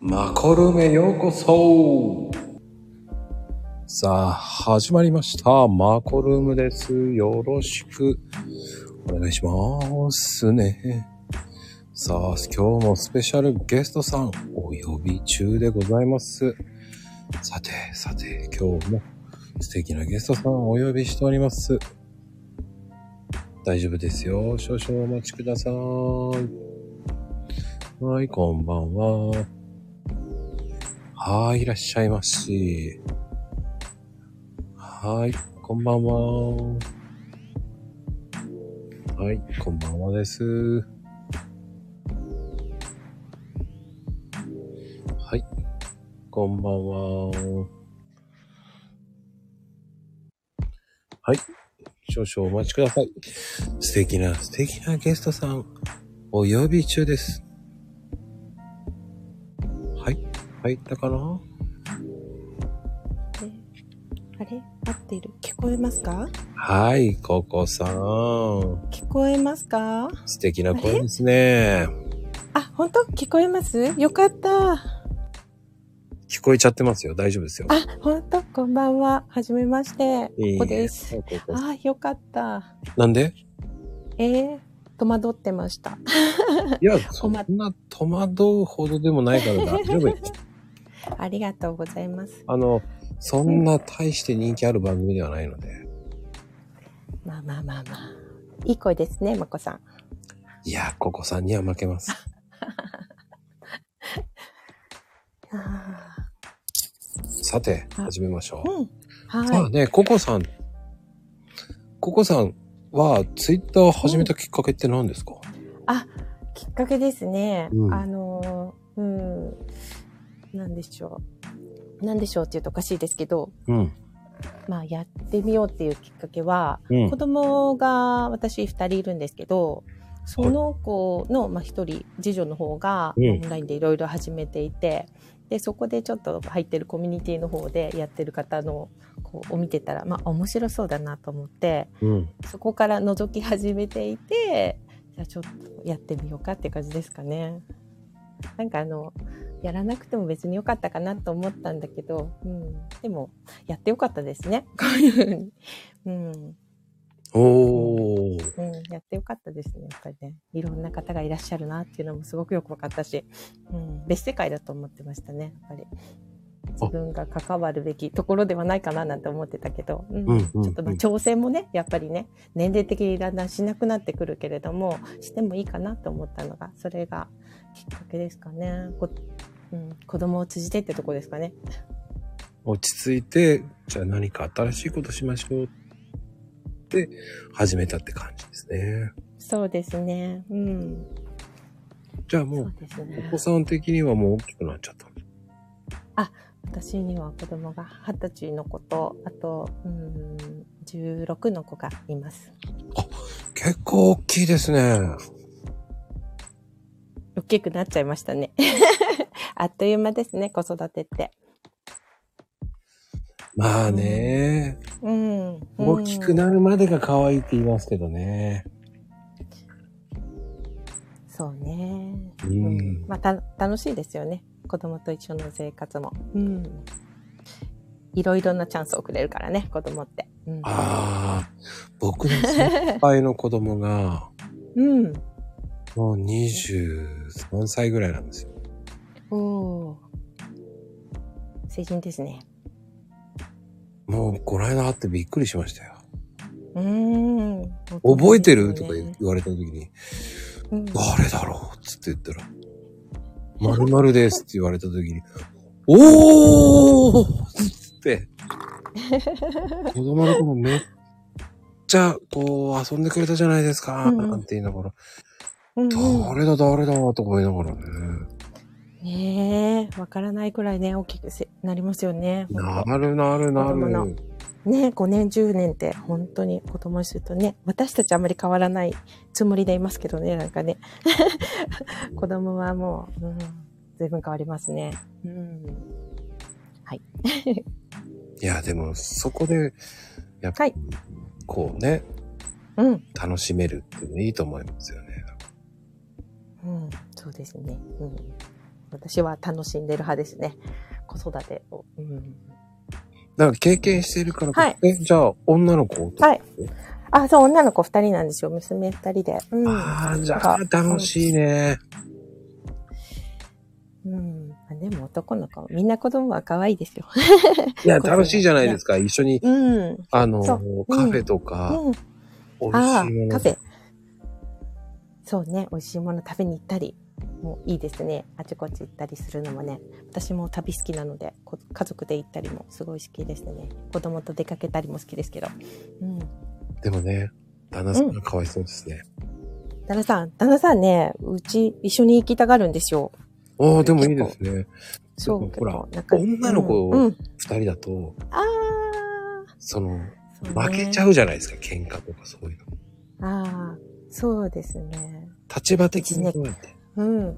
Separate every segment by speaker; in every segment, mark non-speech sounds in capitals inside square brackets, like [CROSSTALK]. Speaker 1: マコルメようこそさあ、始まりました。マコルームです。よろしくお願いしますね。さあ、今日もスペシャルゲストさんお呼び中でございます。さて、さて、今日も素敵なゲストさんをお呼びしております。大丈夫ですよ。少々お待ちください。はい、こんばんは。はい、いらっしゃいまし。はい、こんばんは。はい、こんばんはです。はい、こんばんは。はい、少々お待ちください。素敵な素敵なゲストさん、お呼び中です。はい、入ったかな
Speaker 2: あれ合ってる聞こえますか
Speaker 1: はい、ココさん。
Speaker 2: 聞こえますか
Speaker 1: 素敵な声ですね。
Speaker 2: あ、本当聞こえますよかった。あ、
Speaker 1: 聞こえちゃってますよ。大丈夫ですよ。
Speaker 2: 本当こんばんは。はじめまして。
Speaker 1: いい
Speaker 2: ここです。
Speaker 1: はいここ
Speaker 2: あ、よかった。
Speaker 1: なんで
Speaker 2: えー、戸惑ってました。
Speaker 1: いや、そんな戸惑うほどでもないから
Speaker 2: [LAUGHS]
Speaker 1: 大丈夫よ。
Speaker 2: ありがとうございます。
Speaker 1: あの、そんな大して人気ある番組ではないので。
Speaker 2: まあまあまあまあ。いい声ですね、まこさん。
Speaker 1: いや、ココさんには負けます。
Speaker 2: あ
Speaker 1: さて、
Speaker 2: あ
Speaker 1: 始めましょ
Speaker 2: ーうん。
Speaker 1: う。さ
Speaker 2: は
Speaker 1: あね、ココさん。ココさんは、ツイッターを始めたきっかけって何ですか、
Speaker 2: い。きっかけですね。
Speaker 1: うん
Speaker 2: あのー、うん。なんでしょう。なんでしょうって言うとおかしいですけど、
Speaker 1: うん、
Speaker 2: まあやってみようっていうきっかけは、
Speaker 1: うん
Speaker 2: 子。供が私2人いるんですけどその子の、まあ、1人次女の方が
Speaker 1: うん
Speaker 2: オンラインでいろいろ始めていて、でそこでちょっと入ってるコミュニティの方でやってる方のこうを見てたら、まあ、面白そうだなと思って
Speaker 1: うん。
Speaker 2: そこから覗き始めていてじゃあちょっとやってみようかって感じですかね。なんかあのやらなくても別に良かったかなと思ったんだけど、うん、でもやってよかったですねこういうふうに。うん
Speaker 1: おー。
Speaker 2: うん、やってよかったですね。やっぱりね、いろんな方がいらっしゃるなっていうのもすごくよく分かったし、うん、別世界だと思ってましたね。やっぱり自分が関わるべきところではないかななんて思ってたけど、うん
Speaker 1: うんうんうん
Speaker 2: ちょっとまあ挑戦もね、やっぱりね、年齢的にだんだんしなくなってくるけれども、してもいいかなと思ったのが、それがきっかけですかね。こうん、子供を通じてってとこですかね。
Speaker 1: 落ち着いて、じゃあ何か新しいことしましょうって始めたって感じですね。
Speaker 2: そうですね。うん。
Speaker 1: じゃあ
Speaker 2: そ
Speaker 1: も
Speaker 2: うです
Speaker 1: う、
Speaker 2: ね
Speaker 1: お。子さん的にはもう大きくなっちゃった。
Speaker 2: 私には子供が二十歳の子とあとうーん16の子がいます
Speaker 1: 結構大きいですね。
Speaker 2: 大きくなっちゃいましたね [LAUGHS] あっという間ですね子育てって
Speaker 1: まあね、
Speaker 2: うん
Speaker 1: 大きく
Speaker 2: うん
Speaker 1: なるまでが可愛いって言いますけどね。
Speaker 2: そうね、
Speaker 1: う
Speaker 2: うん
Speaker 1: ん。
Speaker 2: まあた楽しいですよね子供と一緒の生活もうんいろいろなチャンスをくれるからね子供ってうん
Speaker 1: ああ、僕の先輩の子供が、
Speaker 2: うん
Speaker 1: もう23歳ぐらいなんですよ。
Speaker 2: おおー成人ですね
Speaker 1: もうこの間会ってびっくりしましたよ。
Speaker 2: うーん
Speaker 1: 覚えてる
Speaker 2: 大人です
Speaker 1: と
Speaker 2: よ
Speaker 1: か
Speaker 2: ね
Speaker 1: 言われた時に、
Speaker 2: うん
Speaker 1: 誰だろうっつって言ったら、〇〇ですって言われた時に、おーっつっ
Speaker 2: [LAUGHS]
Speaker 1: て、子供の頃めっちゃこう遊んでくれたじゃないですか、
Speaker 2: うんうん
Speaker 1: なんて言いながら、
Speaker 2: うんうん
Speaker 1: 誰だ誰だとか思いながらね。
Speaker 2: ねえ、わからないくらいね、大きくせなりますよね。
Speaker 1: なるなるな
Speaker 2: 子供
Speaker 1: る
Speaker 2: の。ねえ、5年、10年って本当に子供にするとね、私たちあんまり変わらないつもりでいますけどね、なんかね。 [LAUGHS] 子供はもう、うん、随分変わりますね。うん。
Speaker 1: いや、でもそこで、やっぱ
Speaker 2: はい
Speaker 1: こうね、
Speaker 2: うん。
Speaker 1: 楽しめるっていうのいいと思いますよね。
Speaker 2: うん。そうですね。うん。私は楽しんでる派ですね。子育てを。うん、
Speaker 1: なんか経験してるからこそ、
Speaker 2: はい
Speaker 1: え、じゃあ、女の子と。
Speaker 2: はい。あ、そう、女の子二人なんですよ。娘二人で。うん。
Speaker 1: ああ、じゃあ、楽しいね。
Speaker 2: うん。まあでも男の子、みんな子供は可愛いですよ。
Speaker 1: いや、楽しいじゃないですか。一緒に、
Speaker 2: うん。うん。
Speaker 1: あの
Speaker 2: そ、
Speaker 1: カフェとか、
Speaker 2: あ
Speaker 1: 美味し
Speaker 2: あ
Speaker 1: いも
Speaker 2: ー、
Speaker 1: の
Speaker 2: カフェ。そうね、美味しいもの食べに行ったり。もういいですね。あちこち行ったりするのもね。私も旅好きなので、こ家族で行ったりもすごい好きですね。子供と出かけたりも好きですけど。うん。
Speaker 1: でもね、旦那さんがかわいそうですね。
Speaker 2: 旦那さん、旦那さんね、うち一緒に行きたがるんですよ。
Speaker 1: ああ、でもいいですね。
Speaker 2: そう
Speaker 1: でも
Speaker 2: け
Speaker 1: ほ
Speaker 2: ど
Speaker 1: ら
Speaker 2: なんか
Speaker 1: 女の子
Speaker 2: うんうん
Speaker 1: 二人だと、
Speaker 2: あ
Speaker 1: その、
Speaker 2: あ、
Speaker 1: 負けちゃ
Speaker 2: うね。
Speaker 1: うじゃないですか。喧嘩とかそういうの。
Speaker 2: ああ、そうですね。
Speaker 1: 立場的にどうやって。
Speaker 2: うん。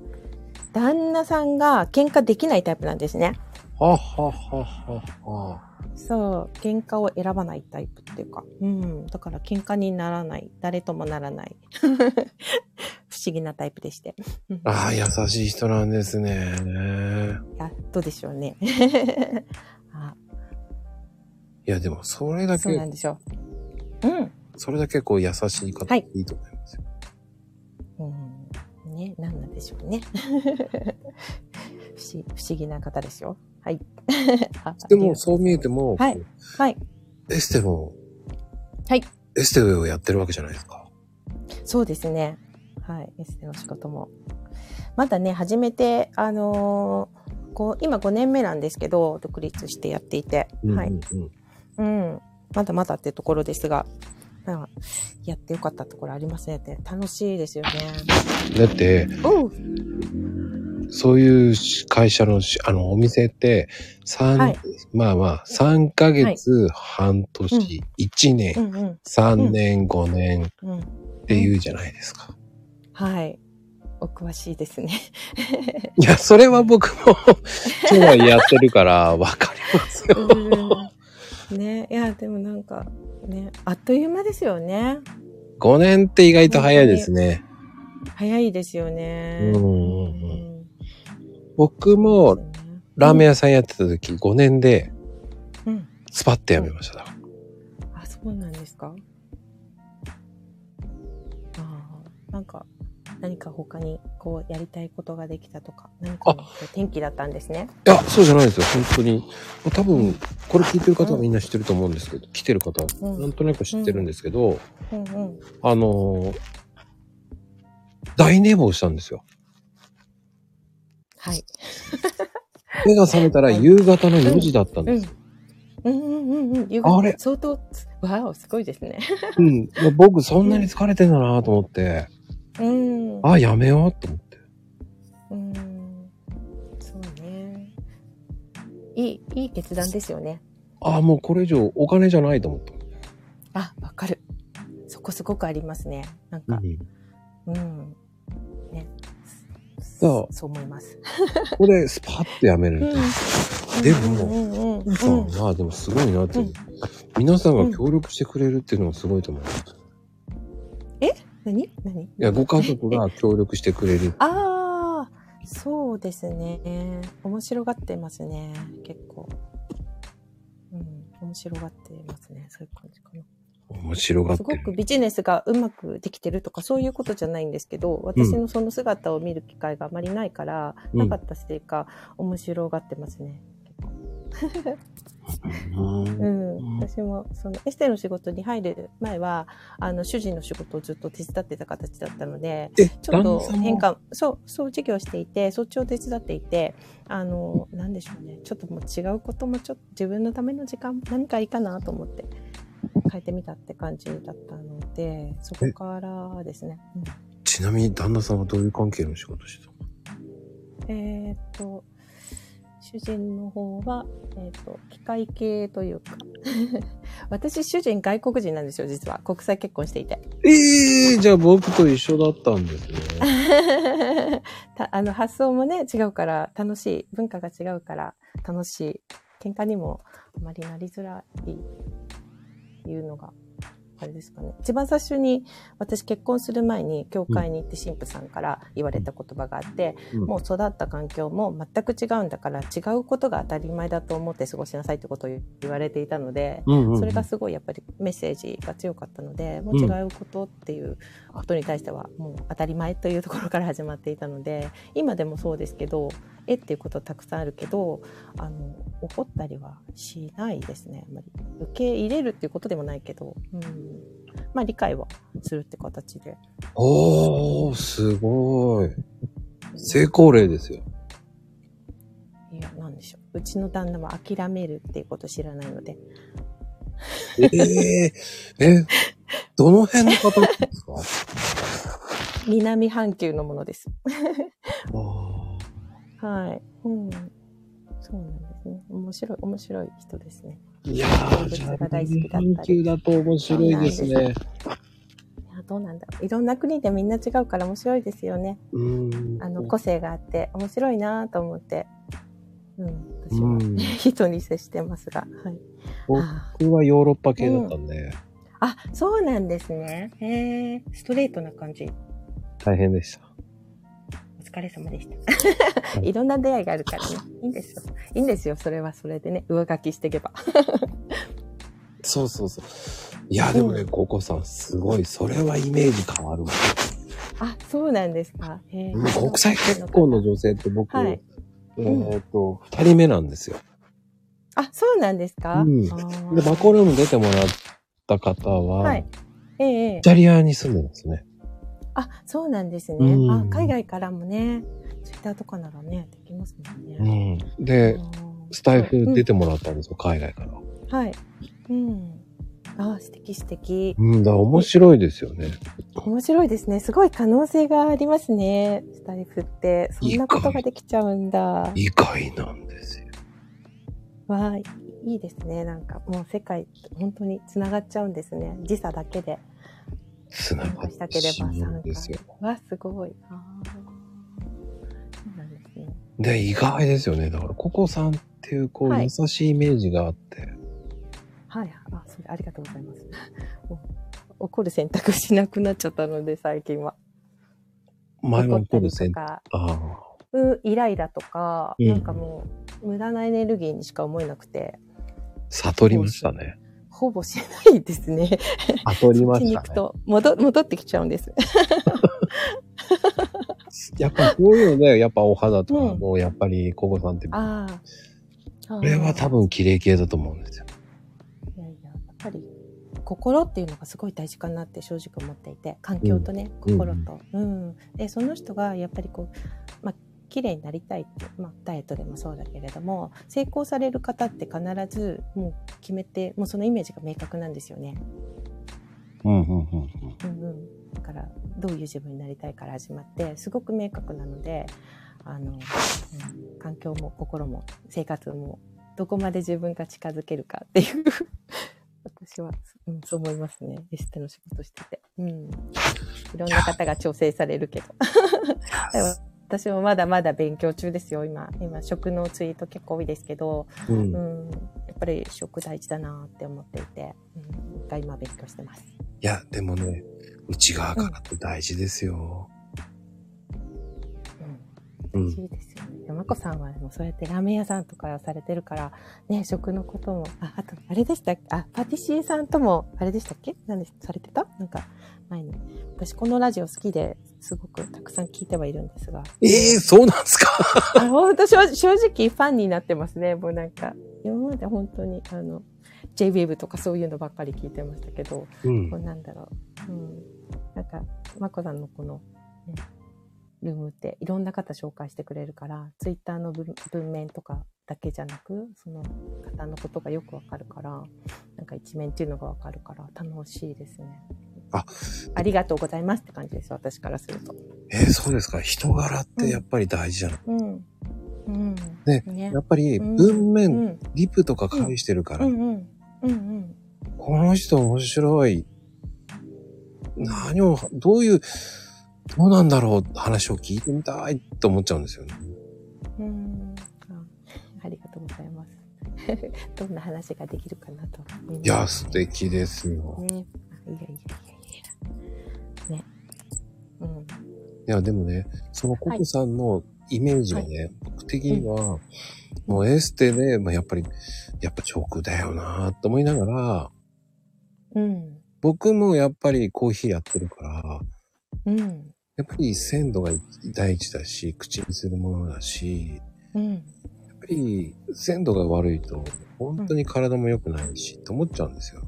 Speaker 2: 旦那さんが喧嘩できないタイプなんですね。
Speaker 1: はあはあはあはあ。
Speaker 2: そう、喧嘩を選ばないタイプっていうか。うん。だから喧嘩にならない。誰ともならない。 [LAUGHS] 不思議なタイプでして。うん
Speaker 1: ああ、優しい人なんですね。
Speaker 2: やっとでしょうね。 [LAUGHS] あ
Speaker 1: いや、でも、それだ
Speaker 2: そうな
Speaker 1: け、
Speaker 2: んでしょう。うん。
Speaker 1: それだけこう、優しい方、
Speaker 2: はいい、
Speaker 1: いと思いますよ。
Speaker 2: うん、ね、何なんでしょうね。 [LAUGHS] 不思不思議な方ですよ。はい。 [LAUGHS] あ
Speaker 1: でも、そう見えても、
Speaker 2: はい
Speaker 1: こ
Speaker 2: はい。
Speaker 1: うエステの、
Speaker 2: はい。
Speaker 1: エステをやってるわけじゃないですか。
Speaker 2: そうですね。はい。エステの仕事も。まだね、始めて、あのーこう、今5年目なんですけど、独立してやっていて、は
Speaker 1: うん。
Speaker 2: い
Speaker 1: うんうん
Speaker 2: うん。まだまだってところですが、まあやってよかったところありますねって、楽しいですよね。
Speaker 1: だって、
Speaker 2: おう
Speaker 1: そういう会社のし、あの、お店って、三、
Speaker 2: はい
Speaker 1: まあまあ、3ヶ月、半
Speaker 2: う
Speaker 1: 年、一1年、
Speaker 2: うんうん。
Speaker 1: 3年、5年っ
Speaker 2: うん。
Speaker 1: ていうじゃないですか。
Speaker 2: はい。お詳しいですね。 [LAUGHS]
Speaker 1: いや、それは僕も、 [LAUGHS] 今はやってるから、わかりますよ。
Speaker 2: うんねいやでもなんかねあっという間ですよね
Speaker 1: 5年って意外と早いですね。
Speaker 2: 早いですよね
Speaker 1: うんうんうん僕
Speaker 2: そう
Speaker 1: も、
Speaker 2: ですね
Speaker 1: ラーメン屋さんやってた時、5年で、
Speaker 2: うん
Speaker 1: スパッて辞めました。
Speaker 2: あそうなんですかあーなんか何か他にこうやりたいことができたとか何かのこう転機だったんですね
Speaker 1: いや、そうじゃないですよ、本当に。多分、これ聞いてる方はみんな知ってると思うんですけど、来てる方は
Speaker 2: うん
Speaker 1: なんとなく知ってるんですけど、
Speaker 2: うんうん
Speaker 1: あのー大寝坊したんですよ。
Speaker 2: はい
Speaker 1: 目が覚めたら
Speaker 2: はい
Speaker 1: 夕方の4時だったんですよ。
Speaker 2: うんうんうんうん夕
Speaker 1: あれ
Speaker 2: 方相当わおすごいですね
Speaker 1: うん。で僕、そんなに疲れてんだなと思って、
Speaker 2: うん
Speaker 1: あ、やめようと思って。
Speaker 2: うーんそうね。いい、いい決断ですよね。
Speaker 1: あ、もうこれ以上お金じゃないと思った。
Speaker 2: あ、わかる。そこすごくありますね。なんか、
Speaker 1: うん
Speaker 2: うん。ね。
Speaker 1: そう
Speaker 2: そう思います。
Speaker 1: これ、スパッてやめれると。でも
Speaker 2: うんうんうん
Speaker 1: 皆さんは、でもすごいなって、皆さんが協力してくれるっていうのがすごいと思う。
Speaker 2: 何何
Speaker 1: いや、ご家族が協力してくれる。
Speaker 2: ああ、そうですね。面白がってますね。結構。うん、面白がってますね。そういう感じかな。
Speaker 1: 面白がって
Speaker 2: すご
Speaker 1: る。
Speaker 2: くビジネスがうまくできてるとかそういうことじゃないんですけど私のその姿を見る機会があまりないから、
Speaker 1: うん
Speaker 2: なかったせいか面白がってますね。
Speaker 1: うん
Speaker 2: うん、
Speaker 1: うん
Speaker 2: 私もそのエステの仕事に入る前はあの主人の仕事をずっと手伝ってた形だったので
Speaker 1: え、
Speaker 2: ちょ
Speaker 1: 旦
Speaker 2: っと
Speaker 1: 那さんも
Speaker 2: 変化そうそう事業していてそっちを手伝っていてあのなんでしょうねちょっともう違うこともちょっと自分のための時間何かいいかなと思って変えてみたって感じだったのでそこからですね。うん
Speaker 1: ちなみに旦那さんはどういう関係の仕事してたの
Speaker 2: えーっと、主人の方は、えーっと、機械系というか、 [LAUGHS] 私、主人外国人なんですよ、実は。国際結婚していて。
Speaker 1: ええじゃあ僕と一緒だったんですね。
Speaker 2: [LAUGHS] たあの、発想もね、違うから、楽しい。文化が違うから、楽しい。喧嘩にもあまりなりづらいっていうのがあれですかね。一番最初に、私結婚する前に、教会に行って神父さんから言われた言葉があって、
Speaker 1: うん
Speaker 2: もう育った環境も全く違うんだから、違うことが当たり前だと思って過ごしなさいってことを言われていたので、
Speaker 1: うんうん
Speaker 2: それがすごいやっぱりメッセージが強かったので、もう違うことっていうことに対してはもう当たり前というところから始まっていたので、今でもそうですけど、えっていうことたくさんあるけど、あの、怒ったりはしないですね。あんまり受け入れるっていうことでもないけど、うん。まあ理解はするって形で。
Speaker 1: おー、すごい。成功例ですよ。
Speaker 2: いや、なんでしょう。うちの旦那は諦めるっていうこと知らないので、
Speaker 1: え [LAUGHS] ええ、どの辺の方なんですか
Speaker 2: 南半球のものです。
Speaker 1: あ
Speaker 2: はい。うん。そうなんですね。面白い、面白い人ですね。
Speaker 1: ーいや
Speaker 2: 動
Speaker 1: ー、じゃ
Speaker 2: 物
Speaker 1: あ、
Speaker 2: が大好きだったり
Speaker 1: 研究だと面白いですね。
Speaker 2: いやどうなんだろういろんな国でみんな違うから面白いですよね。
Speaker 1: うん
Speaker 2: あの個性があって面白いなと思って、うん、私
Speaker 1: う
Speaker 2: は
Speaker 1: ん
Speaker 2: [LAUGHS] 人に接してますが、はい
Speaker 1: お
Speaker 2: あ
Speaker 1: 僕はヨーロッパ系だったんで、
Speaker 2: あそうなんですね。へえストレートな感じ。
Speaker 1: 大変でした。
Speaker 2: お疲れ様でし
Speaker 1: は
Speaker 2: た。
Speaker 1: い
Speaker 2: [LAUGHS] いろんな出会いがあるからね。いいんですよ。いいんですよ。それはそれでね、上書きしていけば。
Speaker 1: そうそうそう。いや、でもね、
Speaker 2: うん
Speaker 1: ココさん、すごい、それはイメージ変わるわ。
Speaker 2: あ、そうなんですか。へえ
Speaker 1: もう国際結婚の女性って僕、
Speaker 2: はい
Speaker 1: えーっと、二人目なんですよ。
Speaker 2: あ、そうなんですか。
Speaker 1: うん
Speaker 2: あー
Speaker 1: で、マコルーム出てもらった方は、
Speaker 2: はい。ええええ
Speaker 1: イタリアに住んでるんですね。
Speaker 2: あ、そうなんですね。
Speaker 1: うん
Speaker 2: あ、海外からもね、ツイッターとかならね、できますもんね。
Speaker 1: うん。で、
Speaker 2: うん
Speaker 1: スタイフ出てもらったんですよ、海外から。
Speaker 2: うんはい。うん。あ、素敵素敵。
Speaker 1: うん、だから面白いですよね。
Speaker 2: 面白いですね。すごい可能性がありますね。スタイフって。そんなことができちゃうんだ。
Speaker 1: 意外なんですよ。
Speaker 2: わあ、いいですね。なんかもう世界、本当に繋がっちゃうんですね。時差だけで。
Speaker 1: つながってしまうんですよ。
Speaker 2: わ、すごい。あーそうなんですね。
Speaker 1: で、意外ですよね。だから、ココさんっていう、こう、
Speaker 2: はい
Speaker 1: 優しいイメージがあって。
Speaker 2: はい、あ、それありがとうございます。 [LAUGHS] もう怒る選択しなくなっちゃったので、最近は。
Speaker 1: 前はこ
Speaker 2: 怒った
Speaker 1: うで
Speaker 2: り
Speaker 1: す
Speaker 2: と
Speaker 1: ね。
Speaker 2: か、
Speaker 1: ああ。
Speaker 2: うイライラとか、
Speaker 1: うん
Speaker 2: なんかもう、無駄なエネルギーにしか思えなくて、
Speaker 1: 悟りましたね。
Speaker 2: ほぼしないですね。
Speaker 1: 悟りま
Speaker 2: そっち
Speaker 1: し
Speaker 2: に
Speaker 1: た
Speaker 2: 行く
Speaker 1: ね。
Speaker 2: と戻、戻ってきちゃうんです。
Speaker 1: やっぱこういうので、やっぱお肌とか
Speaker 2: うん
Speaker 1: も、やっぱりココさんって、こ
Speaker 2: ああ。こ
Speaker 1: れは多分綺麗系だと思うんですよ。
Speaker 2: いやいや、やっぱり心っていうのがすごい大事かなって正直思っていて環境とね、
Speaker 1: うん
Speaker 2: 心と、うんでその人がやっぱりこう、まあ綺麗になりたいって、まあ、ダイエットでもそうだけれども成功される方って必ずもう決めてもうそのイメージが明確なんですよね、
Speaker 1: うんうんうんうん。
Speaker 2: うんうん、だからどういう自分になりたいから始まってすごく明確なのであの、うん環境も心も生活もどこまで自分が近づけるかっていう [LAUGHS] 私は、うん、そう思いますねエステの仕事してて、うん、いろんな方が調整されるけどでも私もまだまだ勉強中ですよ今今食のツイート結構多いですけど、
Speaker 1: うん
Speaker 2: う。ん、やっぱり食大事だなって思っていて、うん、が今勉強してます。
Speaker 1: いや、でもね、内側からって大事ですよ。
Speaker 2: うん
Speaker 1: うん。
Speaker 2: いいですよね。山子さんはもうそうやってラーメン屋さんとかされてるから、ね、食のことも、あ、あと、あれでしたっけあ、パティシエさんとも、あれでしたっけ何でされてたなんか、前に。私このラジオ好きですごくたくさん聞いてはいるんですが。
Speaker 1: ええそうなんですか
Speaker 2: あ、本当正正直ファンになってますね。もうなんか、今まで本当に、あの、JWave とかそういうのばっかり聞いてましたけど、
Speaker 1: うん
Speaker 2: こう。なんだろう、うん、なんか眞子さんのこの、ね、ルームっていろんな方紹介してくれるからツイッターの文文面とかだけじゃなくその方のことがよくわかるからなんか一面っていうのがわかるから楽しいですね。
Speaker 1: あ
Speaker 2: ありがとうございますって感じです私からすると。
Speaker 1: ええそうですか。人柄ってやっぱり大事じゃない、
Speaker 2: うんうん
Speaker 1: ね
Speaker 2: ね
Speaker 1: やっぱり
Speaker 2: うん
Speaker 1: 文面、
Speaker 2: うん
Speaker 1: リプとか返してるか
Speaker 2: う
Speaker 1: ら、
Speaker 2: んうんうんうん
Speaker 1: この人面白い。何を、どういう、どうなんだろう話を聞いてみたいと思っちゃうんですよね。
Speaker 2: うーんあありがとうございます。 [LAUGHS] どんな話ができるかなと。
Speaker 1: いや、素敵ですよ。
Speaker 2: ね。いやいやいやいや。ね。うん。
Speaker 1: いや、でもね、そのココさんのイメージがね、僕的には、もうエステで、まあ、やっぱり、やっぱ直だよなと思いながら、
Speaker 2: うん。
Speaker 1: 僕もやっぱりコーヒーやってるから、
Speaker 2: うん。
Speaker 1: やっぱり鮮度が第一だし、口にするものだし、
Speaker 2: うん。
Speaker 1: やっぱり鮮度が悪いと、本当に体も良くないし、と思っちゃうんですよ。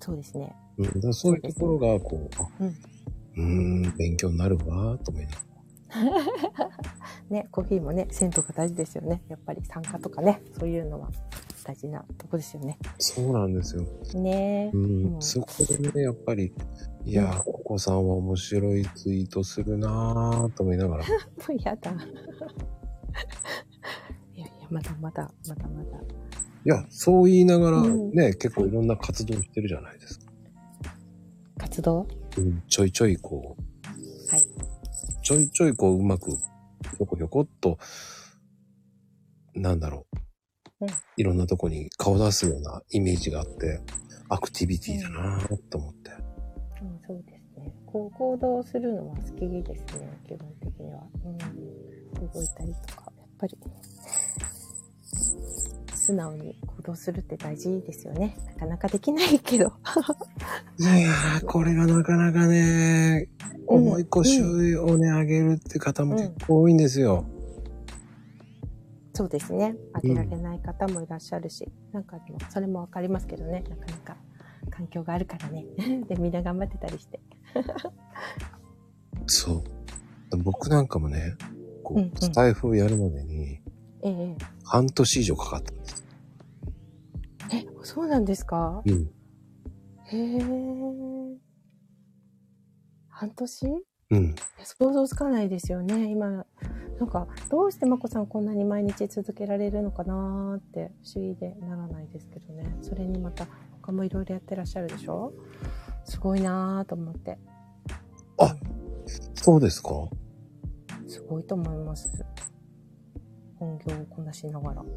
Speaker 2: そうですね。
Speaker 1: うん、だからそういうところが、こう、あ
Speaker 2: うん
Speaker 1: うーん、勉強になるわ、と思いながら。
Speaker 2: ね、コーヒーもね、鮮度が大事ですよね。やっぱり酸化とかね、そういうのは大事なとこですよね。
Speaker 1: そうなんですよ。
Speaker 2: ねえ。
Speaker 1: う、
Speaker 2: うんん
Speaker 1: そこでね、やっぱり、いやー、ここさんは面白いツイートするなーと思いな
Speaker 2: [LAUGHS]
Speaker 1: がら、
Speaker 2: もうやだ。いやいや、まだまだ、まだまだ。
Speaker 1: いや、そう言いながら
Speaker 2: うん
Speaker 1: ね、結構いろんな活動してるじゃないですか。
Speaker 2: 活動
Speaker 1: うん、ちょいちょいこう、
Speaker 2: はい。
Speaker 1: ちょいちょいこう、うまく、ひょこひょこっと、なんだろう、
Speaker 2: うん
Speaker 1: いろんなとこに顔出すようなイメージがあって、アクティビティだなーと思って。
Speaker 2: うん、そうですね。こう行動するのは好きですね、基本的には。うん。動いたりとか、やっぱり。素直に行動するって大事ですよね。なかなかできないけど。
Speaker 1: いやー、これがなかなかね、
Speaker 2: うん
Speaker 1: 重い腰をね、上げるって方も
Speaker 2: うん
Speaker 1: 結構多いんですよ。
Speaker 2: そうですね。あげられない方もいらっしゃるし、なんかでも、それもわかりますけどね、なかなか環境があるからね。 [LAUGHS] で、みんな頑張ってたりして。
Speaker 1: そう。僕なんかもね、こ
Speaker 2: うんうん
Speaker 1: う、スタイフをやるまでに、
Speaker 2: ええ。
Speaker 1: 半年以上かかったんです。
Speaker 2: え、そうなんですか
Speaker 1: うん。
Speaker 2: へえ。半年い
Speaker 1: うん。
Speaker 2: や想像つかないですよね。今、なんか、どうしてまこさんこんなに毎日続けられるのかなーって不思議でならないですけどね。それにまた他もいろいろやってらっしゃるでしょすごいなーと思って。
Speaker 1: そうですか
Speaker 2: すごいと思います。本業をこなしながら。うん。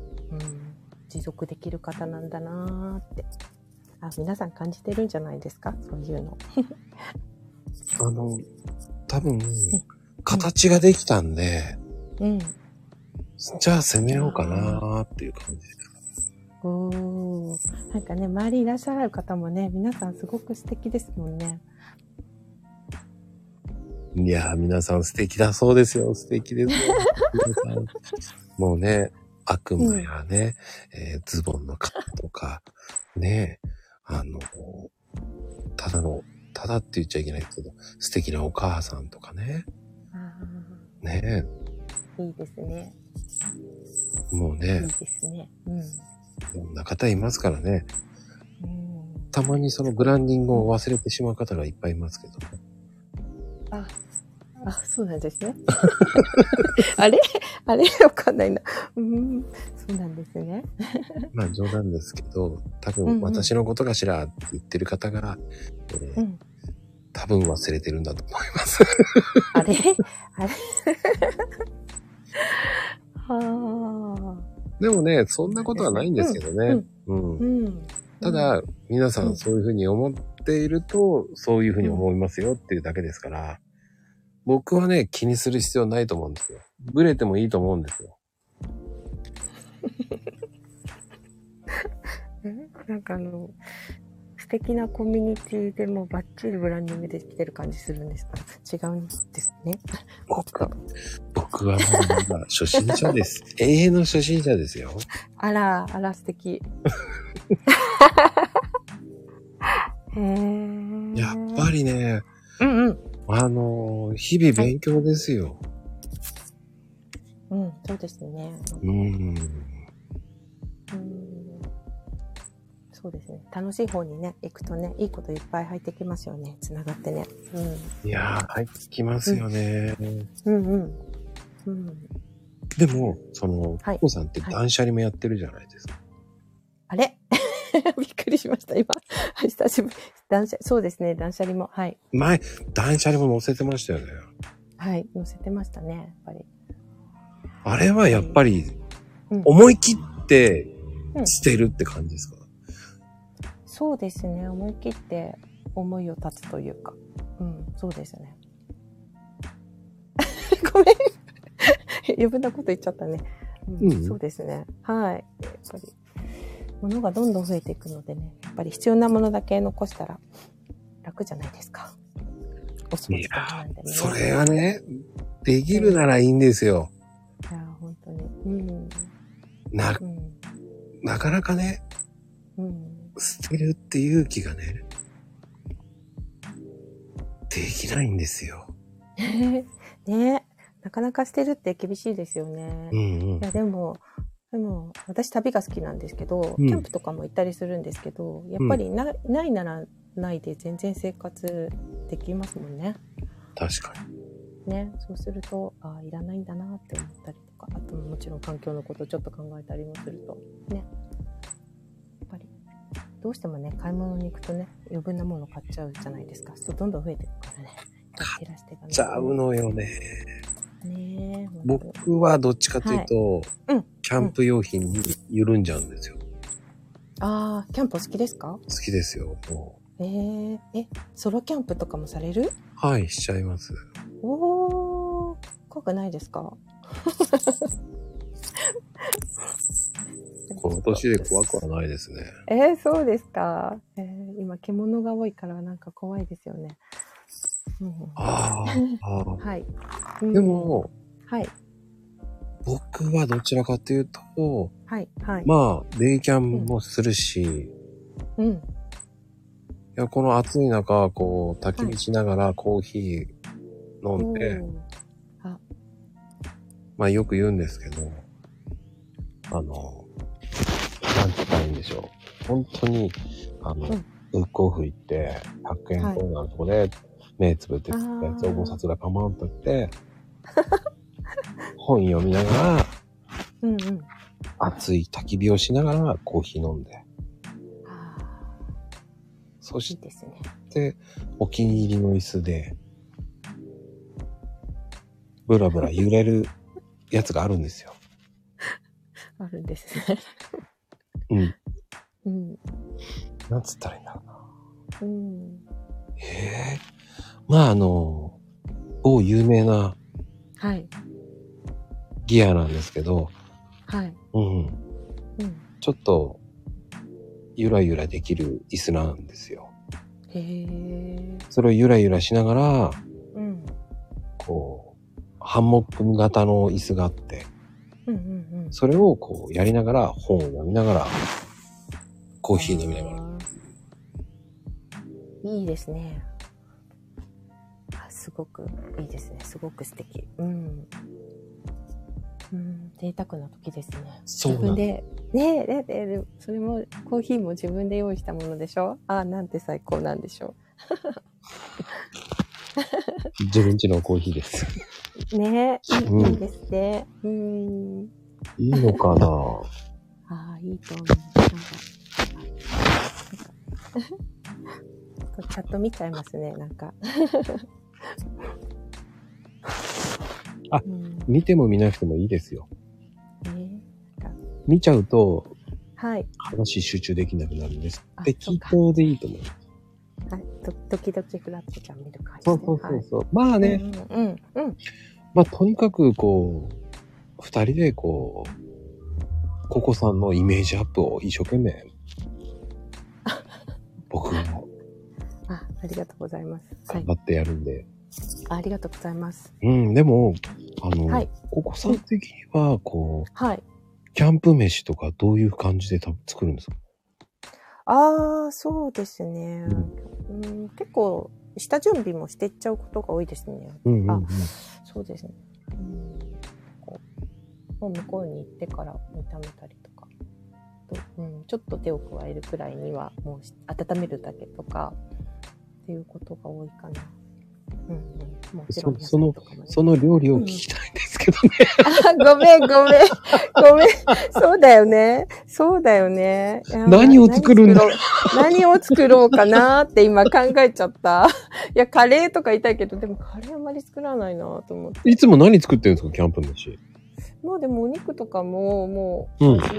Speaker 2: 持続できる方なんだなーって。あ、皆さん感じてるんじゃないですかそういうの。
Speaker 1: あの、多分、形ができたんで、
Speaker 2: うん。
Speaker 1: じゃあ攻めようかなーっていう感じです。
Speaker 2: おーなんかね周りいらっしゃる方もね皆さんすごく素敵ですもんね
Speaker 1: いやー、皆さん素敵だそうですよ。素敵ですよ。皆さんもうね、悪魔やね、えーズボンの方とか、ね、あの、ただの、ただって言っちゃいけないけど、素敵なお母さんとかね、
Speaker 2: あ
Speaker 1: ね、
Speaker 2: ーいいですね
Speaker 1: もう
Speaker 2: いい
Speaker 1: ね、
Speaker 2: ですねうん、
Speaker 1: いろんな方いますからね、
Speaker 2: うん、
Speaker 1: たまにそのグランディングを忘れてしまう方がいっぱいいますけど、
Speaker 2: ああそうなんですね [LAUGHS] あれあれわかんないなうんそうなんですね
Speaker 1: まあ冗談ですけど、多
Speaker 2: うん
Speaker 1: 分
Speaker 2: うん
Speaker 1: 私のことかしらって言ってる方が、えー
Speaker 2: うん
Speaker 1: 多分忘れてるんだと思います。
Speaker 2: あれあれ [LAUGHS] は
Speaker 1: でもね、そんなことはないんですけどね。うん
Speaker 2: あうん
Speaker 1: ただ、皆さんそういうふうに思っていると、そういうふうに思いますよっていうだけですから、僕はね、気にする必要ないと思うんですよ。ブレてもいいと思うんですよ。
Speaker 2: えなんかあの素敵なコミュニティでもうバッチリブランディングできてる感じするんですか違うんですね
Speaker 1: 僕は、僕はもうまだ初心者 [LAUGHS] です。永遠の初心者ですよ。
Speaker 2: あらあら
Speaker 1: [LAUGHS]
Speaker 2: 素敵へえ
Speaker 1: やっぱりね、
Speaker 2: うんうん
Speaker 1: あのー日々勉強ですよ。
Speaker 2: うんそうですね
Speaker 1: うん。
Speaker 2: うんそうですね楽しい方にね行くとねいいこといっぱい入ってきますよねつながってね、
Speaker 1: いやー、入ってきますよね。
Speaker 2: うん、うんうんうん
Speaker 1: でも、その、
Speaker 2: はい
Speaker 1: ココさんって断捨離もやってるじゃないですか。
Speaker 2: あれ [LAUGHS] びっくりしました今久しぶり断捨そうですね断捨離もはい
Speaker 1: 前、断捨離も載せてましたよね。
Speaker 2: はい、載せてましたね、やっぱり。
Speaker 1: あれはやっぱり
Speaker 2: うん、
Speaker 1: 思い切って
Speaker 2: うん
Speaker 1: 捨てるって感じですか、
Speaker 2: そうですね、思い切って、思いを立つというか、うん、そうですね。 [LAUGHS] ごめん。 [LAUGHS] 余分なこと言っちゃったね。うん
Speaker 1: うん
Speaker 2: そうですね。はい。やっぱり、物がどんどん増えていくのでね、やっぱり必要なものだけ残したら楽じゃないですか。お掃除とかなんでね。
Speaker 1: それはね、できるならいいんですよ。
Speaker 2: いや、本当に。うん。
Speaker 1: な、
Speaker 2: うん。
Speaker 1: なかなかね、
Speaker 2: うん。
Speaker 1: 捨てるって勇気がね、できないんですよ。
Speaker 2: [LAUGHS] ねなかなか捨てるって厳しいですよね。
Speaker 1: う
Speaker 2: い
Speaker 1: んうん。
Speaker 2: や、でも、でも、私旅が好きなんですけど、
Speaker 1: うん
Speaker 2: キャンプとかも行ったりするんですけど、やっぱりな,、ないならないで全然生活できますもんね。
Speaker 1: 確かに。
Speaker 2: ね、そうすると、あいらないんだなって思ったりとか、あともちろん環境のことちょっと考えたりもすると、ね。やっぱり、どうしてもね、買い物に行くとね、余分なもの買っちゃうじゃないですか。そうどんどん増えていくからね。減らしていかない
Speaker 1: ちゃうのよね。
Speaker 2: とね。本当
Speaker 1: 僕はどっちかというと、
Speaker 2: はいうん
Speaker 1: キャンプ用品に緩んじゃうんですよ。
Speaker 2: ああ、キャンプお好きです
Speaker 1: 好
Speaker 2: か
Speaker 1: きですよ。も
Speaker 2: えー、え、ソロキャンプとかもされる
Speaker 1: う。はい、しちゃいます。
Speaker 2: おー、怖くないですか
Speaker 1: [LAUGHS] この年で怖くはないですね。
Speaker 2: えー、そうですか。えー、今、獣が多いからなんか怖いですよね。うん、
Speaker 1: ああ。ああ
Speaker 2: はい。うん
Speaker 1: で、も、
Speaker 2: はい、
Speaker 1: 僕はどちらかというと、
Speaker 2: はい、はい。
Speaker 1: まあ、デイキャンもするし、い
Speaker 2: うん、
Speaker 1: や、この暑い中、こう、焚き火しながらコーヒー飲んで、
Speaker 2: おー
Speaker 1: まあよく言うんですけど、あの、なんて言ったらいいんでしょう。本当に、あの、
Speaker 2: うん
Speaker 1: ブックオフ行って、100円コーナーのとこで、目つぶって買ったやつ
Speaker 2: あ
Speaker 1: を
Speaker 2: ー
Speaker 1: 5冊ぐらいパマンと
Speaker 2: [LAUGHS]
Speaker 1: って、本読みなが
Speaker 2: うん、うん。
Speaker 1: ら、熱い焚き火をしながらコーヒー飲んで、
Speaker 2: あ
Speaker 1: そ
Speaker 2: ーいい
Speaker 1: し
Speaker 2: ですね。
Speaker 1: て、お気に入りの椅子で、ブラブラ揺れるやつがあるんですよ。
Speaker 2: あるんですね。 [LAUGHS]
Speaker 1: うん。
Speaker 2: うん、
Speaker 1: なんつったらいいんだろう
Speaker 2: うん。
Speaker 1: ええまああの、某有名な
Speaker 2: はい、
Speaker 1: ギアなんですけど、
Speaker 2: はい。
Speaker 1: うん、
Speaker 2: うん。
Speaker 1: ちょっと、ゆらゆらできる椅子なんですよ。
Speaker 2: へえ。
Speaker 1: それをゆらゆらしながら、
Speaker 2: うん。
Speaker 1: こう、ハンモック型の椅子があって、
Speaker 2: うんうんうん。
Speaker 1: それをこうやりながら、本を読みながら、コーヒー飲みながら。
Speaker 2: ら。いいですね。あすごくいいですね。すごく素敵。うん。うん、贅沢な時ですね。
Speaker 1: そう
Speaker 2: 自
Speaker 1: な
Speaker 2: 分
Speaker 1: んで
Speaker 2: で。ねえ、だってでそれも、コーヒーも自分で用意したものでしょああ、なんて最高なんでしょ
Speaker 1: 自分家のコーヒーです。
Speaker 2: う。ねえ、いい,、
Speaker 1: うん
Speaker 2: いいですね。うん。
Speaker 1: いいのかな
Speaker 2: ああ、いいと思う。なんか、 [LAUGHS] なんかチャット見ちゃいますね、なんか。
Speaker 1: あ
Speaker 2: うん、
Speaker 1: 見ても見なくてもいいですよ。
Speaker 2: ね
Speaker 1: 見ちゃうと、
Speaker 2: はい。
Speaker 1: 話集中できなくなるんです。
Speaker 2: あ
Speaker 1: で、
Speaker 2: そう
Speaker 1: 均
Speaker 2: か
Speaker 1: 等でいいと思います。
Speaker 2: はい。と、時々フラットちゃん見る感じで。
Speaker 1: そうそうそうそう。まあ
Speaker 2: はい。
Speaker 1: ね、
Speaker 2: うん、うん、うん。
Speaker 1: まあ、とにかく、こう、二人で、こう、ココさんのイメージアップを一生懸命、僕も
Speaker 2: あ、ありがとうございます。は
Speaker 1: 頑
Speaker 2: い
Speaker 1: 張。ってやるんで。
Speaker 2: あありがとうございます。
Speaker 1: うん、でも、あの、
Speaker 2: はい
Speaker 1: ココさん的には、こ
Speaker 2: はい。
Speaker 1: う、キャンプ飯とかどういう感じでた作るんですか
Speaker 2: ああ、そうですね。
Speaker 1: う
Speaker 2: うん、結構、下準備もしてっちゃうことが多いですね。
Speaker 1: うんうん、う
Speaker 2: あ
Speaker 1: ん。
Speaker 2: そうですね。うん。こうもう向こうに行ってから炒めたりとか。とうん、ちょっと手を加えるくらいにはもうし温めるだけとかっていうことが多いかな。うんうん。もちろん
Speaker 1: そその
Speaker 2: 野菜とかもね
Speaker 1: その料理を聞きたいんですけどね。 [LAUGHS]
Speaker 2: あ [LAUGHS] ごめんごめん。ごめん。そうだよね。そうだよね。いや
Speaker 1: 何を作るんだ
Speaker 2: 何を作ろう何を作ろうかなって今考えちゃった。いや、カレーとか言いたいけど、でもカレーあんまり作らないなと思って。
Speaker 1: いつも何作ってるんですか、キャンプ飯。
Speaker 2: まあでもお肉とかも、も
Speaker 1: う
Speaker 2: う、
Speaker 1: ん。
Speaker 2: 味が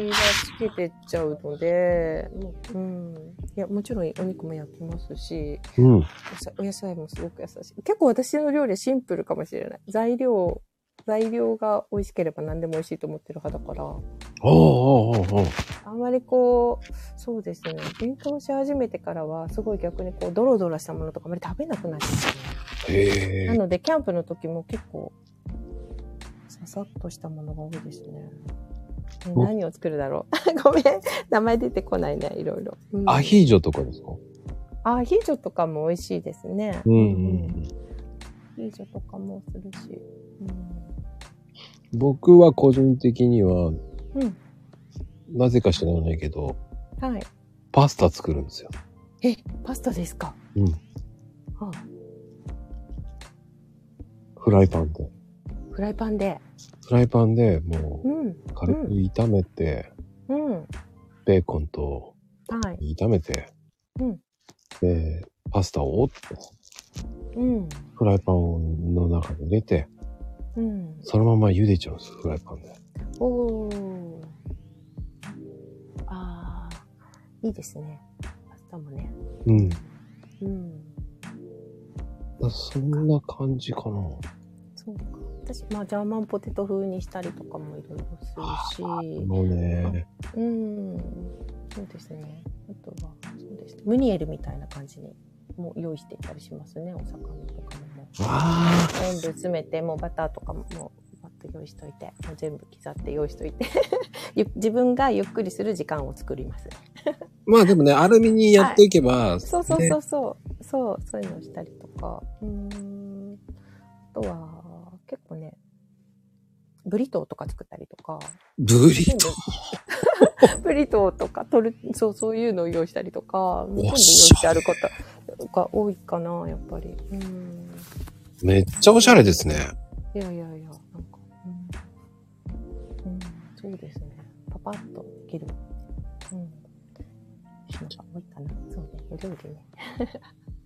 Speaker 2: つけてっちゃうので、もううん。いや、もちろんお肉も焼きますし、
Speaker 1: うん。
Speaker 2: おさお野菜もすごく優しい。結構私の料理はシンプルかもしれない。材料、材料が美味しければ何でも美味しいと思ってる派だから。
Speaker 1: おうおうおうおう。
Speaker 2: あんまりこう、そうですね、勉強し始めてからは、すごい逆にこう、ドロドロしたものとかあまり食べなくなっちゃ
Speaker 1: へ
Speaker 2: う。な
Speaker 1: え。
Speaker 2: ので、キャンプの時も結構、ささっとしたものが多いですね。え
Speaker 1: お
Speaker 2: 何を作るだろう [LAUGHS] ごめん。名前出てこないね、いろいろ。うん
Speaker 1: アヒージョとかですか
Speaker 2: アヒージョとかも美味しいですね。
Speaker 1: うん
Speaker 2: うんアヒージョとかもするし。
Speaker 1: 僕は個人的には、
Speaker 2: うん。うん。
Speaker 1: なぜか知らないけど、
Speaker 2: はい。
Speaker 1: パスタ作るんですよ。
Speaker 2: え、パスタですか
Speaker 1: うん。
Speaker 2: あ
Speaker 1: フライパンで。
Speaker 2: フライパンで。
Speaker 1: フライパンでも
Speaker 2: うん。
Speaker 1: う軽く炒めて、
Speaker 2: うん。は
Speaker 1: ベーコンと
Speaker 2: い。
Speaker 1: 炒めて、
Speaker 2: うん
Speaker 1: で、パスタを折って、
Speaker 2: うん。
Speaker 1: フライパンの中に入れて、
Speaker 2: うん。
Speaker 1: そのまま茹でちゃうんです、フライパンで。
Speaker 2: おー。あー、いいですね。パスタもね。
Speaker 1: うん。だ
Speaker 2: うん。
Speaker 1: そんな感じかな。
Speaker 2: そうか。私、まあ、ジャーマンポテト風にしたりとかもいろいろする
Speaker 1: もうね、
Speaker 2: し。うん。そうですね。あとは、そうですね。ムニエルみたいな感じに。も用意していったりしますね、お魚とかももう。
Speaker 1: あ
Speaker 2: 全部詰めて、もうバターとかももう、バッと用意しといて、もう全部刻って用意しといて、 [LAUGHS] ゆ自分がゆっくりする時間を作ります。
Speaker 1: まあでもね、アルミにやっていけば、
Speaker 2: そうそう
Speaker 1: ね
Speaker 2: そうそう、そう、そういうのをしたりとか、うーん、あとは、結構ね、ブリトーとか作ったりとか、
Speaker 1: ブリ
Speaker 2: [LAUGHS]
Speaker 1: ト
Speaker 2: ブリトーとか、トル、そう、そういうのを用意したりとか、もう全部用
Speaker 1: お
Speaker 2: 意
Speaker 1: っし
Speaker 2: して
Speaker 1: ゃ
Speaker 2: あ
Speaker 1: れ
Speaker 2: ることが多いかな、やっぱり。うん。
Speaker 1: めっちゃおしゃれですね。
Speaker 2: いやいやいや、なんか、うん。うん、そうですね。パパッとできる。うん。なんか多いかな。そうね、お料理ね。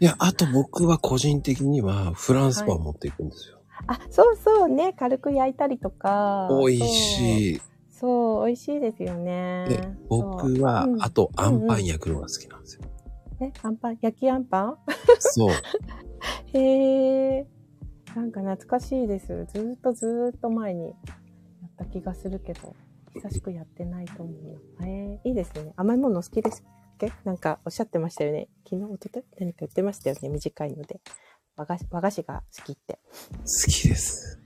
Speaker 1: いや、あと僕は個人的にはフランスパン持っていくんですよ。
Speaker 2: あ、そうそうね、軽く焼いたりとか。
Speaker 1: 美味しい。
Speaker 2: そう。そう、美味しいですよね
Speaker 1: で。
Speaker 2: そう
Speaker 1: 僕は
Speaker 2: う、ん
Speaker 1: あと、アンパン焼くのが好きなんですよ。
Speaker 2: え、あんパン、焼きあんパン
Speaker 1: そう。
Speaker 2: へえ。なんか懐かしいです。ずーっとずーっと前にやった気がするけど、久しくやってないと思うな。へえ、いいですね。甘いものお好きですっけなんかおっしゃってましたよね。昨日、おととい何か言ってましたよね。短いので。和菓子、和菓子が好きって。
Speaker 1: 好きです。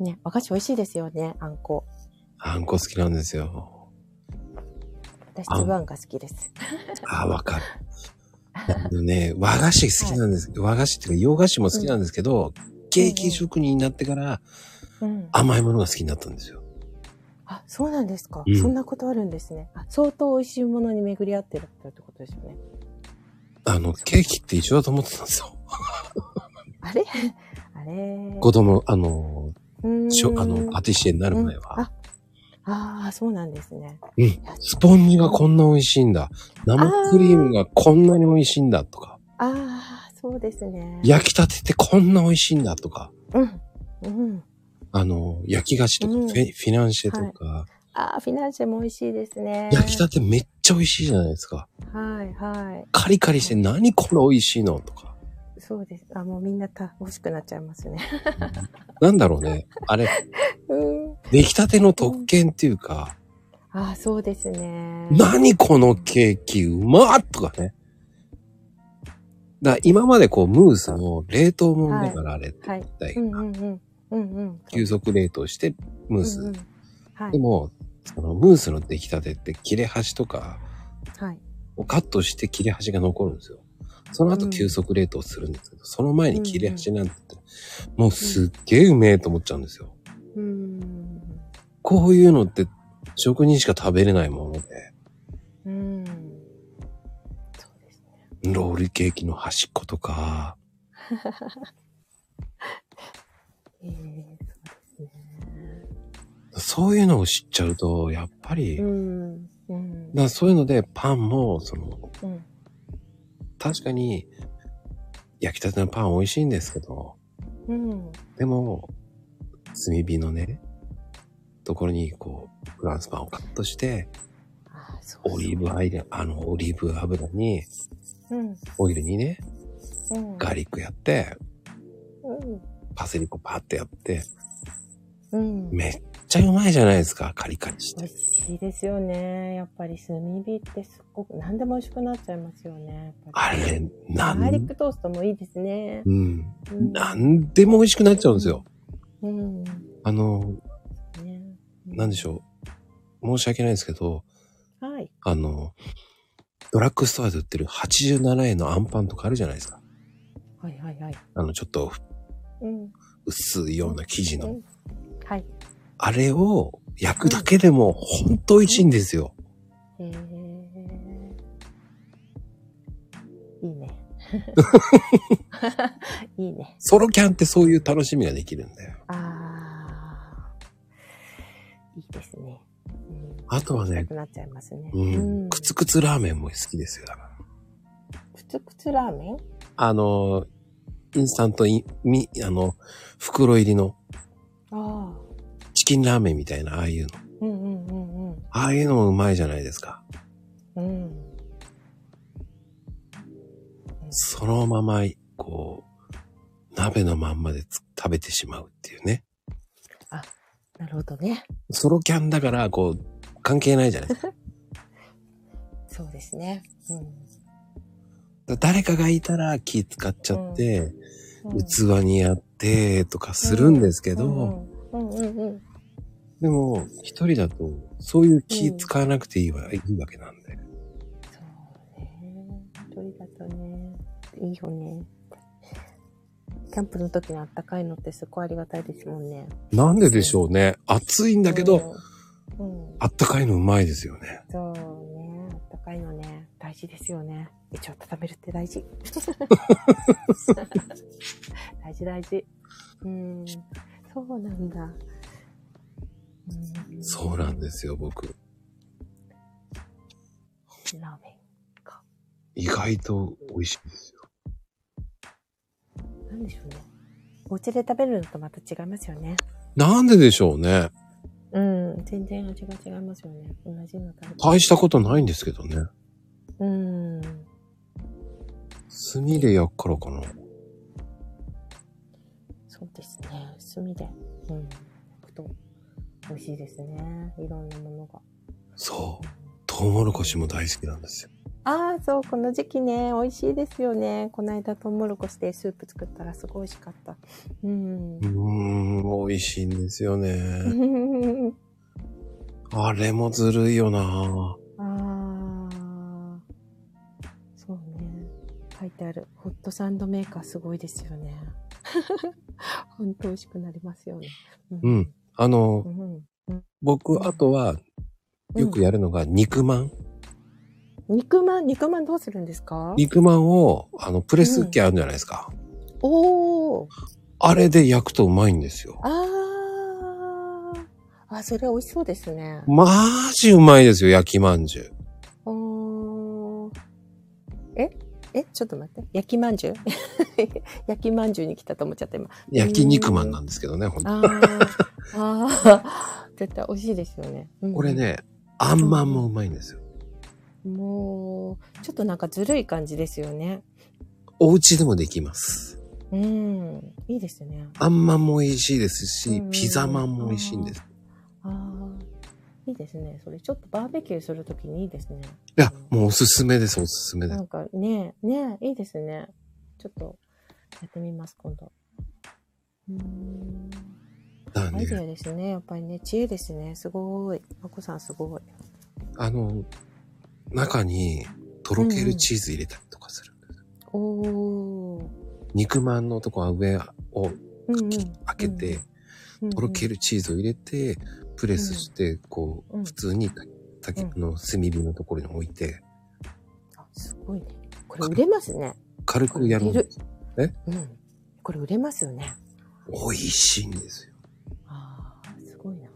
Speaker 2: ね、和菓子美味しいですよね、あんこ。
Speaker 1: あんこ好きなんですよ。
Speaker 2: 私、
Speaker 1: あん
Speaker 2: 粒あんが好きです。
Speaker 1: あーわかる。あの
Speaker 2: [LAUGHS]
Speaker 1: ね、和菓子好きなんです。和菓子っていうか、洋菓子も好きなんですけど、ケーキ職人になってから
Speaker 2: うん。
Speaker 1: 甘いものが好きになったんですよ。
Speaker 2: あ、そうなんですか、
Speaker 1: うん
Speaker 2: そんなことあるんですね。あ、相当美味しいものに巡り合ってるってことですよね。
Speaker 1: あの、ケーキって一緒だと思ってたんですよ。
Speaker 2: あれ [LAUGHS] あれ
Speaker 1: 子供、あの、しょ
Speaker 2: うーん
Speaker 1: あの、パティシエになる前
Speaker 2: うん
Speaker 1: は
Speaker 2: あ。ああ、そうなんですね。
Speaker 1: うん
Speaker 2: いや
Speaker 1: スポンジがこんな美味しいんだ。生クリームがこんなに美味しいんだとか、
Speaker 2: ああ、そうですね。
Speaker 1: 焼きたてってこんな美味しいんだとか、
Speaker 2: うん。うん。
Speaker 1: あの、焼き菓子とか、
Speaker 2: うん
Speaker 1: フェフィナンシェとか、
Speaker 2: ああ、フィナンシェも美味しいですね。
Speaker 1: 焼きたてめっちゃ美味しいじゃないですか。
Speaker 2: はい、は
Speaker 1: カリカリして何これ美味しいのとか。
Speaker 2: い。そうです。あ、もうみんなた欲しくなっちゃいますね。 [LAUGHS]
Speaker 1: なんだろうね。あれ、
Speaker 2: うん。
Speaker 1: 出来たての特権っていうか、
Speaker 2: ああ、そうですね。
Speaker 1: 何このケーキうまっとかね。だから今までこうムースの冷凍もんだからあれって、
Speaker 2: はい。
Speaker 1: 大
Speaker 2: うんうんうん。うんうん。
Speaker 1: 急速冷凍してムース。
Speaker 2: うんうんは
Speaker 1: で
Speaker 2: い。
Speaker 1: も、そのムースの出来たてって切れ端とか
Speaker 2: はい。
Speaker 1: をカットして切れ端が残るんですよ。その後
Speaker 2: うん
Speaker 1: 急速冷凍するんですけど、その前に切れ端なんて言って、もうすっげえうめえと思っちゃうんですよ。
Speaker 2: うーん。
Speaker 1: こういうのって職人しか食べれないもので、
Speaker 2: うん。そうですね。
Speaker 1: ロールケーキの端っことか、
Speaker 2: ええそうです
Speaker 1: そういうのを知っちゃうと、やっぱり、
Speaker 2: ね。う
Speaker 1: だか
Speaker 2: ん。うん。
Speaker 1: らそういうのでパンも、その、
Speaker 2: うん。
Speaker 1: 確かに焼きたてのパン美味しいんですけど、
Speaker 2: うん。
Speaker 1: でも、炭火のね、ところに、こう、フランスパンをカットして、
Speaker 2: あーそうそう
Speaker 1: オリーブアイデン、あの、オリーブ油に、
Speaker 2: うん
Speaker 1: オイルにね、
Speaker 2: うん
Speaker 1: ガーリックやって、
Speaker 2: うん
Speaker 1: パセリ粉パーってやって、
Speaker 2: うん
Speaker 1: めっちゃうまいじゃないですか、カリカリし
Speaker 2: 美
Speaker 1: て。
Speaker 2: 味しいですよねやっぱり炭火ってすっごく何でも美味しくなっちゃいますよねやっぱ
Speaker 1: あれ、
Speaker 2: りガ
Speaker 1: な
Speaker 2: ーリッ
Speaker 1: ん、
Speaker 2: クトーストもいいですね
Speaker 1: うん、
Speaker 2: うん
Speaker 1: なんでも美味しくなっちゃうんですよ。
Speaker 2: うんね
Speaker 1: あの、なんでし
Speaker 2: ょ
Speaker 1: ょう。申し訳ないですけど、
Speaker 2: うはい
Speaker 1: あの、ドラッグストアで売ってる87円のアンパンとかあるじゃないですか。
Speaker 2: はいはいはい
Speaker 1: あの、ちょっと
Speaker 2: うん
Speaker 1: 薄いような生地
Speaker 2: う
Speaker 1: の。
Speaker 2: んはい
Speaker 1: あれを焼くだけでもほんと美味しいんですよ。
Speaker 2: へえい
Speaker 1: [LAUGHS]
Speaker 2: いねいいね
Speaker 1: ソロキャンってそういう楽しみができるんだよ。
Speaker 2: あーいいですね。うん、
Speaker 1: あとはね
Speaker 2: なくなっちゃいますね。
Speaker 1: うん。くつくつラーメンも好きですよ。だから
Speaker 2: くつくつラーメン
Speaker 1: あの、インスタントイン、み、あの、袋入りの
Speaker 2: ああ。
Speaker 1: チキンラーメンみたいな、ああいうの。
Speaker 2: うんうんうんうん。
Speaker 1: ああいうのもうまいじゃないですか。
Speaker 2: うん。
Speaker 1: そのまま、こう、鍋のまんまでつ食べてしまうっていうね。
Speaker 2: なるほどね。
Speaker 1: ソロキャンだから、こう、関係ないじゃ
Speaker 2: [LAUGHS]
Speaker 1: ないですか。
Speaker 2: そうですね。
Speaker 1: だ誰かがいたら気使っちゃって、
Speaker 2: うん。うん
Speaker 1: 器にやって、とかするんですけど、
Speaker 2: うんうんうんうん。
Speaker 1: でも、一人だと、そういう気使わなくていいわ、いいわけなんで。
Speaker 2: そうね。一人だとね。いいよね。キャンプの時のあったかいのってすごいありがたいですもんね。
Speaker 1: なんででしょうね。暑いんだけど、
Speaker 2: うん、うん
Speaker 1: あったかいのうまいですよね。
Speaker 2: そうね、あったかいのね、大事ですよね。一応温めるって大事。大事大事。うん、そうなんだ。うん、
Speaker 1: そうなんですよ、僕。
Speaker 2: ラーメ
Speaker 1: 意外と美味しいですよ。
Speaker 2: ン。なんでしょうね。お家で食べるのとまた違いますよね。
Speaker 1: なんででしょうね。
Speaker 2: うん、全然味が違いますよね。同じの食べて
Speaker 1: 大したことないんですけどね。
Speaker 2: うん。
Speaker 1: 炭で焼くからかな。
Speaker 2: そうですね。炭で。うん。焼くと美味しいですね。いろんなものが。
Speaker 1: そう。トウモロコシも大好きなんですよ。
Speaker 2: ああ、そう、この時期ね、美味しいですよね。この間、トウモロコシでスープ作ったらすごい美味しかった。うん
Speaker 1: う。ーん、美味しいんですよね。あれもずるいよな
Speaker 2: ああ、そうね。書いてある。ホットサンドメーカーすごいですよね。 [LAUGHS] 本当美味しくなりますよね。
Speaker 1: う。ん。あの、
Speaker 2: うん。
Speaker 1: 僕、あとは、よく
Speaker 2: や、
Speaker 1: やるのが肉まん。
Speaker 2: 肉まん、肉まんどうするんですか
Speaker 1: 肉まんを、あの、プレス機あるじゃないですか。
Speaker 2: おー。
Speaker 1: あれで焼くとうまいんですよ。
Speaker 2: あー。あ、それ美味しそうですね。
Speaker 1: マジうまいですよ、焼きまんじゅう。
Speaker 2: おーええちょっと待って。焼きまんじゅう [LAUGHS] 焼きまんじゅうに来たと思っちゃった今。
Speaker 1: 焼き肉まんなんですけどね、ほんと
Speaker 2: あー [LAUGHS] あー。絶対美味しいですよね。うん
Speaker 1: これ。ね、あんまんもうまいんですよ。
Speaker 2: もう、ちょっとなんかずるい感じですよね。
Speaker 1: お家でもできます。
Speaker 2: うん。いいですね。
Speaker 1: あんまんも美味しいですし
Speaker 2: う、ん
Speaker 1: ピザまんも美味しいんです。
Speaker 2: ああ。いいですね。それちょっとバーベキューするときにいいですね。
Speaker 1: いや、もうおすすめです、おすすめで
Speaker 2: な
Speaker 1: す。
Speaker 2: んかね、ね、いいですね。ちょっとやってみます、今度。うーん
Speaker 1: だ
Speaker 2: アイデア
Speaker 1: ね、
Speaker 2: ですね。やっぱりね、知恵ですね。すごい。まこさんすごい。
Speaker 1: あの、中にとろけるチーズ入れたりとかする。
Speaker 2: おお。
Speaker 1: 肉まんのとこは上を
Speaker 2: うんうん。
Speaker 1: 開けて、
Speaker 2: うんうん
Speaker 1: とろけるチーズを入れて、プレスして、こ
Speaker 2: う
Speaker 1: う、
Speaker 2: ん
Speaker 1: 普通に、たき、あの、炭火のところに置いて、
Speaker 2: あすごいね。これ売れますね。
Speaker 1: 軽くやるんです。
Speaker 2: うん。これ売れますよね。
Speaker 1: 美味しいんですよ。
Speaker 2: ああ、すごいな。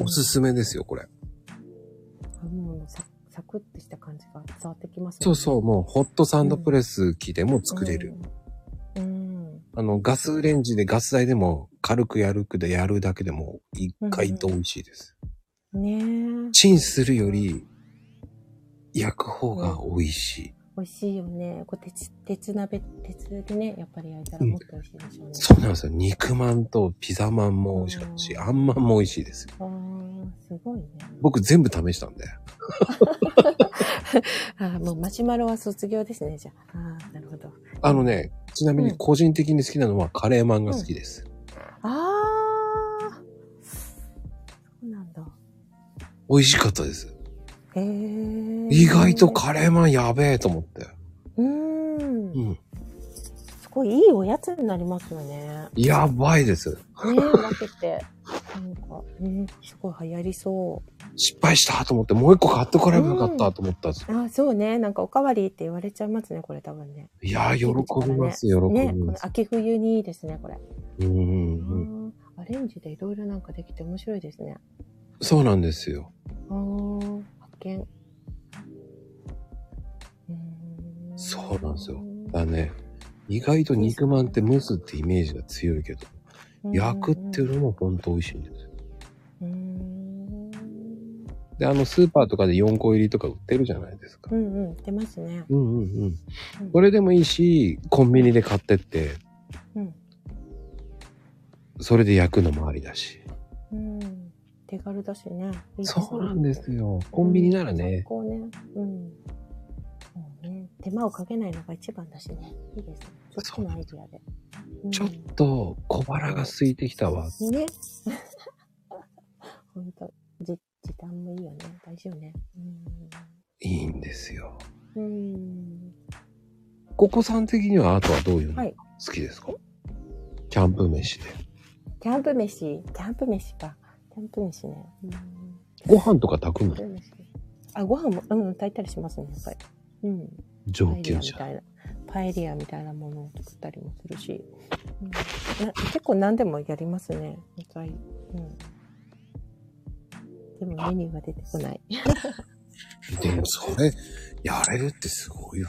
Speaker 1: おすすめですよ、これ。
Speaker 2: あもうササクッとした感じが伝わってきますね
Speaker 1: そうそう、もう、ホットサンドプレス機でも作れる。
Speaker 2: うん。うん
Speaker 1: ああの、ガスレンジでガス台でも軽くやるくでやるだけでも意外と美味しいです。
Speaker 2: ねえ。
Speaker 1: チンするより焼く方が美味しい。
Speaker 2: 美味しいよね。こう鉄、鉄鍋、鉄でね、やっぱり焼いたらもっと美味しいでしょうね。
Speaker 1: そうなんですよ。肉まんとピザまんも美味しかったし、
Speaker 2: うん
Speaker 1: あんまんも美味しいですよ。
Speaker 2: あーすごいね。
Speaker 1: 僕全部試したんで。
Speaker 2: あーもうマシュマロは卒業ですね、じゃあ。あーなるほど。
Speaker 1: あのね、ちなみに個人的に好きなのはカレーまんが好きです。
Speaker 2: ああそうなんだ。
Speaker 1: 美味しかったです。
Speaker 2: へえ。
Speaker 1: 意外とカレーまんやべえと思って。
Speaker 2: うー。
Speaker 1: うんん。
Speaker 2: すごいいいおやつになりますよ
Speaker 1: [LAUGHS]
Speaker 2: ね。
Speaker 1: やばいです。
Speaker 2: ねえ、分けて。なんか、うん、すごい流行りそう。
Speaker 1: 失敗したと思って、もう一個買ってこればよかったと思ったんです。
Speaker 2: ああ、そうね。なんかおかわりって言われちゃいますね、これ多分ね。
Speaker 1: いやー、喜びます、喜
Speaker 2: ね、
Speaker 1: び
Speaker 2: この
Speaker 1: ます。
Speaker 2: 秋冬にいいですね、これ。
Speaker 1: うんうんうん。
Speaker 2: うんアレンジでいろいろなんかできて面白いですね。
Speaker 1: そうなんですよ。
Speaker 2: あー発見。うーん
Speaker 1: そうなんですよだからね、意外と肉まんって蒸すってイメージが強いけど、焼くっていうのもほんと美味しいんですよ。
Speaker 2: うーん。
Speaker 1: で、あの、スーパーとかで4個入りとか売ってるじゃないですか
Speaker 2: う。んうん、出ますね。
Speaker 1: うんうんうん。
Speaker 2: うん
Speaker 1: これでもいいし、コンビニで買ってって、
Speaker 2: うん。
Speaker 1: それで焼くのもありだし。
Speaker 2: うん。手軽だしね。いいですね
Speaker 1: そうなんですよ。コンビニなら
Speaker 2: 最
Speaker 1: ね、
Speaker 2: 高ね。うん。そうね。手間をかけないのが一番だしね。いいですね。そっちのアイディアで。うん
Speaker 1: ちょっと小腹が空いてきたわ。
Speaker 2: ね。ほんと、じ、時短もいいよね。大事よね。
Speaker 1: いいんですよ。
Speaker 2: うん。うん。
Speaker 1: ここさん的にはあとはどういう
Speaker 2: は
Speaker 1: の
Speaker 2: い
Speaker 1: 好きですか、キャンプ飯で。
Speaker 2: キャンプ飯、キャンプ飯か。キャンプ飯ね。うん。
Speaker 1: ご飯とか炊くの
Speaker 2: キャンプ飯。あ、ご飯も、うん、炊いたりしますね。やっぱり。うん。
Speaker 1: 上
Speaker 2: パエ
Speaker 1: 級
Speaker 2: リアみ
Speaker 1: 者。
Speaker 2: たいな。パエリアみたいなものを作ったりもするし。うん、な結構何でもやりますね。お菜うん。でもメニューが出てこない。
Speaker 1: でもそれ、やれるってすごいよ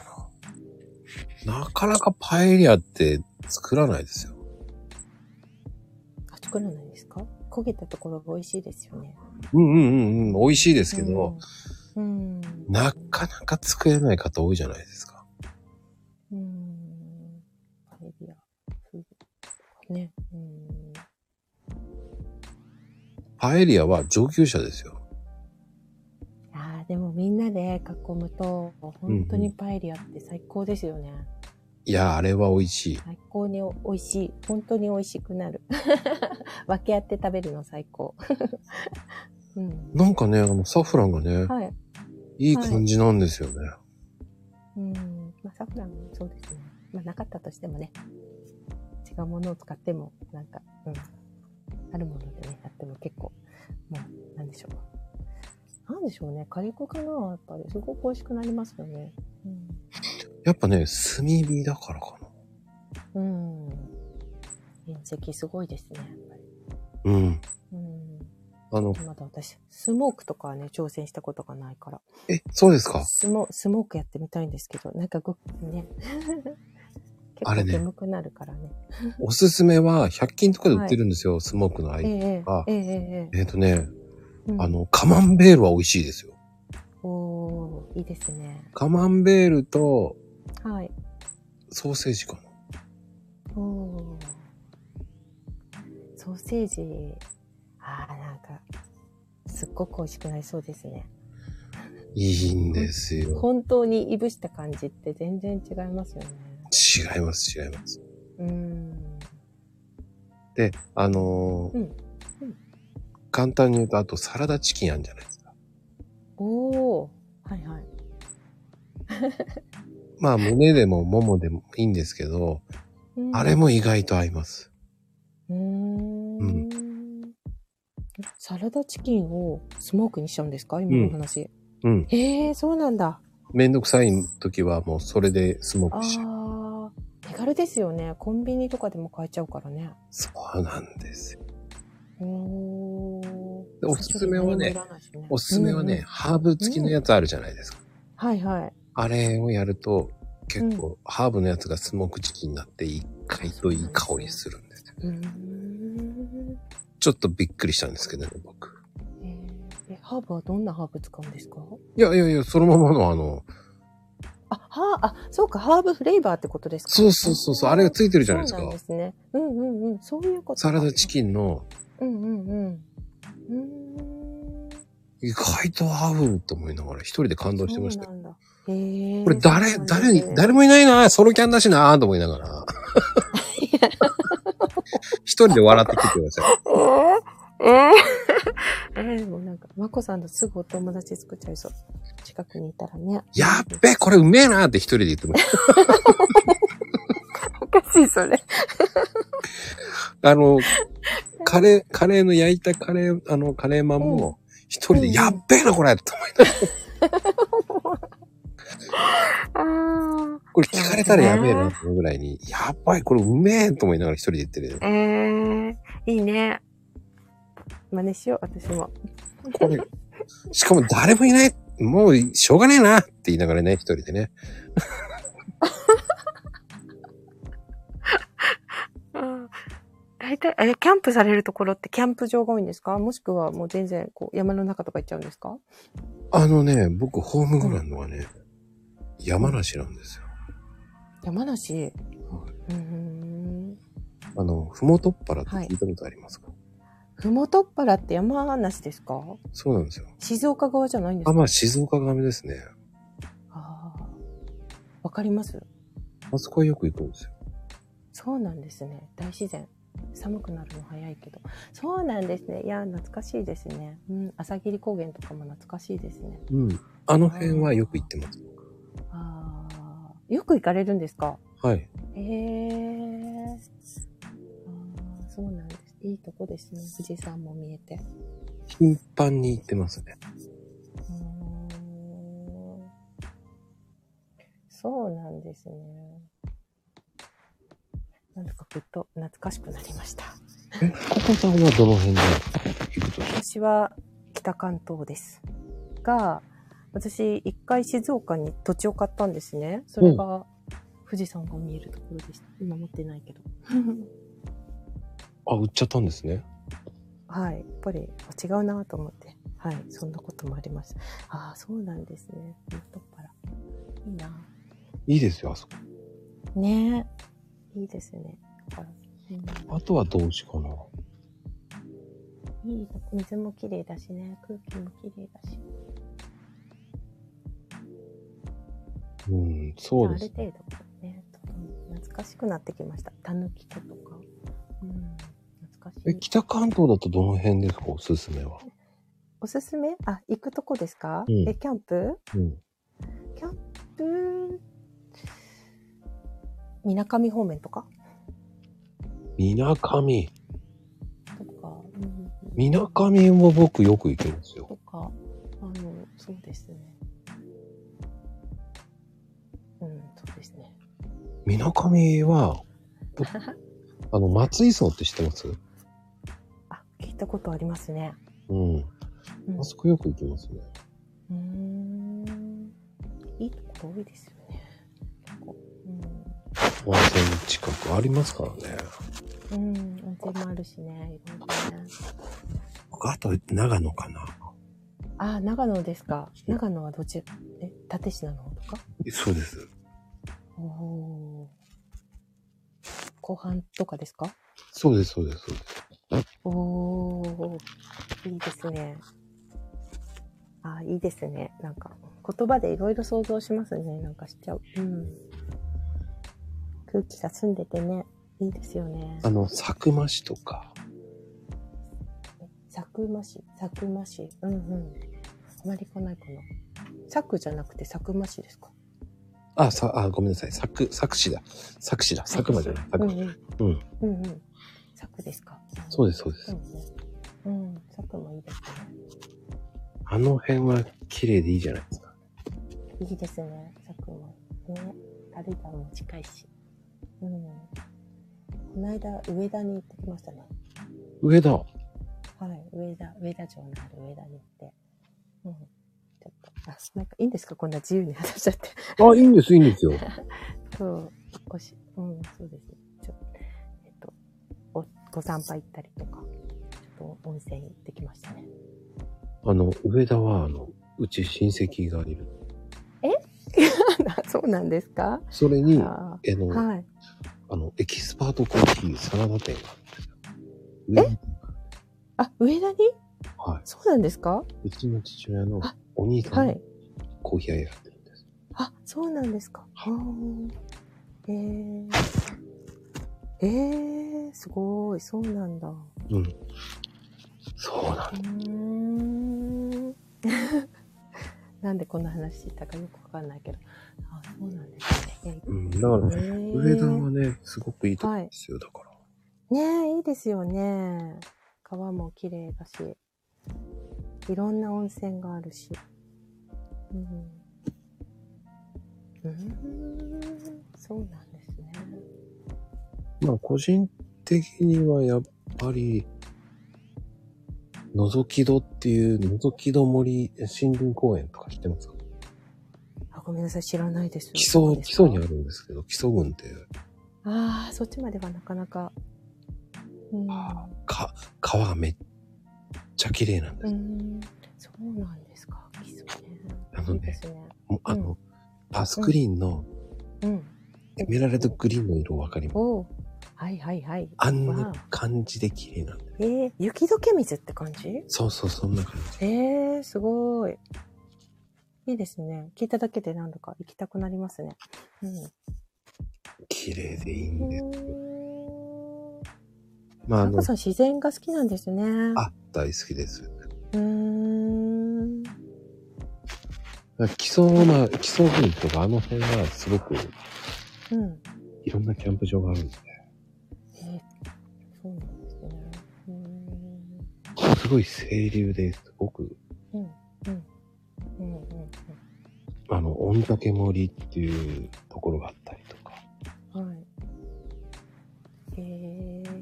Speaker 1: な。なかなかパエリアって作らないですよ。
Speaker 2: あ、作らないんですか焦げたところが美味しいですよね。
Speaker 1: うんうんうんうん、美味しいですけど、
Speaker 2: うん。うん。
Speaker 1: なかなか作れない方多いじゃないですか。
Speaker 2: うん。パエリア。そうね。うん。
Speaker 1: パエリアは上級者ですよ。
Speaker 2: ああ、でもみんなで囲むと、本当にパエリアって最高ですよね。
Speaker 1: いや、あれは美味しい。
Speaker 2: 最高に美味しい。本当に美味しくなる。 [LAUGHS] 分け合って食べるの最高。 [LAUGHS] うん。
Speaker 1: なんかね、あの、サフランがね、
Speaker 2: はい。
Speaker 1: いい感じなんですよね。
Speaker 2: うん。まあ、サフランもそうですね。まあ、なかったとしてもね。違うものを使っても、なんか、うん。あるものでね、やっても結構、もう、なんでしょう。なんでしょうね。火力かなやっぱり。すごく美味しくなりますよね。うん。
Speaker 1: やっぱね、炭火だからか
Speaker 2: うん。面積すごいですね、やっぱり。
Speaker 1: な。うん。
Speaker 2: うん。
Speaker 1: あの、
Speaker 2: まだ私、スモークとかはね、挑戦したことがないから。
Speaker 1: え、そうですか
Speaker 2: スモスモークやってみたいんですけど、なんかご
Speaker 1: [LAUGHS]
Speaker 2: ね。結
Speaker 1: あれ
Speaker 2: 構
Speaker 1: ね
Speaker 2: 眠くなるからね。
Speaker 1: おすすめは、100均とかで売ってるんですよ、スモークのアイ。
Speaker 2: ええ
Speaker 1: あ
Speaker 2: えええええ
Speaker 1: えっ、とね、
Speaker 2: えうん
Speaker 1: あの、カマンベールは美味しいですよ。
Speaker 2: おーいいですね。
Speaker 1: カマンベールと
Speaker 2: はい。
Speaker 1: ソーセージかな。
Speaker 2: おーソーセージ、ああ、なんか、すっごく美味しくなりそうですね。
Speaker 1: いいんですよ。
Speaker 2: 本当にいぶした感じって全然違いますよね。
Speaker 1: 違います、違います。
Speaker 2: うん。
Speaker 1: で、あのー
Speaker 2: うんうん
Speaker 1: 簡単に言うと、あとサラダチキンあるんじゃないですか。
Speaker 2: おーはいはい。
Speaker 1: まあ、胸でもももでもいいんですけど、
Speaker 2: うん
Speaker 1: あれも意外と合います。
Speaker 2: うーん
Speaker 1: う
Speaker 2: サラダチキンをスモークにしちゃうんですか今のお話。
Speaker 1: うん。
Speaker 2: ええー、そうなんだ。
Speaker 1: めんどくさい時はもうそれでスモー
Speaker 2: あ
Speaker 1: クしちゃう。
Speaker 2: あ、手軽ですよね。コンビニとかでも買えちゃうからね。
Speaker 1: そうなんですよ。
Speaker 2: おー
Speaker 1: でおすすめはね
Speaker 2: 何もいらないしね
Speaker 1: おすすめはね、
Speaker 2: うんうん
Speaker 1: ハーブ付きのやつあるじゃないですか。
Speaker 2: はいはい。
Speaker 1: あれをやると、結構、ハーブのやつがスモークチキンになってい回といい香りするんでね。
Speaker 2: うーん。
Speaker 1: ちょっとびっくりしたんですけどね、僕。
Speaker 2: えーえハーブはどんなハーブ使うんですか
Speaker 1: いやいやいや、そのままのあの、
Speaker 2: あ、はあ、そうか、ハーブフレーバーってことですか
Speaker 1: そうそうそうそうあれがついてるじゃないですか
Speaker 2: そうなんですね。うんうんうん。そういうことか。
Speaker 1: サラダチキンの、
Speaker 2: うんうんうん。う
Speaker 1: 意外と合うと思いながら一人で感
Speaker 2: ー
Speaker 1: 動
Speaker 2: ん。
Speaker 1: してました
Speaker 2: そ
Speaker 1: よ。
Speaker 2: うなんだ。へー
Speaker 1: これ誰、
Speaker 2: そうなんです
Speaker 1: 誰
Speaker 2: ね
Speaker 1: に、誰もいないな、ソロキャンだしな、と思いなが
Speaker 2: [LAUGHS]
Speaker 1: ら。一人で笑ってきてください。
Speaker 2: [LAUGHS] えー、えー、えー、でもなんか、まこさんとすぐお友達作っちゃいそう。近くにいたらね。
Speaker 1: やっべ、これうめえなって一人で言ってました。
Speaker 2: おかしい、それ。
Speaker 1: あの、カレー、カレーの焼いたカレー、あの、カレーマンも、一人
Speaker 2: う
Speaker 1: で、
Speaker 2: ん
Speaker 1: やっべえな、これと思いながら。
Speaker 2: あー。
Speaker 1: これ聞かれたらやべえな、っていうぐらいに、やばい、これうめえと思いながら一人で言ってる。
Speaker 2: えー、いいね。真似しよう、私も。
Speaker 1: これ、しかも誰もいない、もうしょうがねえなって言いながらね、一人でね。
Speaker 2: うん大体、え、キャンプされるところってキャンプ場が多いんですかもしくはもう全然、こう、山の中とか行っちゃうんですか
Speaker 1: あのね、僕、ホームグラウンドはね、山梨なんですよ。
Speaker 2: 山梨。うーん。
Speaker 1: あの、ふもとっぱらって聞いたことありますか、
Speaker 2: ふもとっぱらって山梨ですか
Speaker 1: そうなんですよ。
Speaker 2: 静岡側じゃないんです
Speaker 1: あ、
Speaker 2: か
Speaker 1: まあ、静岡側ですね。
Speaker 2: あーわかります
Speaker 1: あそこはよく行くんですよ。
Speaker 2: そうなんですね。大自然。寒くなるの早いけど。そうなんですね。いや、懐かしいですね。うん。朝霧高原とかも懐かしいですね。
Speaker 1: うん。あの辺はよく行ってます。
Speaker 2: ああ。よく行かれるんですか
Speaker 1: はい。
Speaker 2: へえ。ああ、そうなんです。いいとこですね。富士山も見えて。
Speaker 1: 頻繁に行ってますね。
Speaker 2: うーんそうなんですね。なんだかぐっと懐かしくなりました。
Speaker 1: え、ココさんはどの辺で行くと
Speaker 2: 私は北関東です。が、私一回静岡に土地を買ったんですね。それが富士山が見えるところでした。今持ってないけど。
Speaker 1: あ、売っちゃったんですね。
Speaker 2: はい、やっぱりあ違うなと思って、はい、そんなこともあります。ああ、そうなんですね。太っ腹。いいな。
Speaker 1: いいですよ、あそこ。
Speaker 2: ねえ、いいですね。だからうん
Speaker 1: あとはどうしかな。
Speaker 2: いいとこ水もきれいだしね、空気もきれいだし、
Speaker 1: うん、そう
Speaker 2: あ
Speaker 1: で
Speaker 2: る
Speaker 1: す。
Speaker 2: 程度ね、うん懐かしくなってきました。たぬき粉とか、うん、懐かし
Speaker 1: え、
Speaker 2: い。
Speaker 1: 北関東だとどの辺ですか、おすすめは。
Speaker 2: おすすめ？あ、行くとこですか？
Speaker 1: うん
Speaker 2: え、キャンプ？
Speaker 1: うん。
Speaker 2: キャンプ？みなかみ方面とか？
Speaker 1: みなかみ。
Speaker 2: とか、うん、
Speaker 1: みなかみも僕よく行きますよ。
Speaker 2: とか、あの、そうですね。うん、そうですね。
Speaker 1: みなかみ [LAUGHS] は、僕あの、松井荘って知ってます
Speaker 2: あ、聞いたことありますね。
Speaker 1: うん。
Speaker 2: うん
Speaker 1: あそこよく行きますね。
Speaker 2: うーん。いいところ多いですよね。結構
Speaker 1: 温泉近くありますからね。
Speaker 2: うん、うん、温泉もあるしね、いろいろね。
Speaker 1: 僕、あと、長野かな。
Speaker 2: あ、長野ですか。長野はどっち、え、立科の方とか
Speaker 1: そうです。
Speaker 2: おおー。後半とかですか
Speaker 1: そうです、そうです、そうです。
Speaker 2: おー、いいですね。あー、いいですね。なんか、言葉でいろいろ想像しますね。なんかしちゃう。うん。空気が澄んでてね、いいですよね。
Speaker 1: あの、佐久間市とか、
Speaker 2: 佐久間市、佐久間市。うんうん。あまり来ないかな。佐久じゃなくて佐久間市ですか。
Speaker 1: あ、さ、あ、ごめんなさい、佐久、佐久市だ。佐久市だ。佐久間じゃない。佐
Speaker 2: う
Speaker 1: 久
Speaker 2: ん
Speaker 1: 間。
Speaker 2: うん。
Speaker 1: うん
Speaker 2: うんうん。佐久ですか。
Speaker 1: そう
Speaker 2: う
Speaker 1: です、そうで。
Speaker 2: ですすね。うん、佐久もいいですね。
Speaker 1: あの辺は綺麗でいいじゃないですか。
Speaker 2: いいですね、佐久間。ね、軽井沢も近いし。うん。この間、上田に行ってきましたね。
Speaker 1: 上田。あ
Speaker 2: はい、上田、上田城のある上田に行って。うん。ちょっと、あ、なんかいいんですかこんな自由に話しちゃって。、
Speaker 1: [LAUGHS]
Speaker 2: [LAUGHS]
Speaker 1: いいんです、いいんですよ。
Speaker 2: そう、おし、うん、そうです。ちょっご参拝行ったりとか、ちょっと温泉行ってきましたね。
Speaker 1: あの、上田は、あの、うち親戚がいる。
Speaker 2: [LAUGHS] そうなんですか、
Speaker 1: それに、あ
Speaker 2: あ
Speaker 1: の、
Speaker 2: ーはい。
Speaker 1: あの、エキスパートコーヒーサラダ店があるんですよ。
Speaker 2: あ、上田に
Speaker 1: えは
Speaker 2: そうなんですか
Speaker 1: い。うちの父親の
Speaker 2: あ
Speaker 1: お兄さ
Speaker 2: は
Speaker 1: んが
Speaker 2: い。
Speaker 1: コーヒー屋やってるんです。
Speaker 2: あ、そうなんですか。
Speaker 1: は
Speaker 2: うんえー、えー、すごい、そうなんだ。う
Speaker 1: うん。そうなんだ。
Speaker 2: ーん。 [LAUGHS] なんでこんな話したかよくわかんないけど。あ、そうなんですね。
Speaker 1: うん。だから、
Speaker 2: えー
Speaker 1: 上田はね、すごくいいとこですよ、だから。
Speaker 2: ねえ、いいですよね。川も綺麗だし、いろんな温泉があるし。うん。うーん、そうなんですね。
Speaker 1: まあ、個人的にはやっぱり、覗き戸っていう、覗き戸森森林公園とか知ってますか
Speaker 2: あ、ごめんなさい、知らないです。
Speaker 1: 木曽、木曽にあ
Speaker 2: る。
Speaker 1: るんですけど、木曽郡って、
Speaker 2: ああ、そっちまではなかなか。うん。う
Speaker 1: か、川がめっちゃ綺麗なんです。
Speaker 2: ん。そうなんですか。基礎ね。
Speaker 1: あのね
Speaker 2: いいですね。
Speaker 1: もうあの、パスクリーンの
Speaker 2: うん。
Speaker 1: エメラルドグリーンの色わかります
Speaker 2: おお。はいはいはい。
Speaker 1: あん
Speaker 2: わ
Speaker 1: な
Speaker 2: あ
Speaker 1: 感じで綺麗なんで。
Speaker 2: えー、雪解け水って感じ
Speaker 1: そうそう、そんな感じ。
Speaker 2: えー、すごい。いいですね。聞いただけで何度か行きたくなりますね。
Speaker 1: 綺麗でいい
Speaker 2: うん
Speaker 1: です。
Speaker 2: ん。
Speaker 1: まあ、あ
Speaker 2: あ
Speaker 1: の
Speaker 2: こ、さん自然が好きなんですね。
Speaker 1: あ、大好きです。
Speaker 2: うーん。
Speaker 1: 基礎な、基礎郡とかあの辺はすごく
Speaker 2: うん。
Speaker 1: いろんなキャンプ場があるんで、
Speaker 2: えーそうなんですね。うーん。
Speaker 1: すごい清流ですごく、
Speaker 2: うん。うん。うん。うん
Speaker 1: あの、御嶽森っていうところがあったりとか、
Speaker 2: うん。はい。えー、行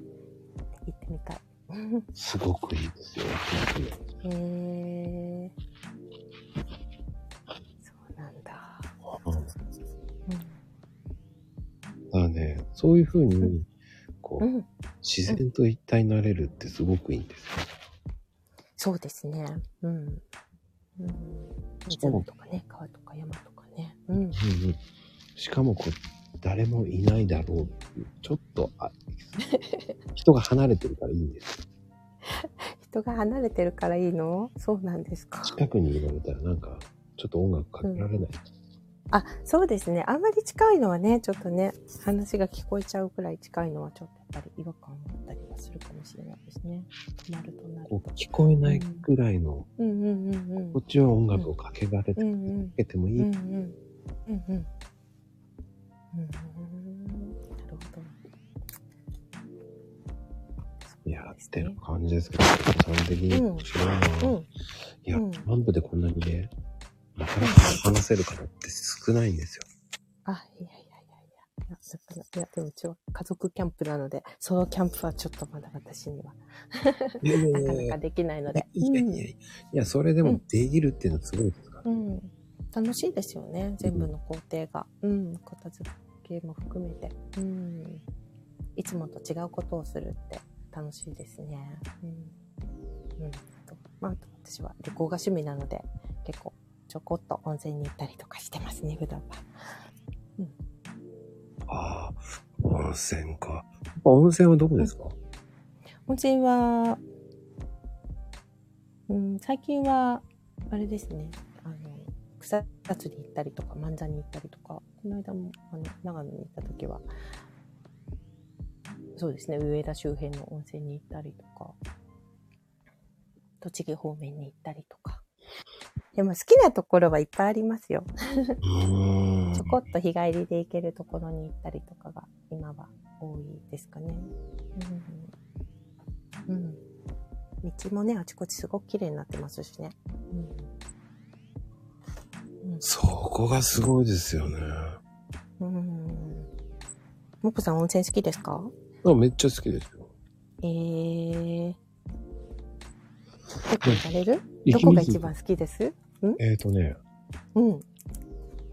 Speaker 2: ってみたい。
Speaker 1: すごくいいですよ。
Speaker 2: えー。そうなんだ。
Speaker 1: うん、だか
Speaker 2: うん。
Speaker 1: らね、そういうふうに、こう、
Speaker 2: うん、
Speaker 1: 自然と一体になれるってすごくいいんですよ。
Speaker 2: そうですね。うん。うん、
Speaker 1: しかも
Speaker 2: 湖とかね、川とか山とかね。うん。
Speaker 1: うんうん、しかもこう誰もいないだろうっていうちょっとあ
Speaker 2: [LAUGHS]
Speaker 1: 人が離れてるからいいんですよ
Speaker 2: 人が離れてるからいいのそうなんですか。
Speaker 1: 近くにいられたらなんかちょっと音楽かけられない、
Speaker 2: あ、そうですね。あんまり近いのはね、ちょっとね、話が聞こえちゃうくらい近いのはちょっとやっぱり違和感を持ったりはするかもしれないですね。止まるとなる
Speaker 1: ことう。聞こえないくらいの、
Speaker 2: うんうんうんうん。
Speaker 1: こっちは音楽をかけられて、
Speaker 2: うん
Speaker 1: か
Speaker 2: うん。
Speaker 1: けてもいい、
Speaker 2: うんうんうんうんうんなるほど。
Speaker 1: やってる感じですけど、基本的に面白いな、
Speaker 2: うん。
Speaker 1: いや、
Speaker 2: うん
Speaker 1: キャンプでこんなにね、なかなか話せる方って少ないんですよ。
Speaker 2: あ、いやいやいやいや。いや、だからいやでもうちは家族キャンプなので、そのキャンプはちょっとまだ私には
Speaker 1: いやいや
Speaker 2: ない
Speaker 1: や
Speaker 2: か
Speaker 1: い
Speaker 2: なか
Speaker 1: や。
Speaker 2: できないので。
Speaker 1: いやいやいやいや、それでもできるっていうのはすごいですから。
Speaker 2: うん。うん楽しいですよね。全部の工程が。うん。片付けも含めて。うん。いつもと違うことをするって楽しいですね。うん。うん。あと、まあ、あと私は旅行が趣味なので、結構ちょこっと温泉に行ったりとかしてますね、普段は。
Speaker 1: ああ、温泉か。温泉はどこですか、
Speaker 2: 温泉は、うん、最近は、あれですね、あの、草津に行ったりとか、万座に行ったりとか、この間も、あの、長野に行った時は、そうですね、上田周辺の温泉に行ったりとか、栃木方面に行ったりとか。でも好きなところはいっぱいありますよ。
Speaker 1: うーん
Speaker 2: ちょこっと日帰りで行けるところに行ったりとかが今は多いですかね。うん。うん。道もね、あちこちすごく綺麗になってますしね。
Speaker 1: そこがすごいですよね。
Speaker 2: うん。うん。もこさん温泉好きですか
Speaker 1: あめっちゃ好きですよ。
Speaker 2: えー。結構行かれる
Speaker 1: 行
Speaker 2: ど
Speaker 1: き
Speaker 2: こ
Speaker 1: ま
Speaker 2: が
Speaker 1: す
Speaker 2: 一番好きです
Speaker 1: えっ、ー、とね、
Speaker 2: うん。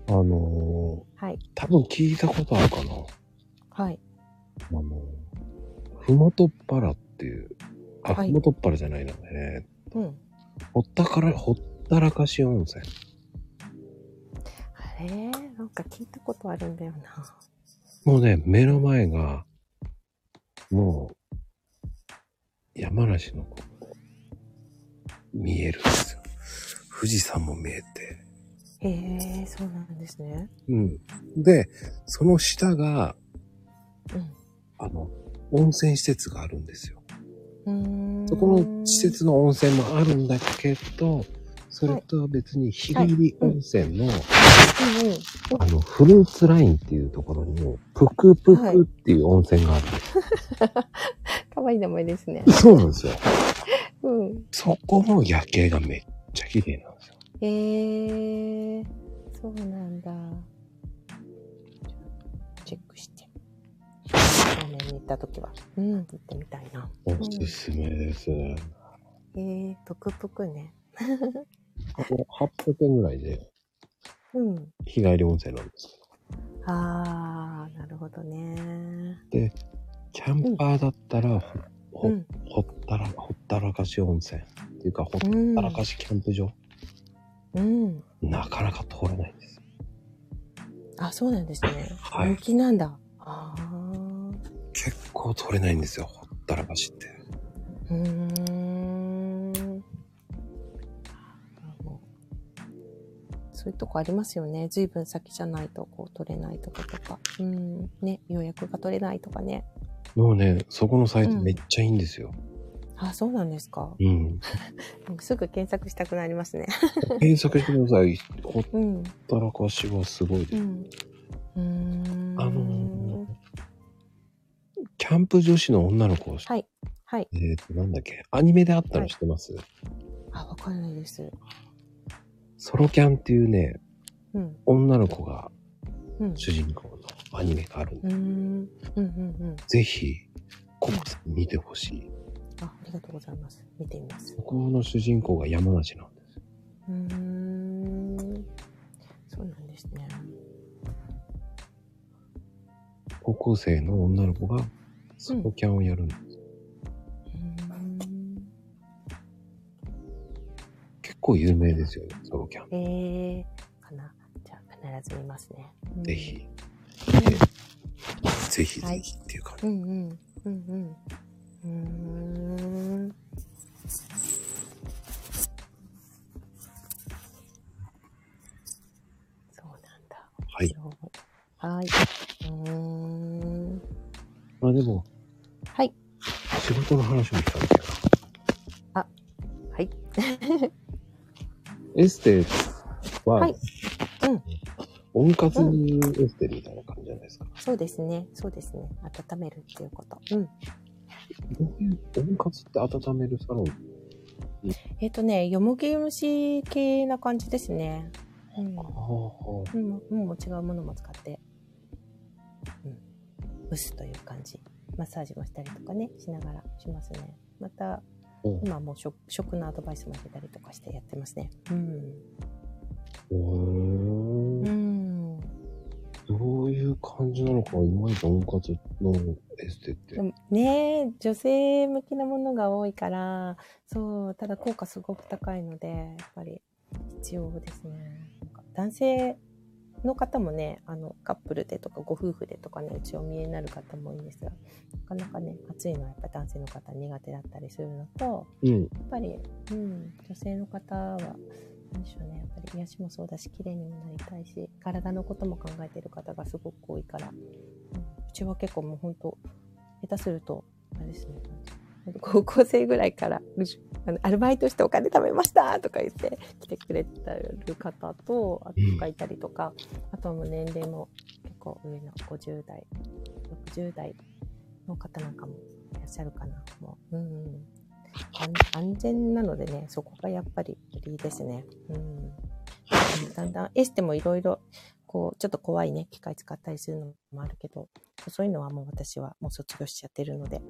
Speaker 1: あのー
Speaker 2: はい。
Speaker 1: 多分聞いたことあるかな。
Speaker 2: はい。
Speaker 1: あのーふもとっぱらっていう、あ、
Speaker 2: はい
Speaker 1: ふもとっぱらじゃないな、え
Speaker 2: うん。
Speaker 1: ーほったから、ほったらかし温泉。
Speaker 2: あれなんか聞いたことあるんだよな。
Speaker 1: もうね、目の前が、もう、山梨のここ、見えるんですよ。富士山も見えて。
Speaker 2: へえ、そうなんですね。
Speaker 1: うん。で、その下が、
Speaker 2: うん。
Speaker 1: あの、温泉施設があるんですよ。
Speaker 2: うーん
Speaker 1: そこの施設の温泉もあるんだけど、それとは別に日帰り温泉の、
Speaker 2: うんうん
Speaker 1: あの、フルーツラインっていうところに、プクプクっていう温泉がある。。
Speaker 2: かわいい名前ですね
Speaker 1: [LAUGHS] そうなんですよ。
Speaker 2: うん。
Speaker 1: そこも夜景がめっちゃ綺麗なんですよ。
Speaker 2: へえ、そうなんだ。チェックして。正面に行った時は。うん、行ってみたいな。
Speaker 1: おすすめです。
Speaker 2: へえ、ぷくぷくね。
Speaker 1: ここ800円ぐらいで
Speaker 2: うん。
Speaker 1: 日帰り温泉なんですけど。
Speaker 2: あー、なるほどね。
Speaker 1: キャンパーだったら、ほ
Speaker 2: うん。
Speaker 1: ほったら、ほったらかし温泉っていうか、ほったらかしキャンプ場、
Speaker 2: うん。
Speaker 1: なかなか通れないんですよ。
Speaker 2: あ、そうなんですね。
Speaker 1: はい
Speaker 2: 人気なんだ。あー。
Speaker 1: 結構通れないんですよ、ほったらかしって。
Speaker 2: うーん。そういうとこありますよね。ずいぶん先じゃないと、こう、取れないとことか。うん。ね、予約が取れないとかね。
Speaker 1: もうね、そこのサイト
Speaker 2: うん
Speaker 1: めっちゃいいんですよ。
Speaker 2: あ、そうなんですか。
Speaker 1: うん。
Speaker 2: すぐ検索したくなりますね。
Speaker 1: 検索してください。ほっ
Speaker 2: [LAUGHS] うん。
Speaker 1: たらかしはすごいです。
Speaker 2: うん。うーん。
Speaker 1: あのーキャンプ女子の女の子を、
Speaker 2: はいはい。
Speaker 1: えっ、と、なんだっけ、アニメであったの知ってます、
Speaker 2: あ、わかんないです。
Speaker 1: ソロキャンっていうね、
Speaker 2: うん。
Speaker 1: 女の子が
Speaker 2: うん。
Speaker 1: 主人公のアニメがあるん
Speaker 2: う
Speaker 1: で、
Speaker 2: ーん。うんうんうん。
Speaker 1: ぜひ、ココさん見てほしい。
Speaker 2: あ、ありがとうございます。見てみます。
Speaker 1: ここの主人公が山梨なんですよ。
Speaker 2: うーん。そうなんですね。
Speaker 1: 高校生の女の子がソロキャンをやるんです。
Speaker 2: うーん。
Speaker 1: 結構有名ですよね、ソロキャン。
Speaker 2: えー、かな。じゃあ、必ず見ますね。うん
Speaker 1: ぜ。ひ、ぜひぜひっていう感じ。
Speaker 2: うんうん。うんうん。うーん。そうなんだ。
Speaker 1: はい。
Speaker 2: 面白い。はい。うーん。
Speaker 1: まあでも、
Speaker 2: はい。
Speaker 1: 仕事の話も聞かなきゃな。
Speaker 2: あはい。
Speaker 1: エステは、
Speaker 2: はいうん
Speaker 1: 温活エステみたいな感じじゃないですか。
Speaker 2: そうですね。そうですね。温めるっていうこと。うん。
Speaker 1: どういう温活って温めるサロン
Speaker 2: えっ、とね、よもぎ虫系な感じですね。うん。
Speaker 1: はあ
Speaker 2: うん、もう違うものも使って、うん、蒸すという感じ。マッサージもしたりとかね、しながらしますね。また、
Speaker 1: うん
Speaker 2: 今もう食食のアドバイスも受けたりとかしてやってますね。うん。
Speaker 1: うーん
Speaker 2: うん。
Speaker 1: どういう感じなのか、いまいち温活のエステって
Speaker 2: で。もねえ女性向きなものが多いから、そう、ただ効果すごく高いので、やっぱり必要ですね。なんか男性の方もね、あの、カップルでとかご夫婦でとかね、うちお見えになる方も多いんですが、なかなかね、暑いのはやっぱ男性の方苦手だったりするのと、
Speaker 1: うん。
Speaker 2: やっぱり、うん、女性の方は、何でしょうね、やっぱり癒しもそうだし、綺麗にもなりたいし、体のことも考えてる方がすごく多いから、うん、うちは結構もう本当、下手すると、あれですね、高校生ぐらいから、むしあのアルバイトしてお金貯めましたとか言って来てくれてる方と、あとかいたりとか、あとはもう年齢も結構上の50代、60代の方なんかもいらっしゃるかな。もう、うんうん。安安全なのでね、そこがやっぱり売りですね。うん。だんだんエステもいろいろ、こう、ちょっと怖いね、機械使ったりするのもあるけど、そういうのはもう私はもう卒業しちゃってるので。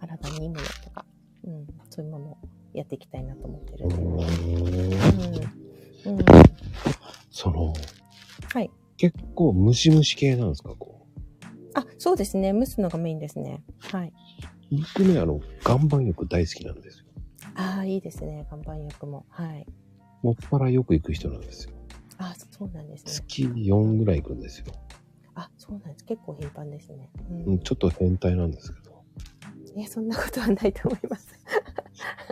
Speaker 2: 体にいいものとか、うん、そういうものをやっていきたいなと思ってるんで。うん。うん。
Speaker 1: その、
Speaker 2: はい。
Speaker 1: 結構ムシムシ系なんですか、こう。
Speaker 2: あ、そうですね。蒸すのがメインですね。はい。
Speaker 1: 僕ね、あの、岩盤浴大好きなんですよ。
Speaker 2: ああ、いいですね。岩盤浴も。はい。
Speaker 1: もっぱらよく行く人なんですよ。
Speaker 2: あそうなんですね。
Speaker 1: 月4ぐらい行くんですよ。
Speaker 2: あ、そうなんです。結構頻繁ですね。う。
Speaker 1: うんんちょっと変態なんですけ [LAUGHS] ど。
Speaker 2: いや、そんなことはないと思います。 [LAUGHS]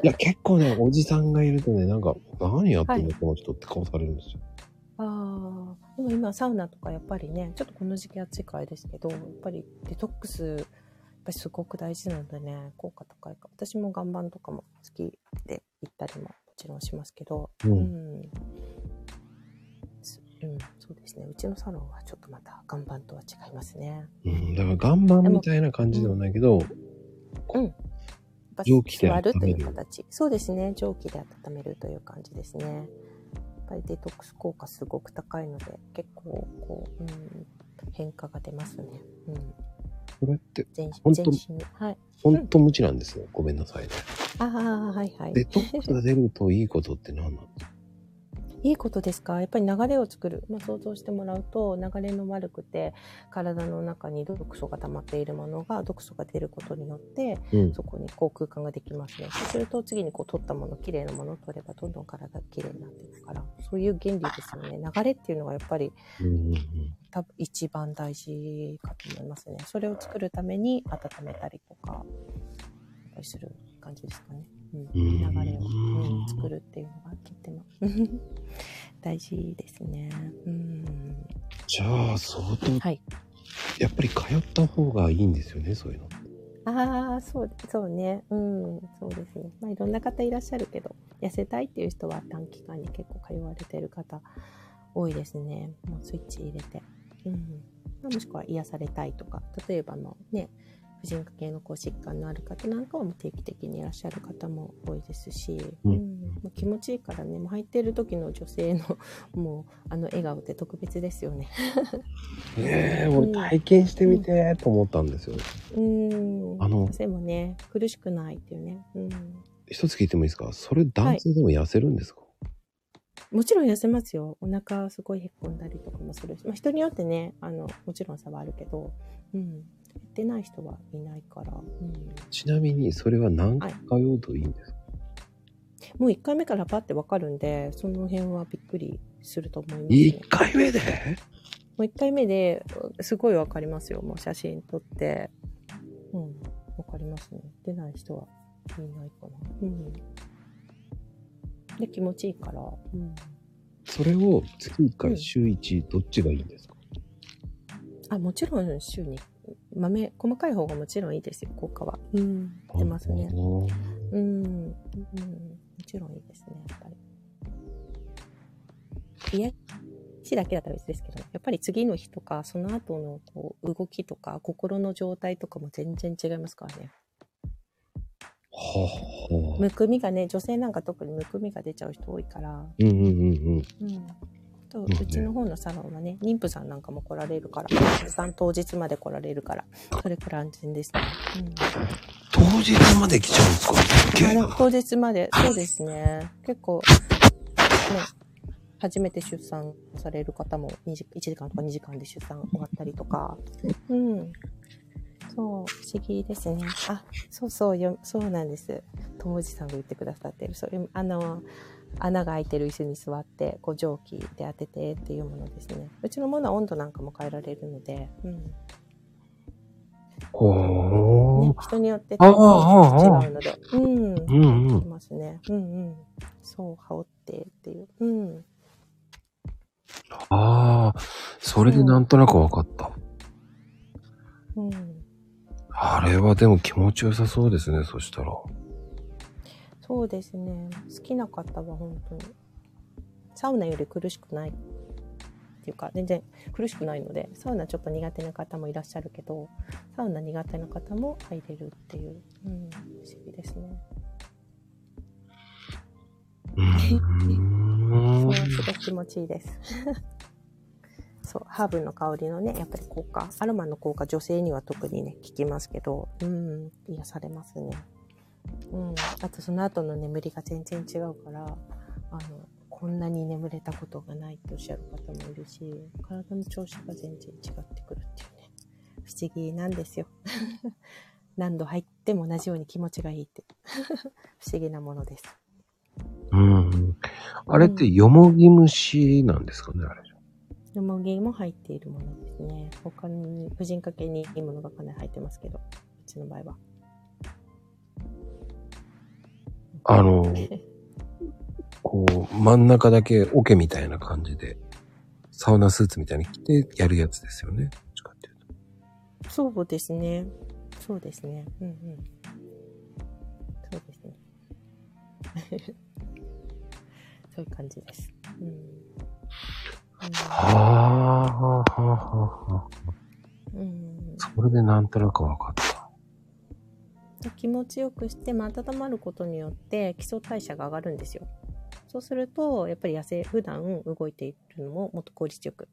Speaker 1: いや、結構ね、おじさんがいるとね、なんか、何やってんの、
Speaker 2: は
Speaker 1: この人って顔されるんですよ。
Speaker 2: ああ、でも今サウナとかやっぱりね、ちょっとこの時期暑いからですけど、やっぱりデトックス、やっぱりすごく大事なのでね、効果高いか。私も岩盤とかも好きで行ったりももちろんしますけど、
Speaker 1: うん
Speaker 2: うん、すうんそうですね。うちのサロンはちょっとまた岩盤とは違いますね。やっ
Speaker 1: うん、だから岩盤みたいな感じではないけど、
Speaker 2: ぱ
Speaker 1: 蒸気で
Speaker 2: 座ると
Speaker 1: 温め
Speaker 2: いう
Speaker 1: る
Speaker 2: 形。そうですね。蒸気で温めるという感じですね。やっぱりデトックス効果すごく高いので、結構こう、うん、変化が出ますね。うん
Speaker 1: これって、
Speaker 2: 全
Speaker 1: 本
Speaker 2: 身
Speaker 1: 当
Speaker 2: 全身に。はい。
Speaker 1: ほんと無知なんですよ。ごめんなさいね。
Speaker 2: ああ、はいはい。
Speaker 1: デトックスが出るといいことって何なの
Speaker 2: いいことですかやっぱり流れを作る。まあ、想像してもらうと、流れの悪くて、体の中に毒素が溜まっているものが、毒素が出ることによって、
Speaker 1: うん。
Speaker 2: そこにこう空間ができますね。そうすると、次にこう取ったもの、綺麗なものを取れば、どんどん体が綺麗になっていくから、そういう原理ですよね。流れっていうのがやっぱり
Speaker 1: うんうんうん
Speaker 2: 多分一番大事かと思いますね。それを作るために温めたりとか、やっぱりする感じですかね。うん、流
Speaker 1: ん
Speaker 2: れを、うん、作るっていうのがとっても [LAUGHS] 大事ですね。うん、
Speaker 1: じゃあ、相当、
Speaker 2: はい。
Speaker 1: やっぱり通った方がいいんですよね、そういうの。
Speaker 2: ああ、そう、そうね。うん、そうですね。まあ、いろんな方いらっしゃるけど、痩せたいっていう人は短期間に結構通われてる方多いですね。もうスイッチ入れて。うん。まあもしくは癒されたいとか、例えばのね、婦人科系のこう疾患のある方なんかはもう定期的にいらっしゃる方も多いですし、
Speaker 1: うん
Speaker 2: もう気持ちいいからね、もう入ってる時の女性のもうあの笑顔って特別ですよね。
Speaker 1: ねえ、
Speaker 2: うん
Speaker 1: 俺体験してみてと思ったんですよ。
Speaker 2: うん。
Speaker 1: あの
Speaker 2: 女性もね、苦しくないっていうね。うん。
Speaker 1: 一つ聞いてもいいですかそれ男性でも痩せるんですか、
Speaker 2: もちろん痩せますよ。お腹すごいへっこんだりとかもするし、まあ、人によってね、あの、もちろん差はあるけど、うん。減ってない人はいないから、うん。
Speaker 1: ちなみにそれは何回通うといいんですか、
Speaker 2: もう1回目からパってわかるんで、その辺はびっくりすると思います、
Speaker 1: 一
Speaker 2: ね。
Speaker 1: 回目で
Speaker 2: もう1回目ですごいわかりますよ。もう写真撮って。うん。わかりますね。出ない人はいないかな。うん。で、気持ちいいから、うん。
Speaker 1: それを月1
Speaker 2: う
Speaker 1: 回
Speaker 2: ん
Speaker 1: 週1どっちがいいんですか、
Speaker 2: あもちろん週に豆細かい方がもちろんいいですよ効果はうん出ますね
Speaker 1: あ
Speaker 2: うん、うん、もちろんいいですねやっぱり癒しだけだったら別ですけどやっぱり次の日とかその後のこう動きとか心の状態とかも全然違いますからね
Speaker 1: はあ
Speaker 2: むくみがね女性なんか特にむくみが出ちゃう人多いから
Speaker 1: うんうんうん
Speaker 2: うんと
Speaker 1: んね
Speaker 2: うちの方のサロンはね妊婦さんなんかも来られるから出産当日まで来られるからそれくらい安全ですね、うん
Speaker 1: 当日まで来ちゃうんですかすげえ
Speaker 2: あ
Speaker 1: な
Speaker 2: の当日まで、そうですね。結構、ね、初めて出産される方も2時1時間とか2時間で出産終わったりとか、うん。そう、不思議ですね。あ、そうそう、よそうなんです。友治さんが言ってくださってる。それ、あの、穴が開いてる椅子に座って、こう蒸気で当ててっていうものですね。うちのものは温度なんかも変えられるので、うん。
Speaker 1: ほ
Speaker 2: ね
Speaker 1: う、
Speaker 2: 人によって違う
Speaker 1: ああああ
Speaker 2: ので、うん。
Speaker 1: うんう
Speaker 2: い
Speaker 1: ん
Speaker 2: ますね。うんうん。そう、羽織ってっていう。うん。
Speaker 1: ああそれでなんとなく分かった
Speaker 2: うん。
Speaker 1: あれはでも気持ちよさそうですねそしたら
Speaker 2: そうですね。好きな方は本当に。サウナより苦しくない。っていうか、全然苦しくないので、サウナちょっと苦手な方もいらっしゃるけど、サウナ苦手な方も入れるっていう。うん。不思議ですね。
Speaker 1: うー
Speaker 2: そ
Speaker 1: ん
Speaker 2: う、すごく気持ちいいです。 [LAUGHS] そう、ハーブの香りのね、やっぱり効果、アロマの効果、女性には特にね、効きますけど、うん、癒されますね。うん、あとその後の眠りが全然違うから、あの、こんなに眠れたことがないっておっしゃる方もいるし、体の調子が全然違ってくるっていうね、不思議なんですよ。 [LAUGHS] 何度入っても同じように気持ちがいいって。 [LAUGHS] 不思議なものです。
Speaker 1: うん。あれって、よもぎ虫なんですかね、あれ。
Speaker 2: ヨモギも入っているものですね。他に、婦人科系にいいものがかなり入ってますけど、うちの場合は。
Speaker 1: あの、こう、真ん中だけオケみたいな感じで、サウナスーツみたいに着てやるやつですよね。どっちかっていうと
Speaker 2: そうですね。そうですね。うんうん。そうですね。 [LAUGHS] そういう感じです。うん。
Speaker 1: はあ、はあ、はあ、はあ。
Speaker 2: うんうん、
Speaker 1: それでなんとなくわかった。
Speaker 2: 気持ちよくして、まあ、温まることによって基礎代謝が上がるんですよ。そうすると、やっぱり痩せ、普段動いているのももっと効率よく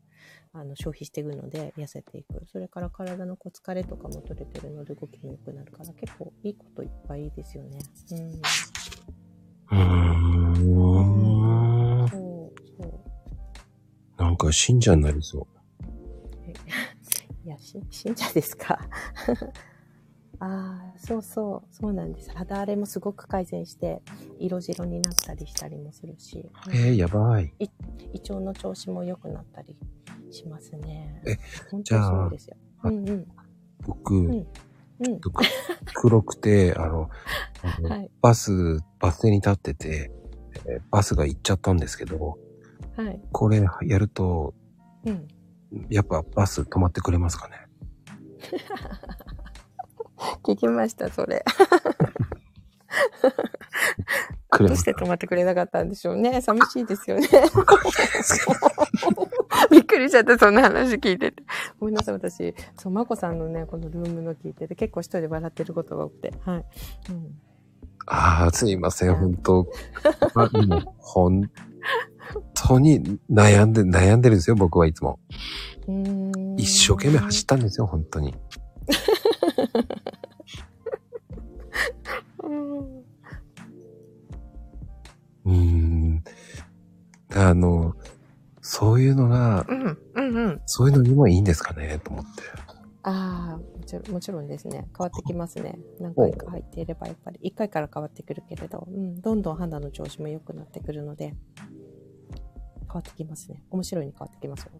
Speaker 2: あの消費していくので痩せていく。それから体のこう疲れとかも取れてるので動きも良くなるから結構いいこといっぱいですよね。
Speaker 1: うー
Speaker 2: うん。
Speaker 1: ん。
Speaker 2: そう、そう。
Speaker 1: なんか信者になりそ
Speaker 2: いや、し信者ですか。 [LAUGHS] ああ、そうそう、そうなんです。肌荒れもすごく改善して、色白になったりしたりもするし、
Speaker 1: う。えー、やばい。
Speaker 2: 胃腸の調子も良くなったりしますね。
Speaker 1: え、
Speaker 2: 本
Speaker 1: じ
Speaker 2: 当
Speaker 1: ゃ
Speaker 2: に
Speaker 1: あ
Speaker 2: そうですよ。うんうん。
Speaker 1: 僕、
Speaker 2: んうん。
Speaker 1: 僕黒くて、あの、あの
Speaker 2: はい。
Speaker 1: バス、バス停に立ってて、えーバスが行っちゃったんですけど、
Speaker 2: はい。
Speaker 1: これやると、
Speaker 2: うん。
Speaker 1: やっぱバス止まってくれますかね
Speaker 2: 聞きました、それ。
Speaker 1: くれ
Speaker 2: ど
Speaker 1: ま
Speaker 2: う
Speaker 1: す
Speaker 2: して
Speaker 1: か
Speaker 2: 止まってくれなかったんでしょうね。寂しいですよね。 [LAUGHS] びっくりしちゃった、そんな話聞いてて。ごめんなさい、私。そう、まこさんのね、このルームの聞いてて、結構一人で笑ってることが多くて。はい。うん。
Speaker 1: ああ、すいません、本当まあ、もう本当に悩んで、悩んでるんですよ、僕はいつも。
Speaker 2: うーん
Speaker 1: 一生懸命走ったんですよ、本当に。
Speaker 2: うん
Speaker 1: うーん。あの、そういうのが、
Speaker 2: うんうんうん。
Speaker 1: そういうのにもいいんですかね、と思って。
Speaker 2: ああ、もちろん、もちろんですね。変わってきますね。何回か入っていれば、やっぱり、1回から変わってくるけれど、うん、どんどん肌の調子も良くなってくるので、変わってきますね。面白いに変わってきますよ。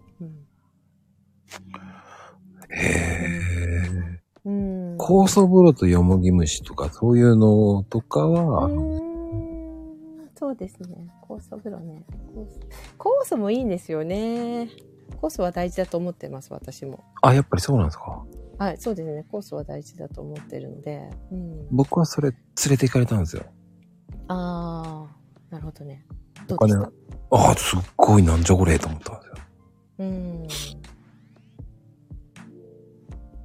Speaker 1: へえ。
Speaker 2: うん。うん。
Speaker 1: 酵素風呂とヨモギ虫とか、そういうのとかは、
Speaker 2: うーんそうですね。酵素風呂ね。酵素酵素もいいんですよね。酵素は大事だと思ってます、私も。
Speaker 1: あ、やっぱりそうなんですか。
Speaker 2: はい、そうですね。酵素は大事だと思ってるので。うん。
Speaker 1: 僕はそれ連れて行かれたんですよ。
Speaker 2: ああ、なるほどね。ど
Speaker 1: お
Speaker 2: うで
Speaker 1: 金
Speaker 2: し
Speaker 1: を
Speaker 2: た
Speaker 1: ああ、すっごいなんじゃこれと思ったんですよ。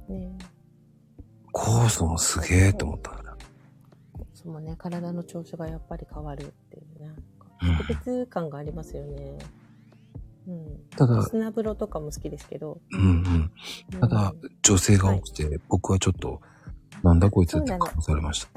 Speaker 2: うん。ね
Speaker 1: 酵素もすげえと思ったんだ。
Speaker 2: そのね、体の調子がやっぱり変わるっていうね。
Speaker 1: うん
Speaker 2: 特別感がありますよね。うん。
Speaker 1: ただ、
Speaker 2: 砂風呂とかも好きですけど。
Speaker 1: うんうん。
Speaker 2: うん
Speaker 1: ただ、女性が多くて、僕はちょっと、なんだこいつって
Speaker 2: そうなの
Speaker 1: 顔されました。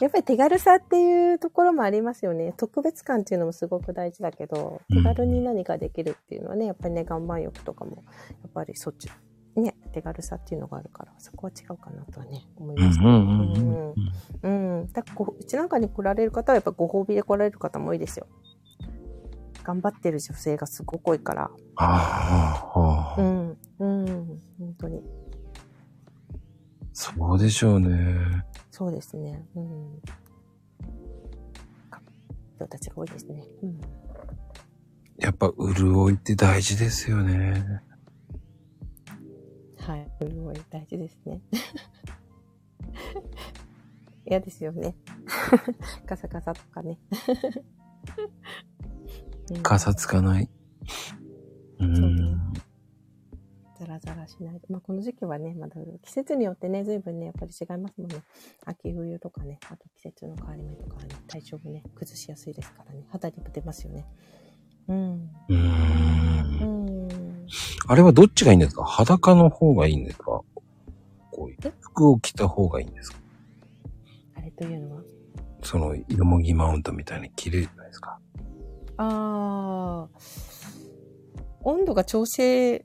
Speaker 2: やっぱり手軽さっていうところもありますよね。特別感っていうのもすごく大事だけど、
Speaker 1: うん
Speaker 2: 手軽に何かできるっていうのはね、やっぱりね、岩盤浴とかも、やっぱりそっち、ね、手軽さっていうのがあるから、そこは違うかなとはね、思いますけど。
Speaker 1: うんうんうんうん
Speaker 2: うん。だからこううちなんかに来られる方は、やっぱご褒美で来られる方も多いですよ。頑張ってる女性がすごく多いから。
Speaker 1: ああ、
Speaker 2: う
Speaker 1: ああ、
Speaker 2: ん。うん。本当に。
Speaker 1: そうでしょうね。
Speaker 2: そうですね。うん。か人たちが多いですね。うん。
Speaker 1: やっぱ、潤いって大事ですよね。
Speaker 2: はい。潤い大事です [LAUGHS] ね。嫌ですよね。 [LAUGHS] カサカサとかね。うん
Speaker 1: かさつかない。う
Speaker 2: そうね
Speaker 1: ん。
Speaker 2: ザラザラしない。まあ、この時期はね、まだ季節によってね、随分ね、やっぱり違いますもんね。秋冬とかね、あと季節の変わり目とかはね、体調もね、崩しやすいですからね、肌にも出ますよね。うん。
Speaker 1: うー。
Speaker 2: うんん。
Speaker 1: あれはどっちがいいんですか裸の方がいいんですかこう
Speaker 2: え
Speaker 1: 服を着た方がいいんですか
Speaker 2: あれというのは
Speaker 1: その、よもぎマウントみたいに着れるじゃないですか。
Speaker 2: ああ、温度が調整